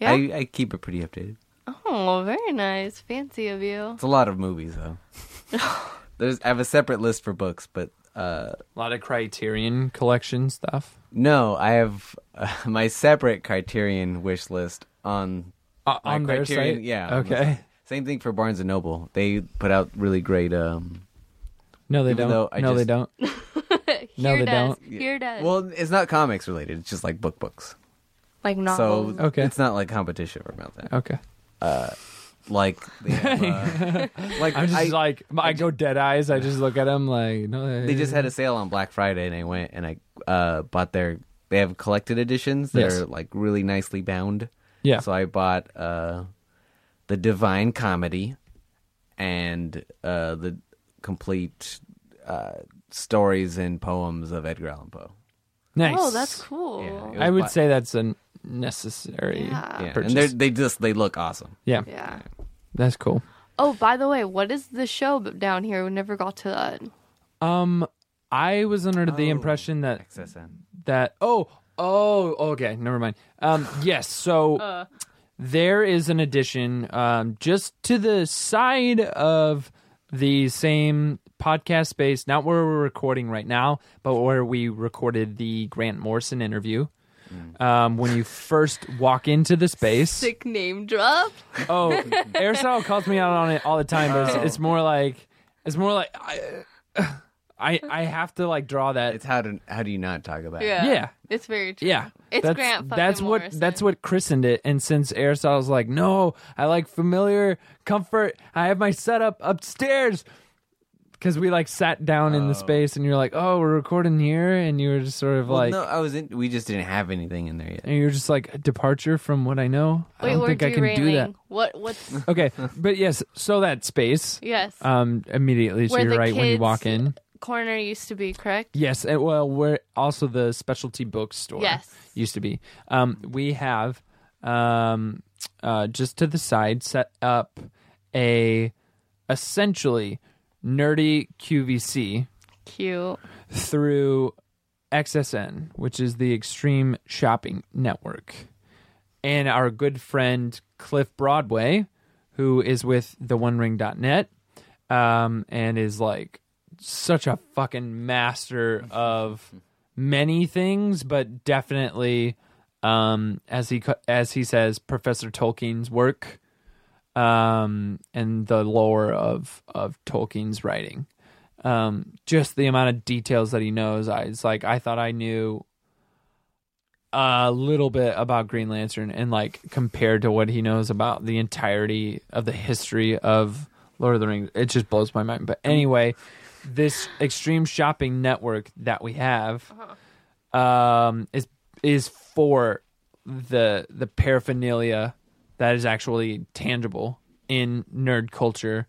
Yeah.
I, I keep it pretty updated.
Oh, very nice, fancy of you. <laughs>
It's a lot of movies though. There's I have a separate list for books, but uh
A lot of Criterion collection stuff.
no, I have uh, <laughs> my separate Criterion wish list on
Uh,
my
on their
Criterion.
site?
Yeah. on the
Okay.
site. Same thing for Barnes and Noble. They put out really great. um
No, they
Even though
don't.
I
No, they
just-
don't.
Here
No, they
does.
don't.
Here does.
Well, it's not comics related. It's just like book books.
like novels.
So
Okay. Oh.
it's not like competition about that. <laughs>
Okay.
Like
<laughs>
they have, uh, like
I'm just
I,
like, I go dead eyes. I just look at them like, no.
they just had a sale on Black Friday, and I went and I uh, bought their. They have collected editions. They're
Yes.
like really nicely bound.
Yeah.
So I bought uh, the Divine Comedy and uh, the complete uh, stories and poems of Edgar Allan Poe.
nice.
Oh, that's cool.
Yeah, it was
I would
black-
say that's a necessary.
Yeah.
Yeah, and
purchase.
they they just they look awesome.
Yeah,
Yeah.
that's cool.
<laughs> Oh, by the way, what is the show b- down here? We never got to that.
Um, I was under the
Oh.
impression that
XSN.
that oh oh okay, never mind. Um, yes, so there is an addition um just to the side of the same podcast space, not where we're recording right now, but where we recorded the Grant Morrison interview. Um, when you first walk into the space,
Sick name drop.
Oh, Aristotle calls me out on it all the time, but it's, it's more like it's more like I, I I have to like draw that.
It's how to how do you not talk about it?
Yeah.
Yeah.
It's very true.
Yeah,
It's
that's,
Grant fucking
That's what
Morrison.
that's what christened it. And since Aristotle's like, no, I like familiar comfort. I have my setup upstairs because we like sat down in the space, and you're like, oh, we're recording here, and you were just sort of
Well,
like,
no, I was in, we just didn't have anything in there yet.
and you're just like departure from what I know. I
Wait,
don't
we're
think I can do that.
derailing. What?
<laughs>
<laughs>
What's?
Okay, but yes, so that space.
yes.
um immediately so
Where
you're
the
right when you
kids-
walk in
Corner used to be correct.
yes and well we're also the specialty bookstore
Yes.
used to be um we have um uh just to the side set up a essentially nerdy qvc
Cute.
through xsn which is the extreme shopping network and our good friend cliff broadway who is with the one ring.net um, and is like such a fucking master of many things, but definitely, um, as he co- as he says, Professor Tolkien's work, um, and the lore of of Tolkien's writing. Um, just the amount of details that he knows, I, it's like I thought I knew a little bit about Green Lantern and like compared to what he knows about the entirety of the history of Lord of the Rings, it just blows my mind. But anyway, this extreme shopping network that we have um, is is for the the paraphernalia that is actually tangible in nerd culture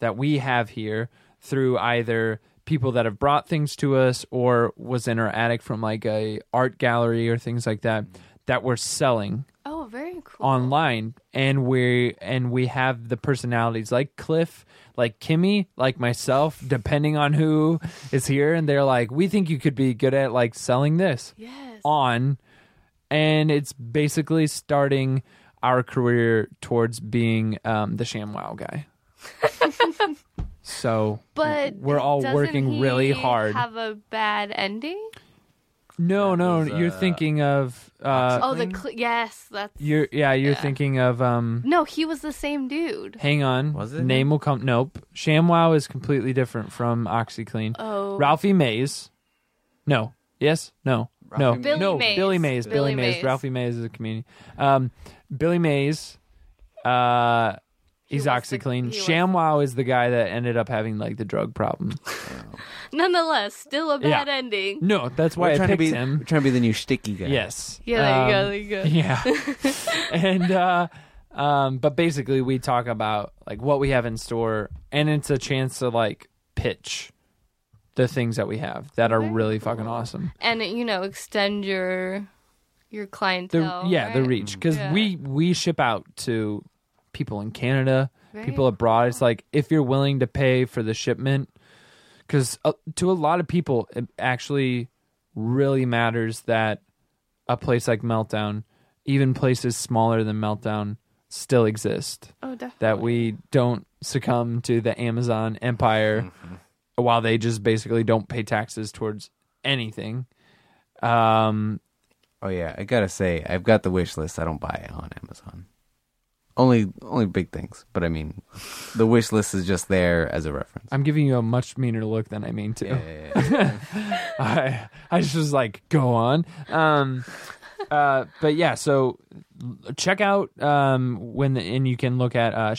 that we have here through either people that have brought things to us or was in our attic from like a art gallery or things like that that we're selling
Oh, very cool.
online and we and we have the personalities like cliff like kimmy like myself depending on who is here and they're like we think you could be good at like selling this
Yes.
on and it's basically starting our career towards being um, the ShamWow guy so
But
we're all
doesn't
working really
he
hard
Have a bad ending.
No,
That
no,
was,
you're
uh,
thinking of uh,
oh, the
Clean?
cl- yes, that's
you're yeah, you're
yeah.
thinking of um.
no. He was the same dude.
Hang on,
Was it?
name will come? Nope. ShamWow is completely different from OxyClean.
Oh,
Ralphie Mays, no. Yes, no, no,
Ralphie
Billy
no.
Mays.
Billy Mays, Billy,
Billy
Mays.
Mays.
Ralphie Mays is a comedian. Um, Billy Mays, uh, he's
was the- he
OxyClean.
was-
ShamWow is the guy that ended up having like the drug problem.
nonetheless, still a
Yeah.
bad ending.
No, that's why
we're
I
trying
picked
to be
him.
we're trying to be the new sticky guy.
Yes.
Yeah, there you go,
Um,
there you go.
<laughs>
<laughs>
Yeah. and uh um but basically we talk about like what we have in store and it's a chance to like pitch the things that we have that are
Very
really fucking
cool.
awesome.
And you know, extend your your
The
clientele.
yeah, the
right?
reach cuz
Yeah.
we we ship out to people in Canada,
Very
people abroad. It's like if you're willing to pay for the shipment cuz uh, to a lot of people it actually really matters that a place like Meltdown, even places smaller than Meltdown still exist.
Oh, definitely.
that we don't succumb to the Amazon empire while they just basically don't pay taxes towards anything. Um,
Oh yeah, I gotta say, I've got the wish list. I don't buy it on Amazon. Only only big things, but I mean, the wish list is just there as a reference.
I'm giving you a much meaner look than I mean to.
Yeah, yeah, yeah.
<laughs> I I just was like, go on. Um, <laughs> uh, but yeah, so check out um, when the, and you can look at uh,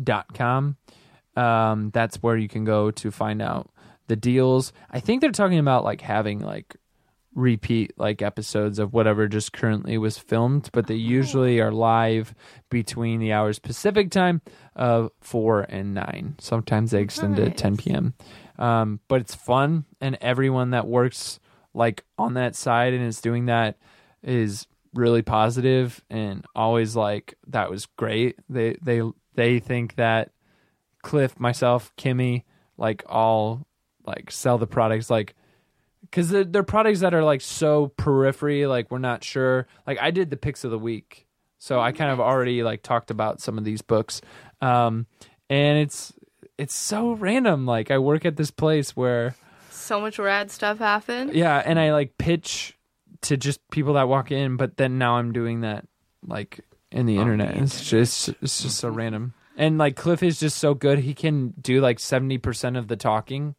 shopxsn.com. Um, that's where you can go to find out the deals. I think they're talking about like having like repeat like episodes of whatever just currently was filmed, but they usually are live between the hours Pacific time of four and nine. Sometimes they extend to
Nice.
10 p.m. Um, but it's fun, and everyone that works like on that side and is doing that is really positive and always like that was great. They they they think that Cliff, myself, Kimmy, like all like sell the products like because they're, they're products that are like so periphery like we're not sure like i did the picks of the week so i kind of already like talked about some of these books um and it's it's so random like i work at this place where
so much rad stuff happened.
yeah and i like pitch to just people that walk in but then now i'm doing that like in the internet it's just it's just so random and like cliff is just so good he can do like 70% of the talking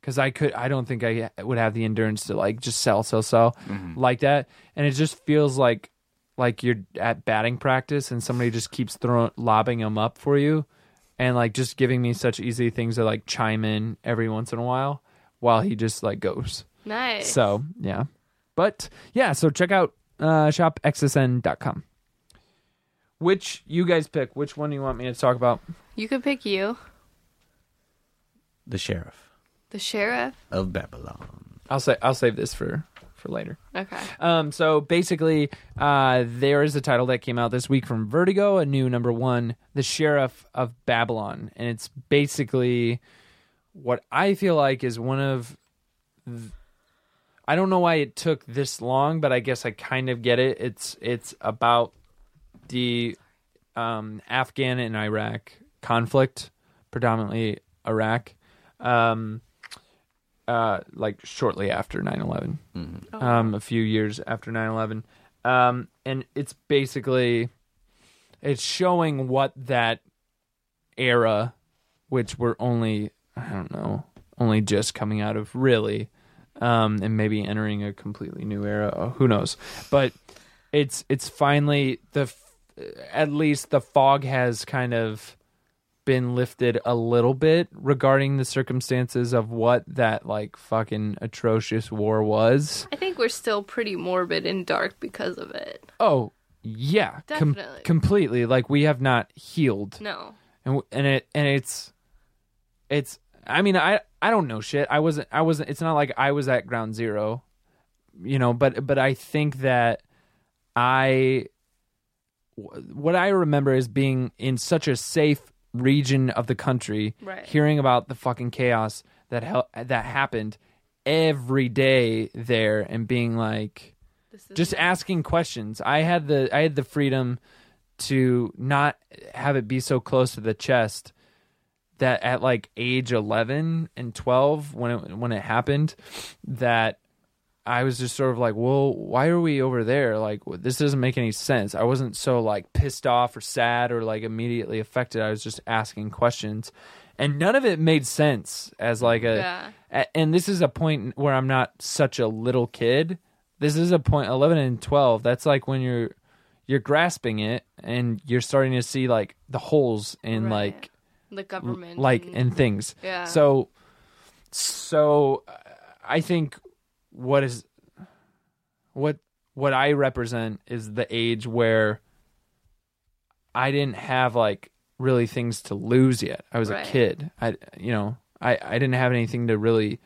because i could i don't think i would have the endurance to like just sell sell sell like that and it just feels like like you're at batting practice and somebody just keeps throwing lobbing them up for you and like just giving me such easy things to like chime in every once in a while while he just like goes
Nice.
so yeah. But yeah, so check out uh, shopxsn.com. Which you guys pick? Which one do you want me to talk about?
you could pick you,
the sheriff
the sheriff.
of Babylon.
I'll say I'll save this for for later.
Okay.
Um, so basically, uh, there is a title that came out this week from Vertigo, a new number one, The Sheriff of Babylon. And it's basically what I feel like is one of. th- I don't know why it took this long, but I guess I kind of get it. It's it's about the um, Afghan and Iraq conflict, predominantly Iraq, um, uh, like shortly after 9 11
Mm-hmm.
Oh.
um, a few years after 9-11 um, and it's basically it's showing what that era which we're only i don't know only just coming out of really um, and maybe entering a completely new era oh, who knows but it's it's finally the f- at least the fog has kind of been lifted a little bit regarding the circumstances of what that like fucking atrocious war was
I think we're still pretty morbid and dark because of it.
Oh yeah, com-
Definitely.
completely. Like we have not healed,
No.
and w- and it and it's it's. I mean, I I don't know shit. I wasn't I wasn't. It's not like I was at ground zero, you know. But but I think that I wh- what I remember is being in such a safe region of the country,
Right.
hearing about the fucking chaos that hel- that happened every day there, and being like
This is
just asking questions i had the i had the freedom to not have it be so close to the chest that at like age 11 and 12 when it when it happened that I was just sort of like, well, why are we over there? Like, w- this doesn't make any sense. I wasn't so like pissed off or sad or like immediately affected. I was just asking questions, and none of it made sense as like a.
Yeah.
a- and this is a point where I'm not such a little kid. This is a point eleven and twelve. That's like when you're you're grasping it and you're starting to see like the holes in
Right.
like
the government.
like
and,
and things.
Yeah.
So, so uh, I think what is what what I represent is the age where I didn't have like really things to lose yet. I was
Right.
a kid. I you know I I didn't have anything to really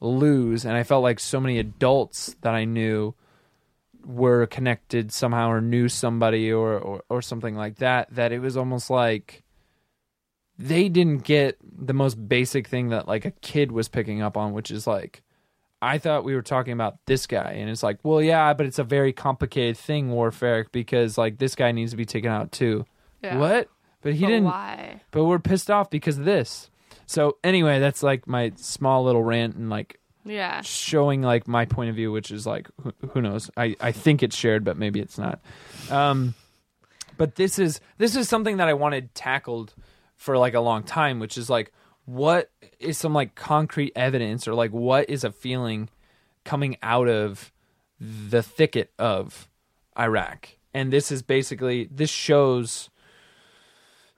lose, and I felt like so many adults that I knew were connected somehow or knew somebody or, or, or something like that that it was almost like they didn't get the most basic thing that like a kid was picking up on which is like i thought we were talking about this guy and it's like well yeah but it's a very complicated thing warfare because like this guy needs to be taken out too
yeah.
what but he
But
didn't
Why?
but we're pissed off because of this so anyway that's like my small little rant and like
Yeah.
showing like my point of view, which is like who, who knows? I I think it's shared, but maybe it's not. Um, but this is this is something that I wanted tackled for like a long time, which is like what is some like concrete evidence or like what is a feeling coming out of the thicket of Iraq? And this is basically this shows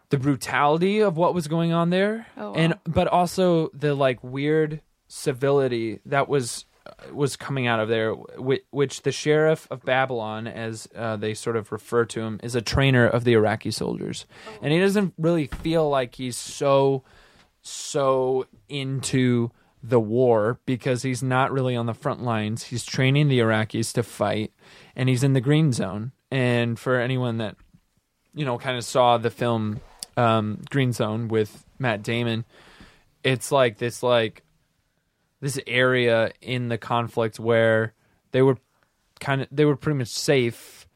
the brutality of what was going on there
Oh, wow.
and but also the like weird civility that was uh, was coming out of there which, which the sheriff of babylon as uh, they sort of refer to him is a trainer of the iraqi soldiers
Oh.
and he doesn't really feel like he's so so into the war because he's not really on the front lines. He's training the Iraqis to fight and he's in the green zone. And for anyone that, you know, kind of saw the film um, Green Zone with Matt Damon, it's like this, like, this area in the conflict where they were kind of, they were pretty much safe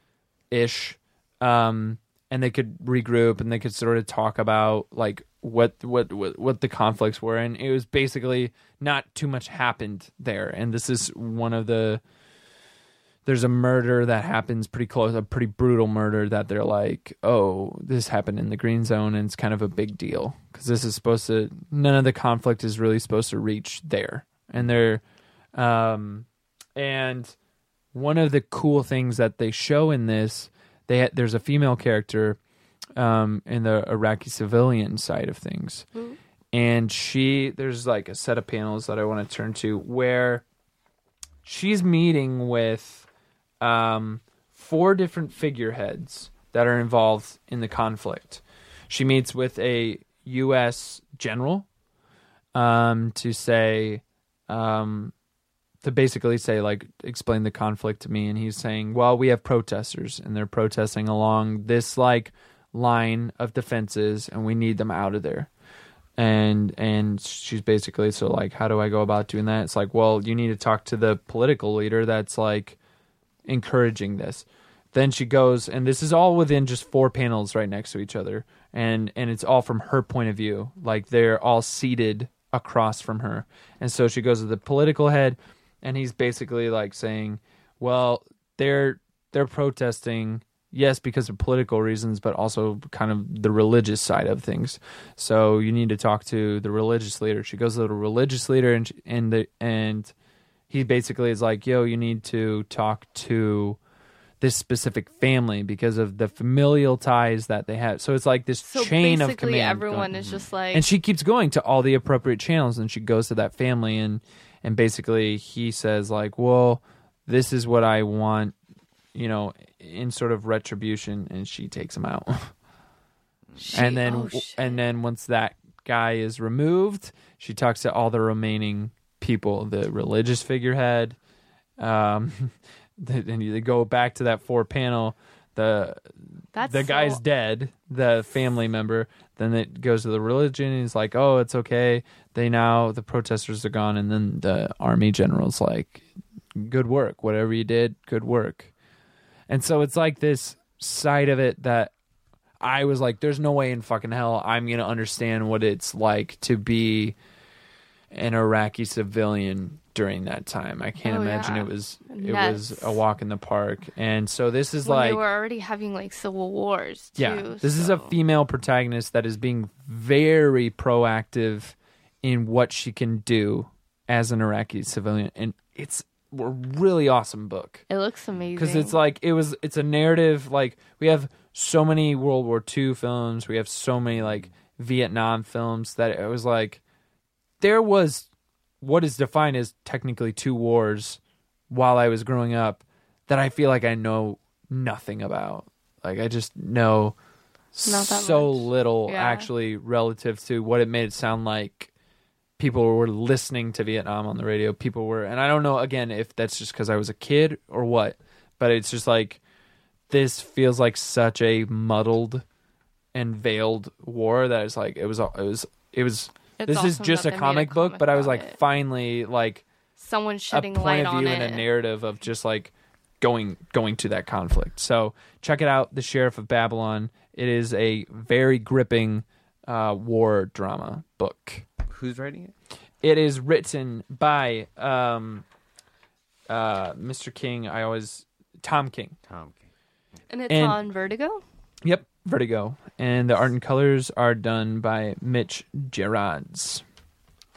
ish. Um, and they could regroup and they could sort of talk about like what, what what what the conflicts were and it was basically not too much happened there and this is one of the there's a murder that happens pretty close a pretty brutal murder that they're like oh this happened in the green zone and it's kind of a big deal cuz this is supposed to none of the conflict is really supposed to reach there and they're um and one of the cool things that they show in this they ha- there's a female character um, in the Iraqi civilian side of things, and she there's like a set of panels that I want to turn to where she's meeting with um, four different figureheads that are involved in the conflict. She meets with a U.S. general um, to say. Um, to basically say like explain the conflict to me and he's saying well we have protesters and they're protesting along this like line of defenses and we need them out of there and and she's basically so like how do i go about doing that it's like well you need to talk to the political leader that's like encouraging this then she goes and this is all within just four panels right next to each other and and it's all from her point of view like they're all seated across from her and so she goes to the political head and he's basically like saying well they're they're protesting yes because of political reasons but also kind of the religious side of things so you need to talk to the religious leader she goes to the religious leader and she, and the and he basically is like, yo, you need to talk to this specific family because of the familial ties that they have. So it's like this
So
chain of
basically,
command.
everyone
going-
is just like.
and she keeps going to all the appropriate channels and she goes to that family and and basically he says like, "Well, this is what I want, you know, in sort of retribution." And she takes him out.
she-
and then
oh,
w-
shit.
and then once that guy is removed, she talks to all the remaining people, the religious figurehead. Um, <laughs> then you- they go back to that four panel. The
That's
the
so-
guy's dead, the family member. Then it goes to the religion. And he's like, "Oh, it's okay. They now the protesters are gone." And then the army general's like, "Good work, whatever you did, good work." And so it's like this side of it that I was like, "There's no way in fucking hell I'm gonna understand what it's like to be an Iraqi civilian during that time. I can't
Oh,
imagine
yeah.
it was it was
Nuts.
a walk in the park. And so this is
when
like
they were already having like civil wars too.
yeah, this is a
so-
female protagonist that is being very proactive in what she can do as an Iraqi civilian, and it's a really awesome book
It looks amazing
because it's like it was it's a narrative like we have so many World War II films, we have so many like Vietnam films that it was like there was what is defined as technically two wars while I was growing up that I feel like I know nothing about. Like I just know
Not that
so
much.
little
Yeah.
actually relative to what it made it sound like people were listening to Vietnam on the radio. People were and I don't know again if that's just cuz I was a kid or what, but it's just like this feels like such a muddled and veiled war that it's like it was it was it was
It's
this is
awesome
just a
that they made a
comic, book,
comic
but I was
about
like
it.
finally like
someone shedding
a point
light
of
on
view
it.
and a narrative of just like going going to that conflict. So check it out, The Sheriff of Babylon. It is a very gripping uh, war drama book.
Who's writing it?
It is written by um, uh, Mr. King. I always Tom King.
Tom. King.
and it's
and-
on Vertigo.
Yep, Vertigo, and the art and colors are done by Mitch Gerards.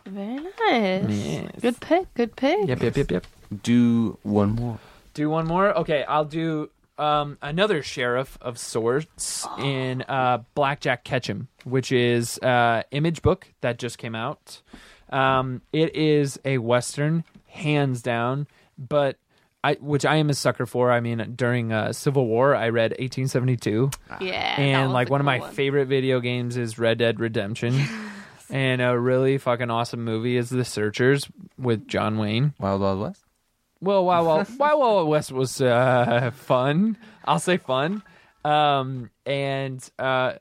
Very nice.
Yes.
Good pick. Good pick.
Yep, yep, yep, yep.
Do one more.
Do one more. Okay, I'll do um, another sheriff of sorts in uh, Blackjack Ketchum, which is uh, image book that just came out. Um, it is a western, hands down, but I which I am a sucker for. I mean, during uh, Civil War, I read 1872
Yeah. that
and
was
like
a
one of
cool
my favorite video games is Red Dead
<laughs>
Redemption. And a really fucking awesome movie is The Searchers with John Wayne.
Wild Wild West.
Well, Wild Wild, Wild Wild West was uh, fun. I'll say fun. Um, and uh,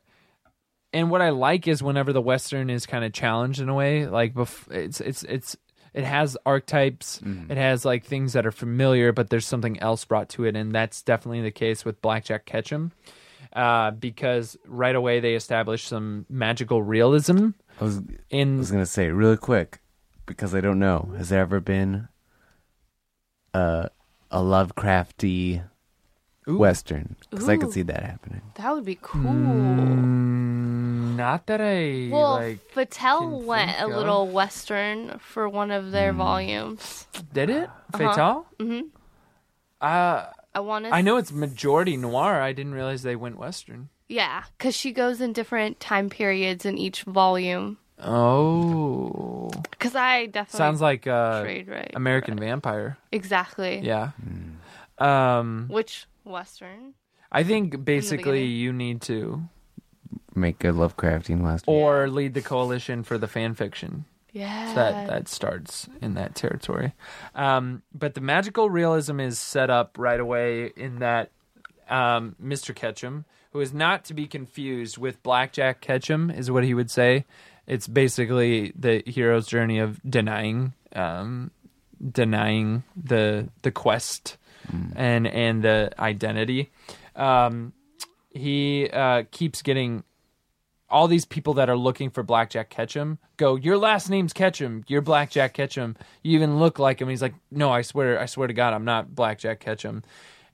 and what I like is whenever the western is kind of challenged in a way, like bef- it's it's it's it has archetypes,
Mm-hmm.
it has like things that are familiar, but there's something else brought to it, and that's definitely the case with Blackjack Ketchum, uh, because right away they establish some magical realism
I was I
in
was gonna say really quick because I don't know. Has there ever been a a Lovecrafty western? Because I could
Ooh.
see that happening.
That would be cool.
Mm, not that I
well,
Hmm, like
Fattel
can
went
think
a
of. Hmm.
little western for one of their volumes.
did it. Fatal.
Mhm.
Uh,
I want to.
I know it's majority noir. I didn't realize they went western.
Yeah, because she goes in different time periods in each volume.
Oh,
Because I definitely
sounds like uh,
trade right
American Vampire.
exactly.
Yeah. Um,
Which western?
I think basically
beginning.
you need to
Make a Lovecraftian western.
or lead the coalition for the fan fiction.
Yeah.
that that starts in that territory. Um, but the magical realism is set up right away in that um, Mr. Ketchum, who is not to be confused with Blackjack Ketchum, is what he would say. It's basically the hero's journey of denying um, denying the the quest and and the identity. Um, he uh, keeps getting all these people that are looking for Blackjack Ketchum go, Your last name's Ketchum. You're Blackjack Ketchum. You even look like him. He's like, No, I swear, I swear to God, I'm not Blackjack Ketchum.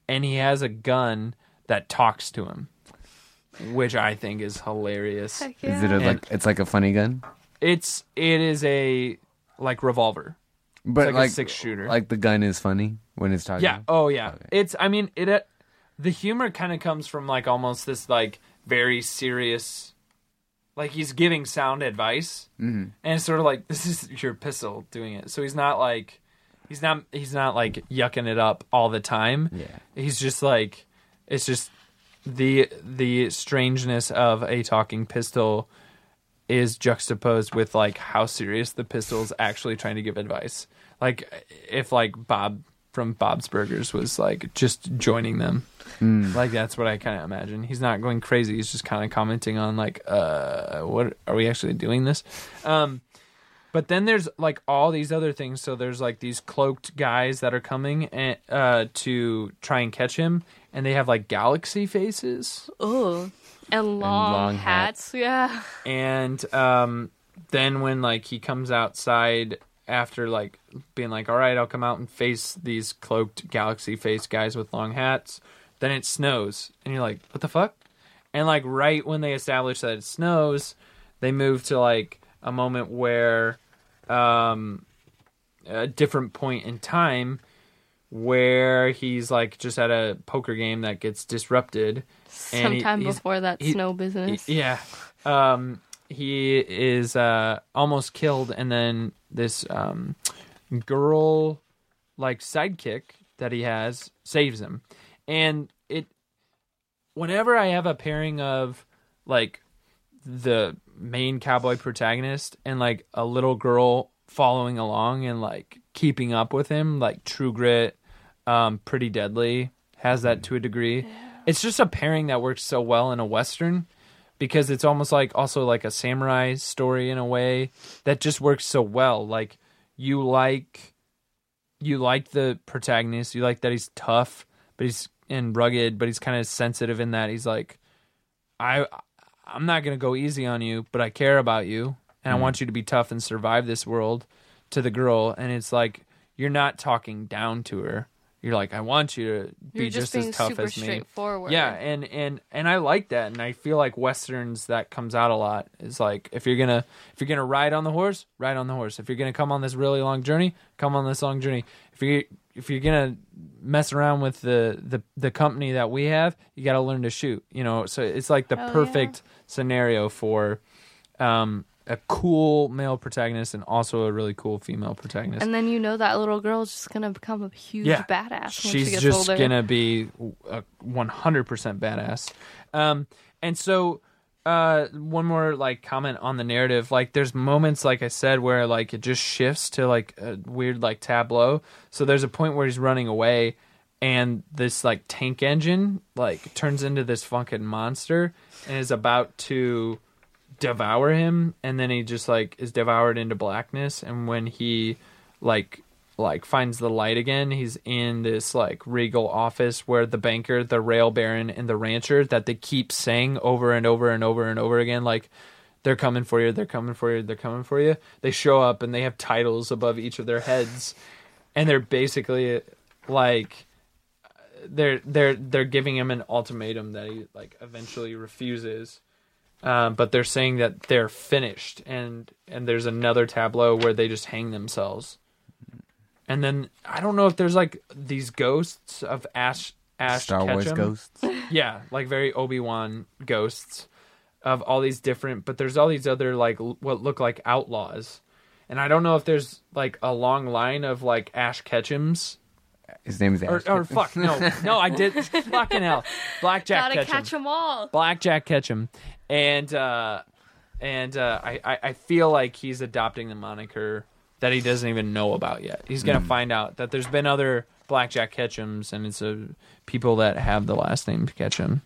And he has a gun that talks to him, which I think is hilarious.
Heck
Is it a,
yeah.
like it's like a funny gun?
It's it is a like revolver.
But
like a six-shooter.
Like the gun is funny when it's talking.
Yeah. Oh, yeah. It's. I mean, it. Uh, the humor kind of comes from like almost this like very serious, like he's giving sound advice, mm-hmm. and it's sort of like this is your pistol doing it. So he's not like, he's not he's not like yucking it up all the time.
Yeah.
He's just like, it's just the the strangeness of a talking pistol is juxtaposed with like how serious the pistol's actually trying to give advice. Like if like Bob from Bob's Burgers was like just joining them. Like that's what I kind of imagine. He's not going crazy. He's just kind of commenting on like uh what are we actually doing this? Um but then there's like all these other things. So there's like these cloaked guys that are coming and, uh, to try and catch him, and they have like galaxy faces.
Ooh. And long,
long
hats. Yeah.
and um, then when like he comes outside after like being like, all right, I'll come out and face these cloaked galaxy face guys with long hats. Then it snows, and you're like, what the fuck? And like right when they establish that it snows, they move to like a moment where um, a different point in time where he's like just at a poker game that gets disrupted. and he-
<laughs> Sometime
he's-
before that
he-
snow business.
yeah. Um, he is uh, almost killed, and then this um, girl, like sidekick that he has, saves him. And it, whenever I have a pairing of like the main cowboy protagonist and like a little girl following along and like keeping up with him, like True Grit, um, Pretty Deadly has that to a degree. It's just a pairing that works so well in a western because it's almost like also like a samurai story in a way that just works so well. Like you like you like the protagonist, you like that he's tough, but he's and rugged, but he's kind of sensitive in that he's like I I'm not going to go easy on you, but I care about you and I
Mm-hmm.
want you to be tough and survive this world to the girl and it's like you're not talking down to her. You're like I want you to be
You're just, being
as tough
super
as me.
straightforward.
Yeah, and and and I like that, and I feel like westerns that comes out a lot is like if you're gonna if you're gonna ride on the horse, ride on the horse. If you're gonna come on this really long journey, come on this long journey. If you if you're gonna mess around with the the the company that we have, you got to learn to shoot. You know, so it's like the
Hell yeah.
perfect scenario for um a cool male protagonist and also a really cool female protagonist.
And then you know that little girl's just gonna become a huge
Yeah.
badass when
She's
she gets
just
older.
gonna be a 100 percent badass. Um, and so, uh, one more like comment on the narrative. Like, there's moments, like I said, where like it just shifts to like a weird like tableau. So there's a point where he's running away, and this like tank engine like turns into this fucking monster and is about to devour him and then he just like is devoured into blackness and when he like like finds the light again he's in this like regal office where the banker the rail baron and the rancher that they keep saying over and over and over and over again like they're coming for you they're coming for you they're coming for you they show up and they have titles above each of their heads and they're basically like they're they're they're giving him an ultimatum that he like eventually refuses um, but they're saying that they're finished and and there's another tableau where they just hang themselves and then i don't know if there's like these ghosts of ash Oh, ash
Star Wars
Ketchum.
ghosts.
yeah like very obi-wan ghosts of all these different but there's all these other like l- what look like outlaws and i don't know if there's like a long line of like ash ketchums
His name is
or,
Ash.
or fuck no no i did fucking hell blackjack
Gotta
ketchum
catch them all.
Blackjack Ketchum, and uh, and uh, I, I I feel like he's adopting the moniker that he doesn't even know about yet. He's gonna find out that there's been other Blackjack Ketchums, and it's a people that have the last name Ketchum.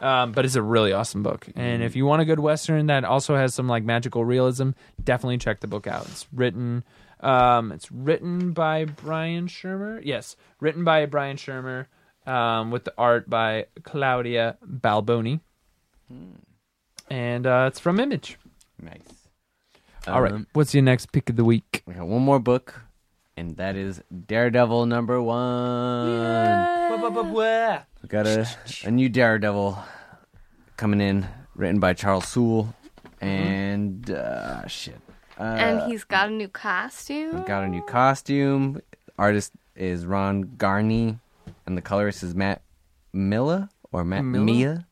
Um, but it's a really awesome book, and if you want a good western that also has some like magical realism, definitely check the book out. It's written. Um, it's written by Brian Shermer. Yes, written by Brian Shermer, um, with the art by Claudia Balboni
Hmm.
and uh, it's from Image.
Nice. Uh-huh. Um,
All right, what's your next pick of the week?
We got one more book, and that is Daredevil number one. We got a, a new Daredevil coming in, written by Charles Sewell,
Mm-hmm.
and uh, shit. Uh,
and he's got a new costume. <laughs>
got a new costume. Artist is Ron Garney, and the colorist is Matt Milla or Matt
Milla?
Mia.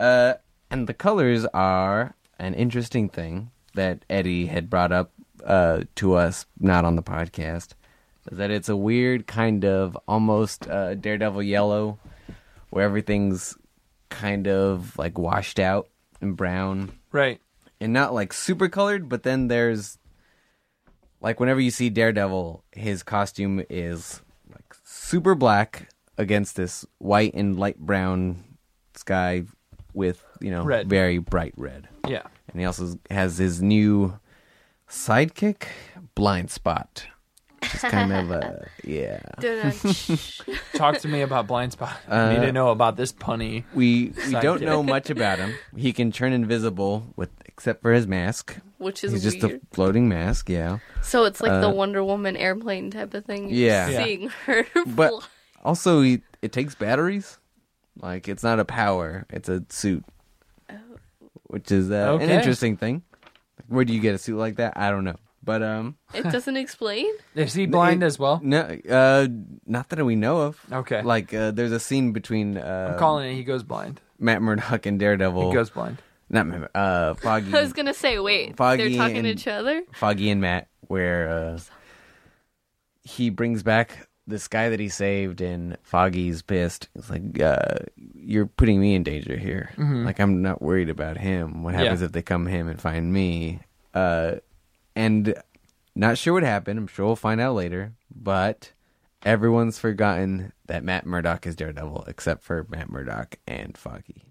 Uh, and the colors are an interesting thing that Eddie had brought up uh, to us, not on the podcast, is that it's a weird kind of almost uh, Daredevil yellow, where everything's kind of like washed out and brown
Right.
and not like super colored, but then there's like whenever you see Daredevil, his costume is like super black against this white and light brown sky with, you know,
Red.
very bright red.
Yeah.
And he also has his new sidekick, Blind Spot. Just kind of a yeah.
<laughs>
Dun-dun.
Talk to me about blind spot.
<laughs> Uh,
I need to know about this punny.
We we
Sidekick.
don't know much about him. He can turn invisible with except for his mask.
<laughs> Which is
He's just
weird.
a floating mask, yeah.
so it's like the
uh,
Wonder Woman airplane type of thing. You're
Yeah.
just
Yeah.
Seeing <laughs> her.
But
fly.
also he, it takes batteries. Like it's not a power, it's a suit. Which is uh, an
Okay.
interesting thing. Where do you get a suit like that? I don't know. But um
it doesn't explain.
Is he blind
it-
as well?
no uh not that we know of.
Okay.
Like uh, there's a scene between uh
I'm calling it. He goes blind.
Matt Murdock and
He
Daredevil.
goes blind.
not Matt, Mur- uh
<laughs>
Foggy.
I was gonna say, wait, they're
Foggy
talking to
and-
each other.
Foggy and Matt, where uh, he brings back this guy that he saved, and Foggy's pissed. He's like, uh, "You're putting me in danger here. Like, I'm not worried about him. What happens
Mm-hmm. Yeah.
if they come him and find me?" Uh, and not sure what happened. I'm sure we'll find out later. But everyone's forgotten that Matt Murdock is Daredevil, except for Matt Murdock and Foggy.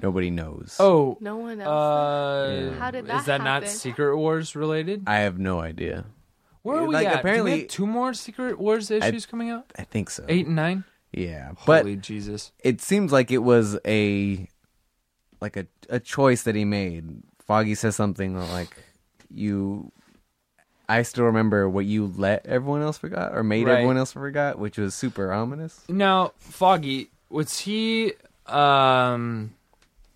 Nobody knows.
Oh,
No one else.
uh,
How did
is
that
that not
happen?
Secret Wars related?
I have no idea.
Where are we
Like,
at? Do we
apparently-
have two more Secret Wars issues coming out.
I think so.
Eight and nine.
Yeah, but
Holy Jesus!
it seems like it was a like a a choice that he made. Foggy says something like you I still remember what you let everyone else forgot or made
Right.
everyone else forgot, which was super ominous.
Now, Foggy, was he um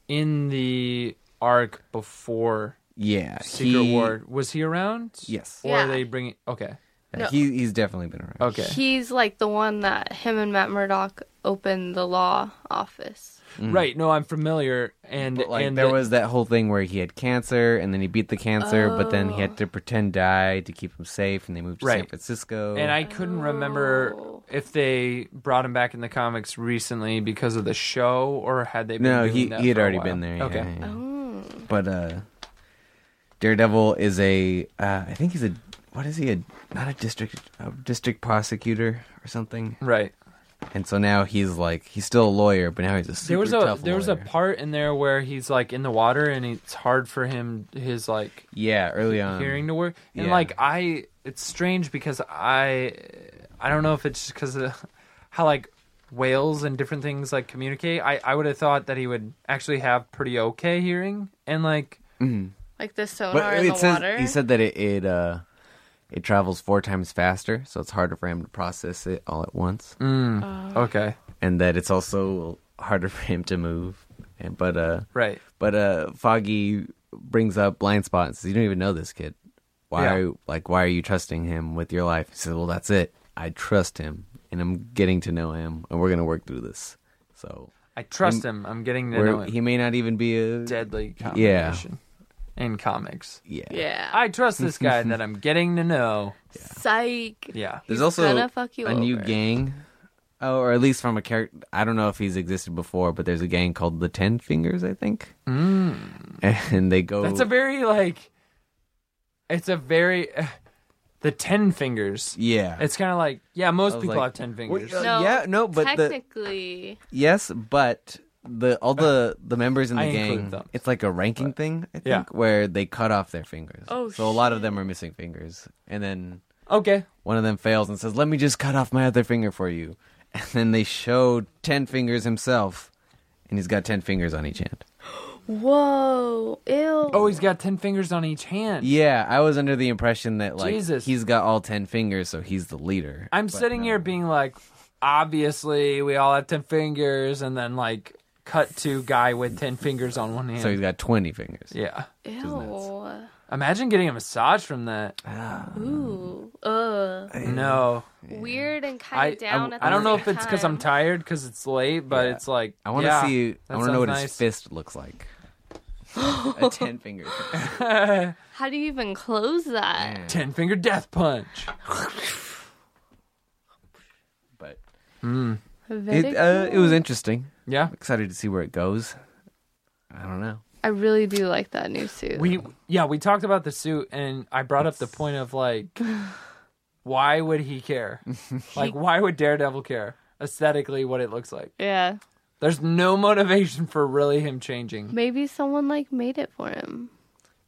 in the arc before
Yeah.
Secret
he-
War? Was he around?
Yes.
Or
Yeah.
are they bringing? Okay.
Yeah,
No.
He he's definitely been around.
Okay.
He's like the one that him and Matt Murdock opened the law office.
Right. No, I'm familiar. And
Mm. But, like
and
there
the-
was that whole thing where he had cancer and then he beat the cancer, but then he had to pretend die to keep him safe and they moved to San
Right.
Francisco.
And I couldn't remember
Oh.
if they brought him back in the comics recently because of the show, or had they? Been
No,
doing
he
that
he had
for a
already
while.
been there. yeah,
okay.
yeah.
Oh.
but uh Daredevil is a uh, I think he's a what is he a not a district a district prosecutor or something
Right.
and so now he's like he's still a lawyer but now he's a super
There was a
tough
there was a
lawyer.
part in there where he's like in the water and it's hard for him his like
yeah early on
hearing to work and
Um, yeah.
like i it's strange because i i don't know if it's just because of how like whales and different things like communicate i i would have thought that he would actually have pretty okay hearing and like
Like the sonar
but
in
it
the
says
water.
he said that it it uh it travels four times faster so it's harder for him to process it all at once
Mm. okay
and that it's also harder <laughs> for him to move and but uh
right
But uh, Foggy brings up blind spot and says, "You don't even know this kid. Why?
Yeah.
Are you, like, why are you trusting him with your life?" He says, "Well, that's it. I trust him, and I'm getting to know him, and we're gonna work through this." So
i trust
He-
him i'm getting to
we're-
know him.
he may not even be a
deadly combination in comics
Yeah.
yeah.
i trust this
<laughs>
guy that i'm getting to know
Psych.
yeah
There's
He's
also
gonna fuck you
a new
over.
gang. Oh, or at least from a character. I don't know if he's existed before, but there's a gang called the Ten Fingers, I think. Mm. And they go.
that's a very like it's a very <sighs> the ten fingers
yeah.
It's kind of like, yeah, most
I was
people have
like,
ten fingers.
Well,
No,
yeah, no, but the,
technically,
Yes, but the all the the members in
I
the
include
gang,
them.
it's like a ranking thing, I think,
Yeah.
where they cut off their fingers.
Oh,
so a lot of them are missing fingers, and then
Okay,
one of them fails and says, "Let me just cut off my other finger for you," <laughs> and then they show ten fingers himself, and he's got ten fingers on each hand.
whoa, ew.
oh, he's got ten fingers on each hand.
Yeah, I was under the impression that like
Jesus.
he's got all ten fingers, so he's the leader.
I'm
But
sitting
no.
here being like, obviously we all have ten fingers, and then like cut to guy with ten fingers on one hand.
so he's got twenty fingers.
yeah,
ew.
imagine getting a massage from that.
Ooh, ugh.
No,
Weird and
I
kind of down.
I,
at the
I don't know if
same
it's because
time.
I'm tired because it's late, but
Yeah.
it's like
I want to
yeah,
see. I
that
want to know what
sounds
his
nice.
fist looks
<gasps>
like. a
<laughs>
ten finger.
How do you even close that?
Man.
ten finger death punch.
but
Very
it uh, it
cool.
was interesting.
Yeah,
Excited to see where it goes. I don't know.
I really do like that new suit.
we yeah we talked about the suit and i brought up the point of
<sighs>
like why would he
<laughs>
care like why would daredevil care aesthetically what it looks like
yeah.
there's no motivation for really him changing
Maybe someone like made it for him.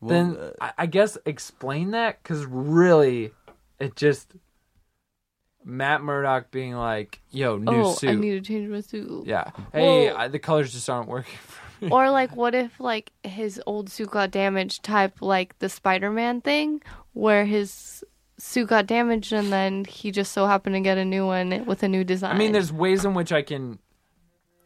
uh,
uh,
then I, I guess explain that because really it just Matt Murdock being like, "Yo, new
oh,
suit."
I need to change my suit.
yeah.
<laughs>
Hey,
Whoa.
I, the colors just aren't working <laughs> for me.
Or like, what if like his old suit got damaged, type like the Spider-Man thing, where his suit got damaged and then he just so happened to get a new one with a new design.
I mean, there's ways in which I can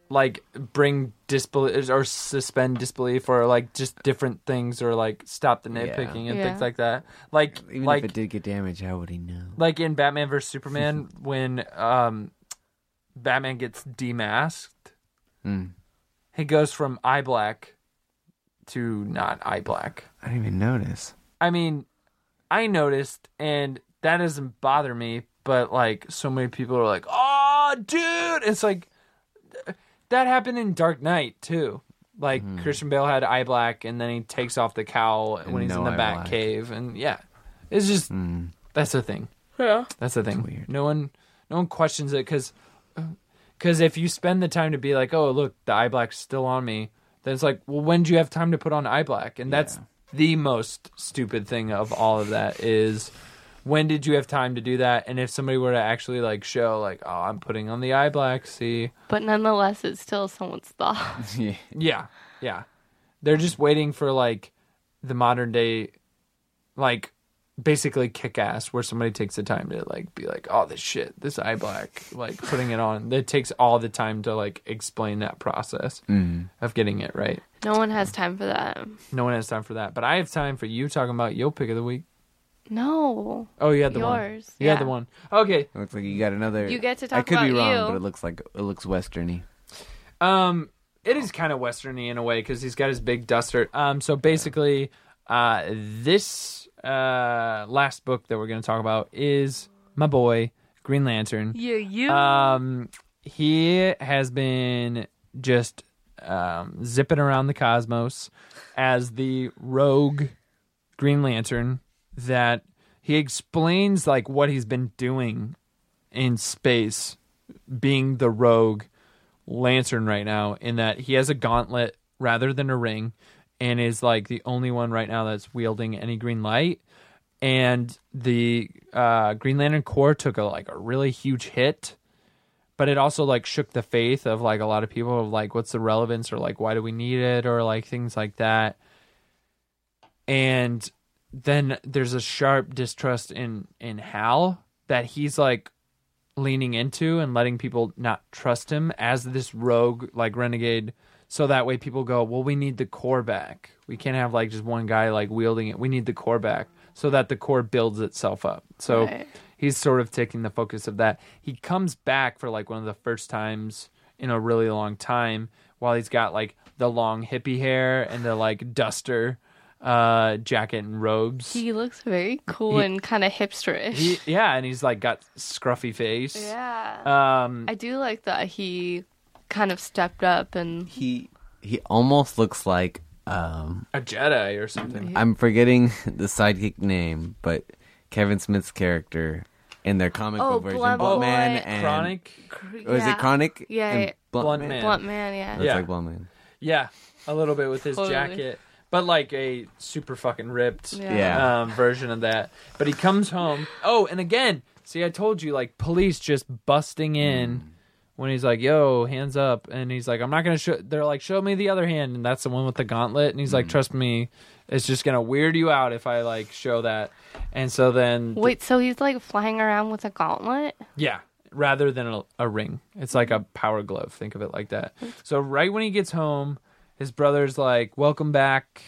like bring disbelief or suspend disbelief or like just different things or like stop the nitpicking and
Yeah.
things like that. Like
Even
like
if it did get damaged, how would he know?
like in Batman vs
<laughs>
Superman when um Batman gets demasked,
Mm.
he goes from eye black to not eye black.
I didn't even notice.
I mean, I noticed, and that doesn't bother me. But like, so many people are like, "Oh, dude!" It's like th- that happened in Dark Knight too. Like
Hmm.
Christian Bale had eye black, and then he takes off the cowl when he's
no
in the
eye
Bat
black.
Cave, and yeah, it's just
Hmm.
<laughs>
that's the thing.
yeah.
That's the thing.
weird.
No one, no one questions it because, because if you spend the time to be like, oh look, the eye black's still on me, then it's like, well, when do you have time to put on eye black? And that's the most stupid thing of all of that is, when did you have time to do that? And if somebody were to actually like show like, oh, I'm putting on the eye black, see,
But nonetheless, it's still someone's thought.
yeah.
yeah, yeah, they're just waiting for like the modern day, like. Basically, kick ass, where somebody takes the time to like be like, "Oh, this shit, this eye black," like putting it on. That takes all the time to like explain that process
Hmm.
of getting it right.
No one has time for that.
No one has time for that, but I have time for you talking about your pick of the week.
No.
Oh, you had the one.
Yours,
You had the
yeah.
one. Okay.
It looks like you got another.
You get to
I
talk
could be
about
wrong,
you.
but it looks like it looks westerny.
Um, it is kind of westerny in a way because he's got his big duster. Um, so basically, uh, this uh last book that we're going to talk about is my boy Green Lantern.
Yeah, you.
Um, he has been just um, zipping around the cosmos as the rogue Green Lantern that he explains like what he's been doing in space, being the rogue lantern right now, in that he has a gauntlet rather than a ring and is like the only one right now that's wielding any green light and the uh, Green Lantern Corps took a like a really huge hit, but it also like shook the faith of like a lot of people of like what's the relevance or like why do we need it or like things like that. And then there's a sharp distrust in in Hal that he's like leaning into and letting people not trust him as this rogue like renegade so that way people go well we need the core back we can't have like just one guy like wielding it we need the core back so that the core builds itself up so
Right.
he's sort of taking the focus of that he comes back for like one of the first times in a really long time while he's got like the long hippie hair and the like duster uh jacket and robes
he looks very cool
He-
and kind of hipsterish.
He- yeah and he's like got scruffy face
yeah.
um
I do like that he kind of stepped up and
He he almost looks like um
a Jedi or something.
I'm forgetting <laughs> the sidekick name, but Kevin Smith's character in their comic
Oh,
book version,
Blunt
Blunt
Boy.
Man and
Chronic.
or is
Yeah.
it Chronic?
Yeah,
and
yeah.
Blunt,
Blunt
Man.
Man.
blunt man, yeah.
Looks
Yeah.
like Blunt Man.
Yeah, a little bit with his
Totally.
jacket, but like a super fucking ripped
Yeah.
Yeah.
um, version of that. But he comes home. Oh, and again, see, I told you, like police just busting in. When he's like, "Yo, hands up," and he's like, "I'm not gonna show," they're like, "Show me the other hand," and that's the one with the gauntlet. And he's like, "Trust me, it's just gonna weird you out if I like show that." And so then,
Wait, so he's like flying around with a gauntlet?
Yeah, rather than a, a ring. It's like a power glove. Think of it like that. So right when he gets home, his brother's like, "Welcome back.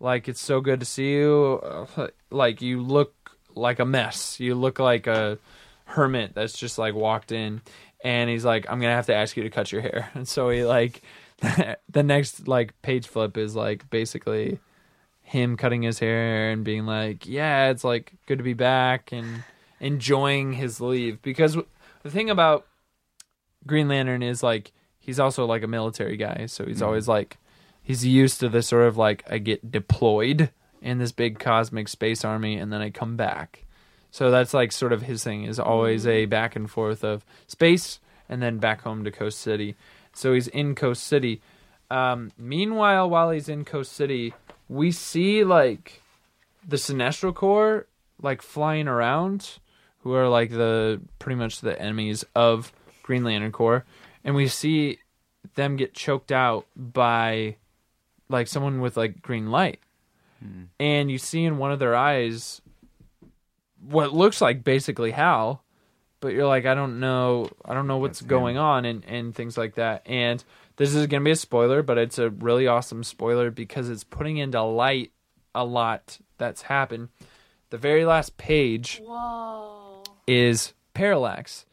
Like it's so good to see you. Uh, Like you look like a mess. You look like a hermit that's just like walked in." And he's like, "I'm going to have to ask you to cut your hair." <laughs> And so he like the next like page flip is like basically him cutting his hair and being like, "Yeah, it's like good to be back," and enjoying his leave because w- the thing about Green Lantern is like he's also like a military guy, so he's always like he's used to this sort of like I get deployed in this big cosmic space army and then I come back. So that's like sort of his thing is always a back and forth of space and then back home to Coast City. So he's in Coast City. Um, meanwhile, while he's in Coast City, we see like the Sinestro Corps like flying around, who are like the pretty much the enemies of Green Lantern Corps, and we see them get choked out by like someone with like green light, and you see in one of their eyes what looks like basically Hal, but you're like I don't know I don't know what's going on and and things like that, and this is gonna be a spoiler, but it's a really awesome spoiler because it's putting into light a lot that's happened. The very last page
Whoa.
is parallax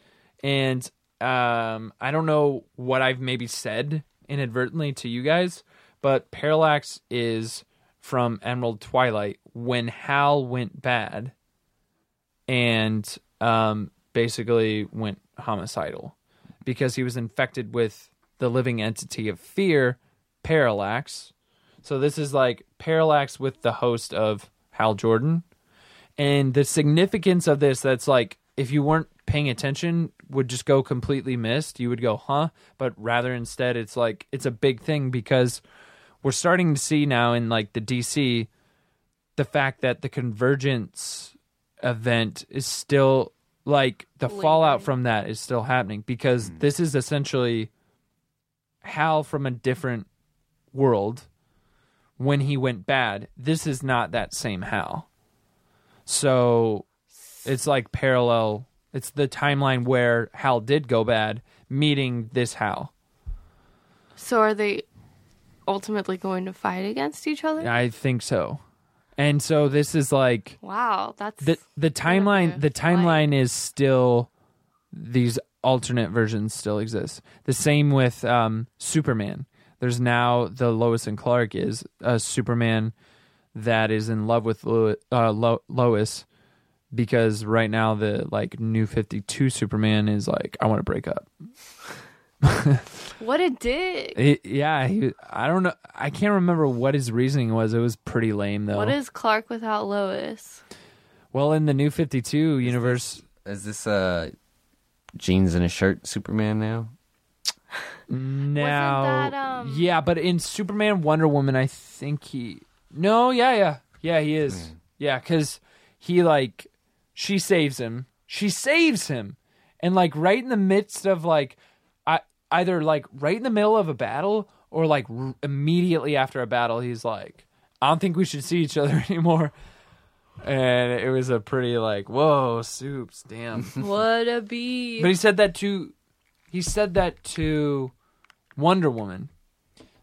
and um i don't know what i've maybe said inadvertently to you guys but parallax is from emerald twilight when hal went bad and um basically went homicidal because he was infected with the living entity of fear parallax so this is like parallax with the host of hal jordan and the significance of this that's like if you weren't paying attention would just go completely missed you would go huh but rather instead it's like it's a big thing because we're starting to see now in like the dc the fact that the convergence event is still like the fallout
Lingering.
from that is still happening because this is essentially hal from a different world when he went bad this is not that same hal so it's like parallel. It's the timeline where Hal did go bad, meeting this Hal.
So are they ultimately going to fight against each other?
I think so. And so this is like
Wow, that's
the the timeline. The
That's why-
timeline is still these alternate versions still exist. The same with um, Superman. There's now the Lois and Clark is a Superman that is in love with Lo- uh, Lo- Lois because right now the like new 52 Superman is like I want to break up.
what a dick.
He- yeah, he, I don't know. I can't remember what his reasoning was. It was pretty lame though.
What is Clark without Lois?
well, in the new 52 universe,
Is this uh jeans and a shirt Superman now?
now
that, um,
yeah, but in Superman Wonder Woman, I think he No, yeah, yeah. Yeah, he is. Yeah, cuz he like she saves him. She saves him. And like right in the midst of like I either like right in the middle of a battle or like r- immediately after a battle, he's like, "I don't think we should see each other <laughs> anymore." And it was a pretty like, "Whoa, soups, damn."
What a bee.
But he said that to he said that to Wonder Woman.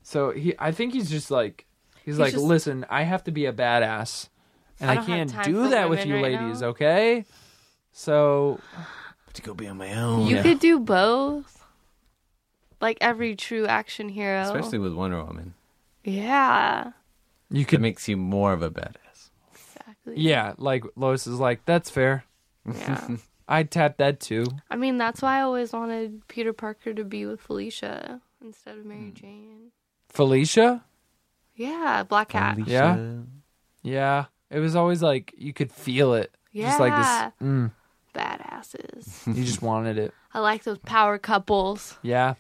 So he I think he's just like he's, like,
just-
listen, I have to be a badass. And
I
I,
don't have
can't
time for
do that with
women
you
right
ladies,
now."
okay? So
To go be on my own.
you could do both. Like every true action hero.
Especially with Wonder Woman.
Yeah.
you
It
could
makes you more of a badass.
Exactly.
Yeah, like Lois is like, that's fair. <laughs>
yeah.
I'd tap that too.
I mean, that's why I always wanted Peter Parker to be with Felicia instead of
Hmm.
Mary Jane.
Felicia?
Yeah, Black
Ah,
Cat.
Yeah. Yeah. It was always like you could feel it. Just like
Yeah.
this mm,
Badasses.
you just wanted it.
I like those power couples.
Yeah.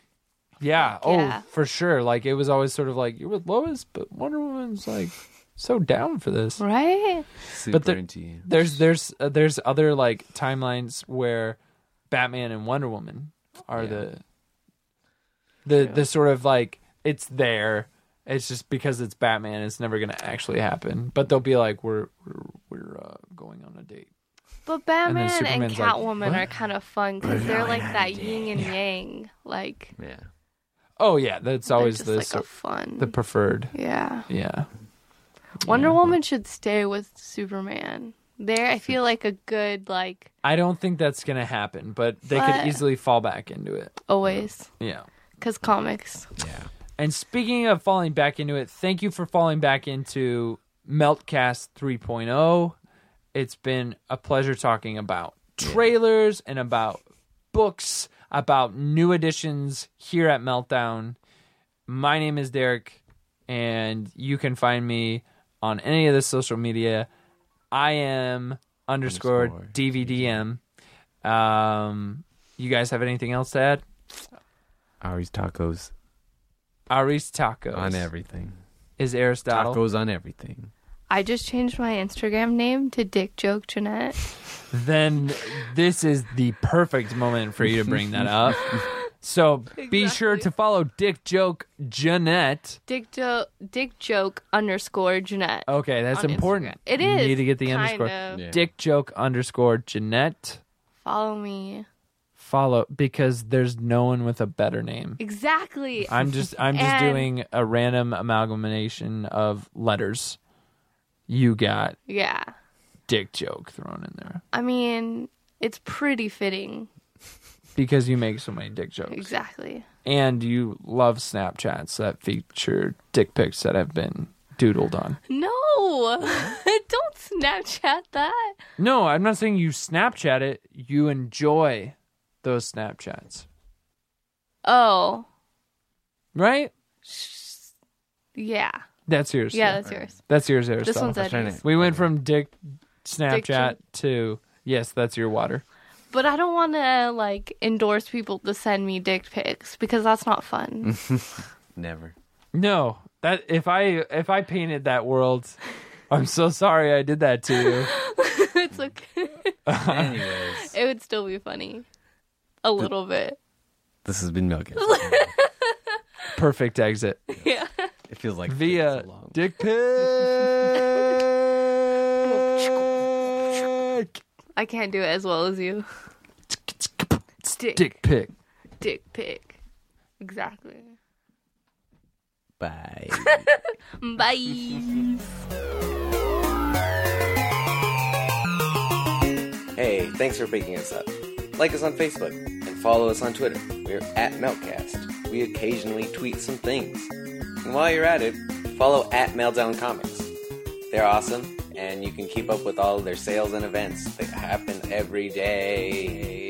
Yeah.
Heck
Oh,
yeah.
for sure. Like it was always sort of like you're with Lois, but Wonder Woman's like so down for this.
Right?
Super
But the-
into you.
There's there's uh, there's other like timelines where Batman and Wonder Woman are
Yeah.
the the the sort of like it's there. It's just because it's Batman, it's never gonna actually happen. But they'll be like, we're we're, we're uh, going on a date.
But
then
Batman and,
Superman's like,
Catwoman
"What?"
are kind of fun because they're like that yin and yang. Like,
Yeah.
Oh yeah, that's always
they're
the
just
so-
like a fun.
the preferred.
yeah.
Yeah.
Wonder
Yeah.
Woman should stay with Superman. There, I feel like a good like
I don't think that's gonna happen, but they
But-
could easily fall back into it.
always
Yeah.
because comics.
And speaking of falling back into it, thank you for falling back into Meltcast 3.0. It's been a pleasure talking about trailers and about books, about new editions here at Meltdown. My name is Derek, and you can find me on any of the social media. I am underscore,
Underscore.
DVDM. Um, you guys have anything else to add?
Ari's tacos
Aris Tacos
on everything.
is Aristotle.
Tacos on everything.
I just changed my Instagram name to Dick Joke Jeanette.
then this is the perfect moment for you to bring that up. So be sure
Exactly.
to follow Dick Joke Jeanette.
Dick Joke Dick Joke underscore Jeanette.
Okay, that's
on
important.
Instagram. It
Oh, You
is,
need to get the
kind
underscore.
of.
Yeah.
Dick Joke underscore Jeanette.
Follow me.
Follow because there's no one with a better name.
Exactly.
I'm just I'm just
And-
doing a random amalgamation of letters. You got
yeah.
dick joke thrown in there
I mean, it's pretty fitting.
because you make so many dick jokes
Exactly.
and you love Snapchats that feature dick pics that have been doodled on.
No. <laughs> Don't Snapchat that.
No, I'm not saying you Snapchat it. You enjoy those Snapchats,
Oh.
right?
Yeah.
That's yours.
Yeah, that's yours.
That's yours,
This
Aristotle.
one's Eddie's.
we went from dick Snapchat
joke.
to yes, that's your water.
But I don't want to like endorse people to send me dick pics because that's not fun. <laughs>
<laughs> Never.
No, that if I if I painted that
<laughs>
world, I'm so sorry I did that to you.
it's okay.
Anyways,
It would still be funny. A little bit. <laughs>
this has been Milk.
Perfect exit
Yeah.
It feels like
via
so long.
dick pic.
I can't do it as well as you. Dick
dick
dick,
pic.
pic. Exactly.
Bye.
Bye.
Hey, thanks for picking us up. Like us on Facebook and follow us on Twitter. We're at Meltcast. We occasionally tweet some things. And while you're at it, follow at Meltdown Comics. They're awesome, and you can keep up with all of their sales and events that happen every day.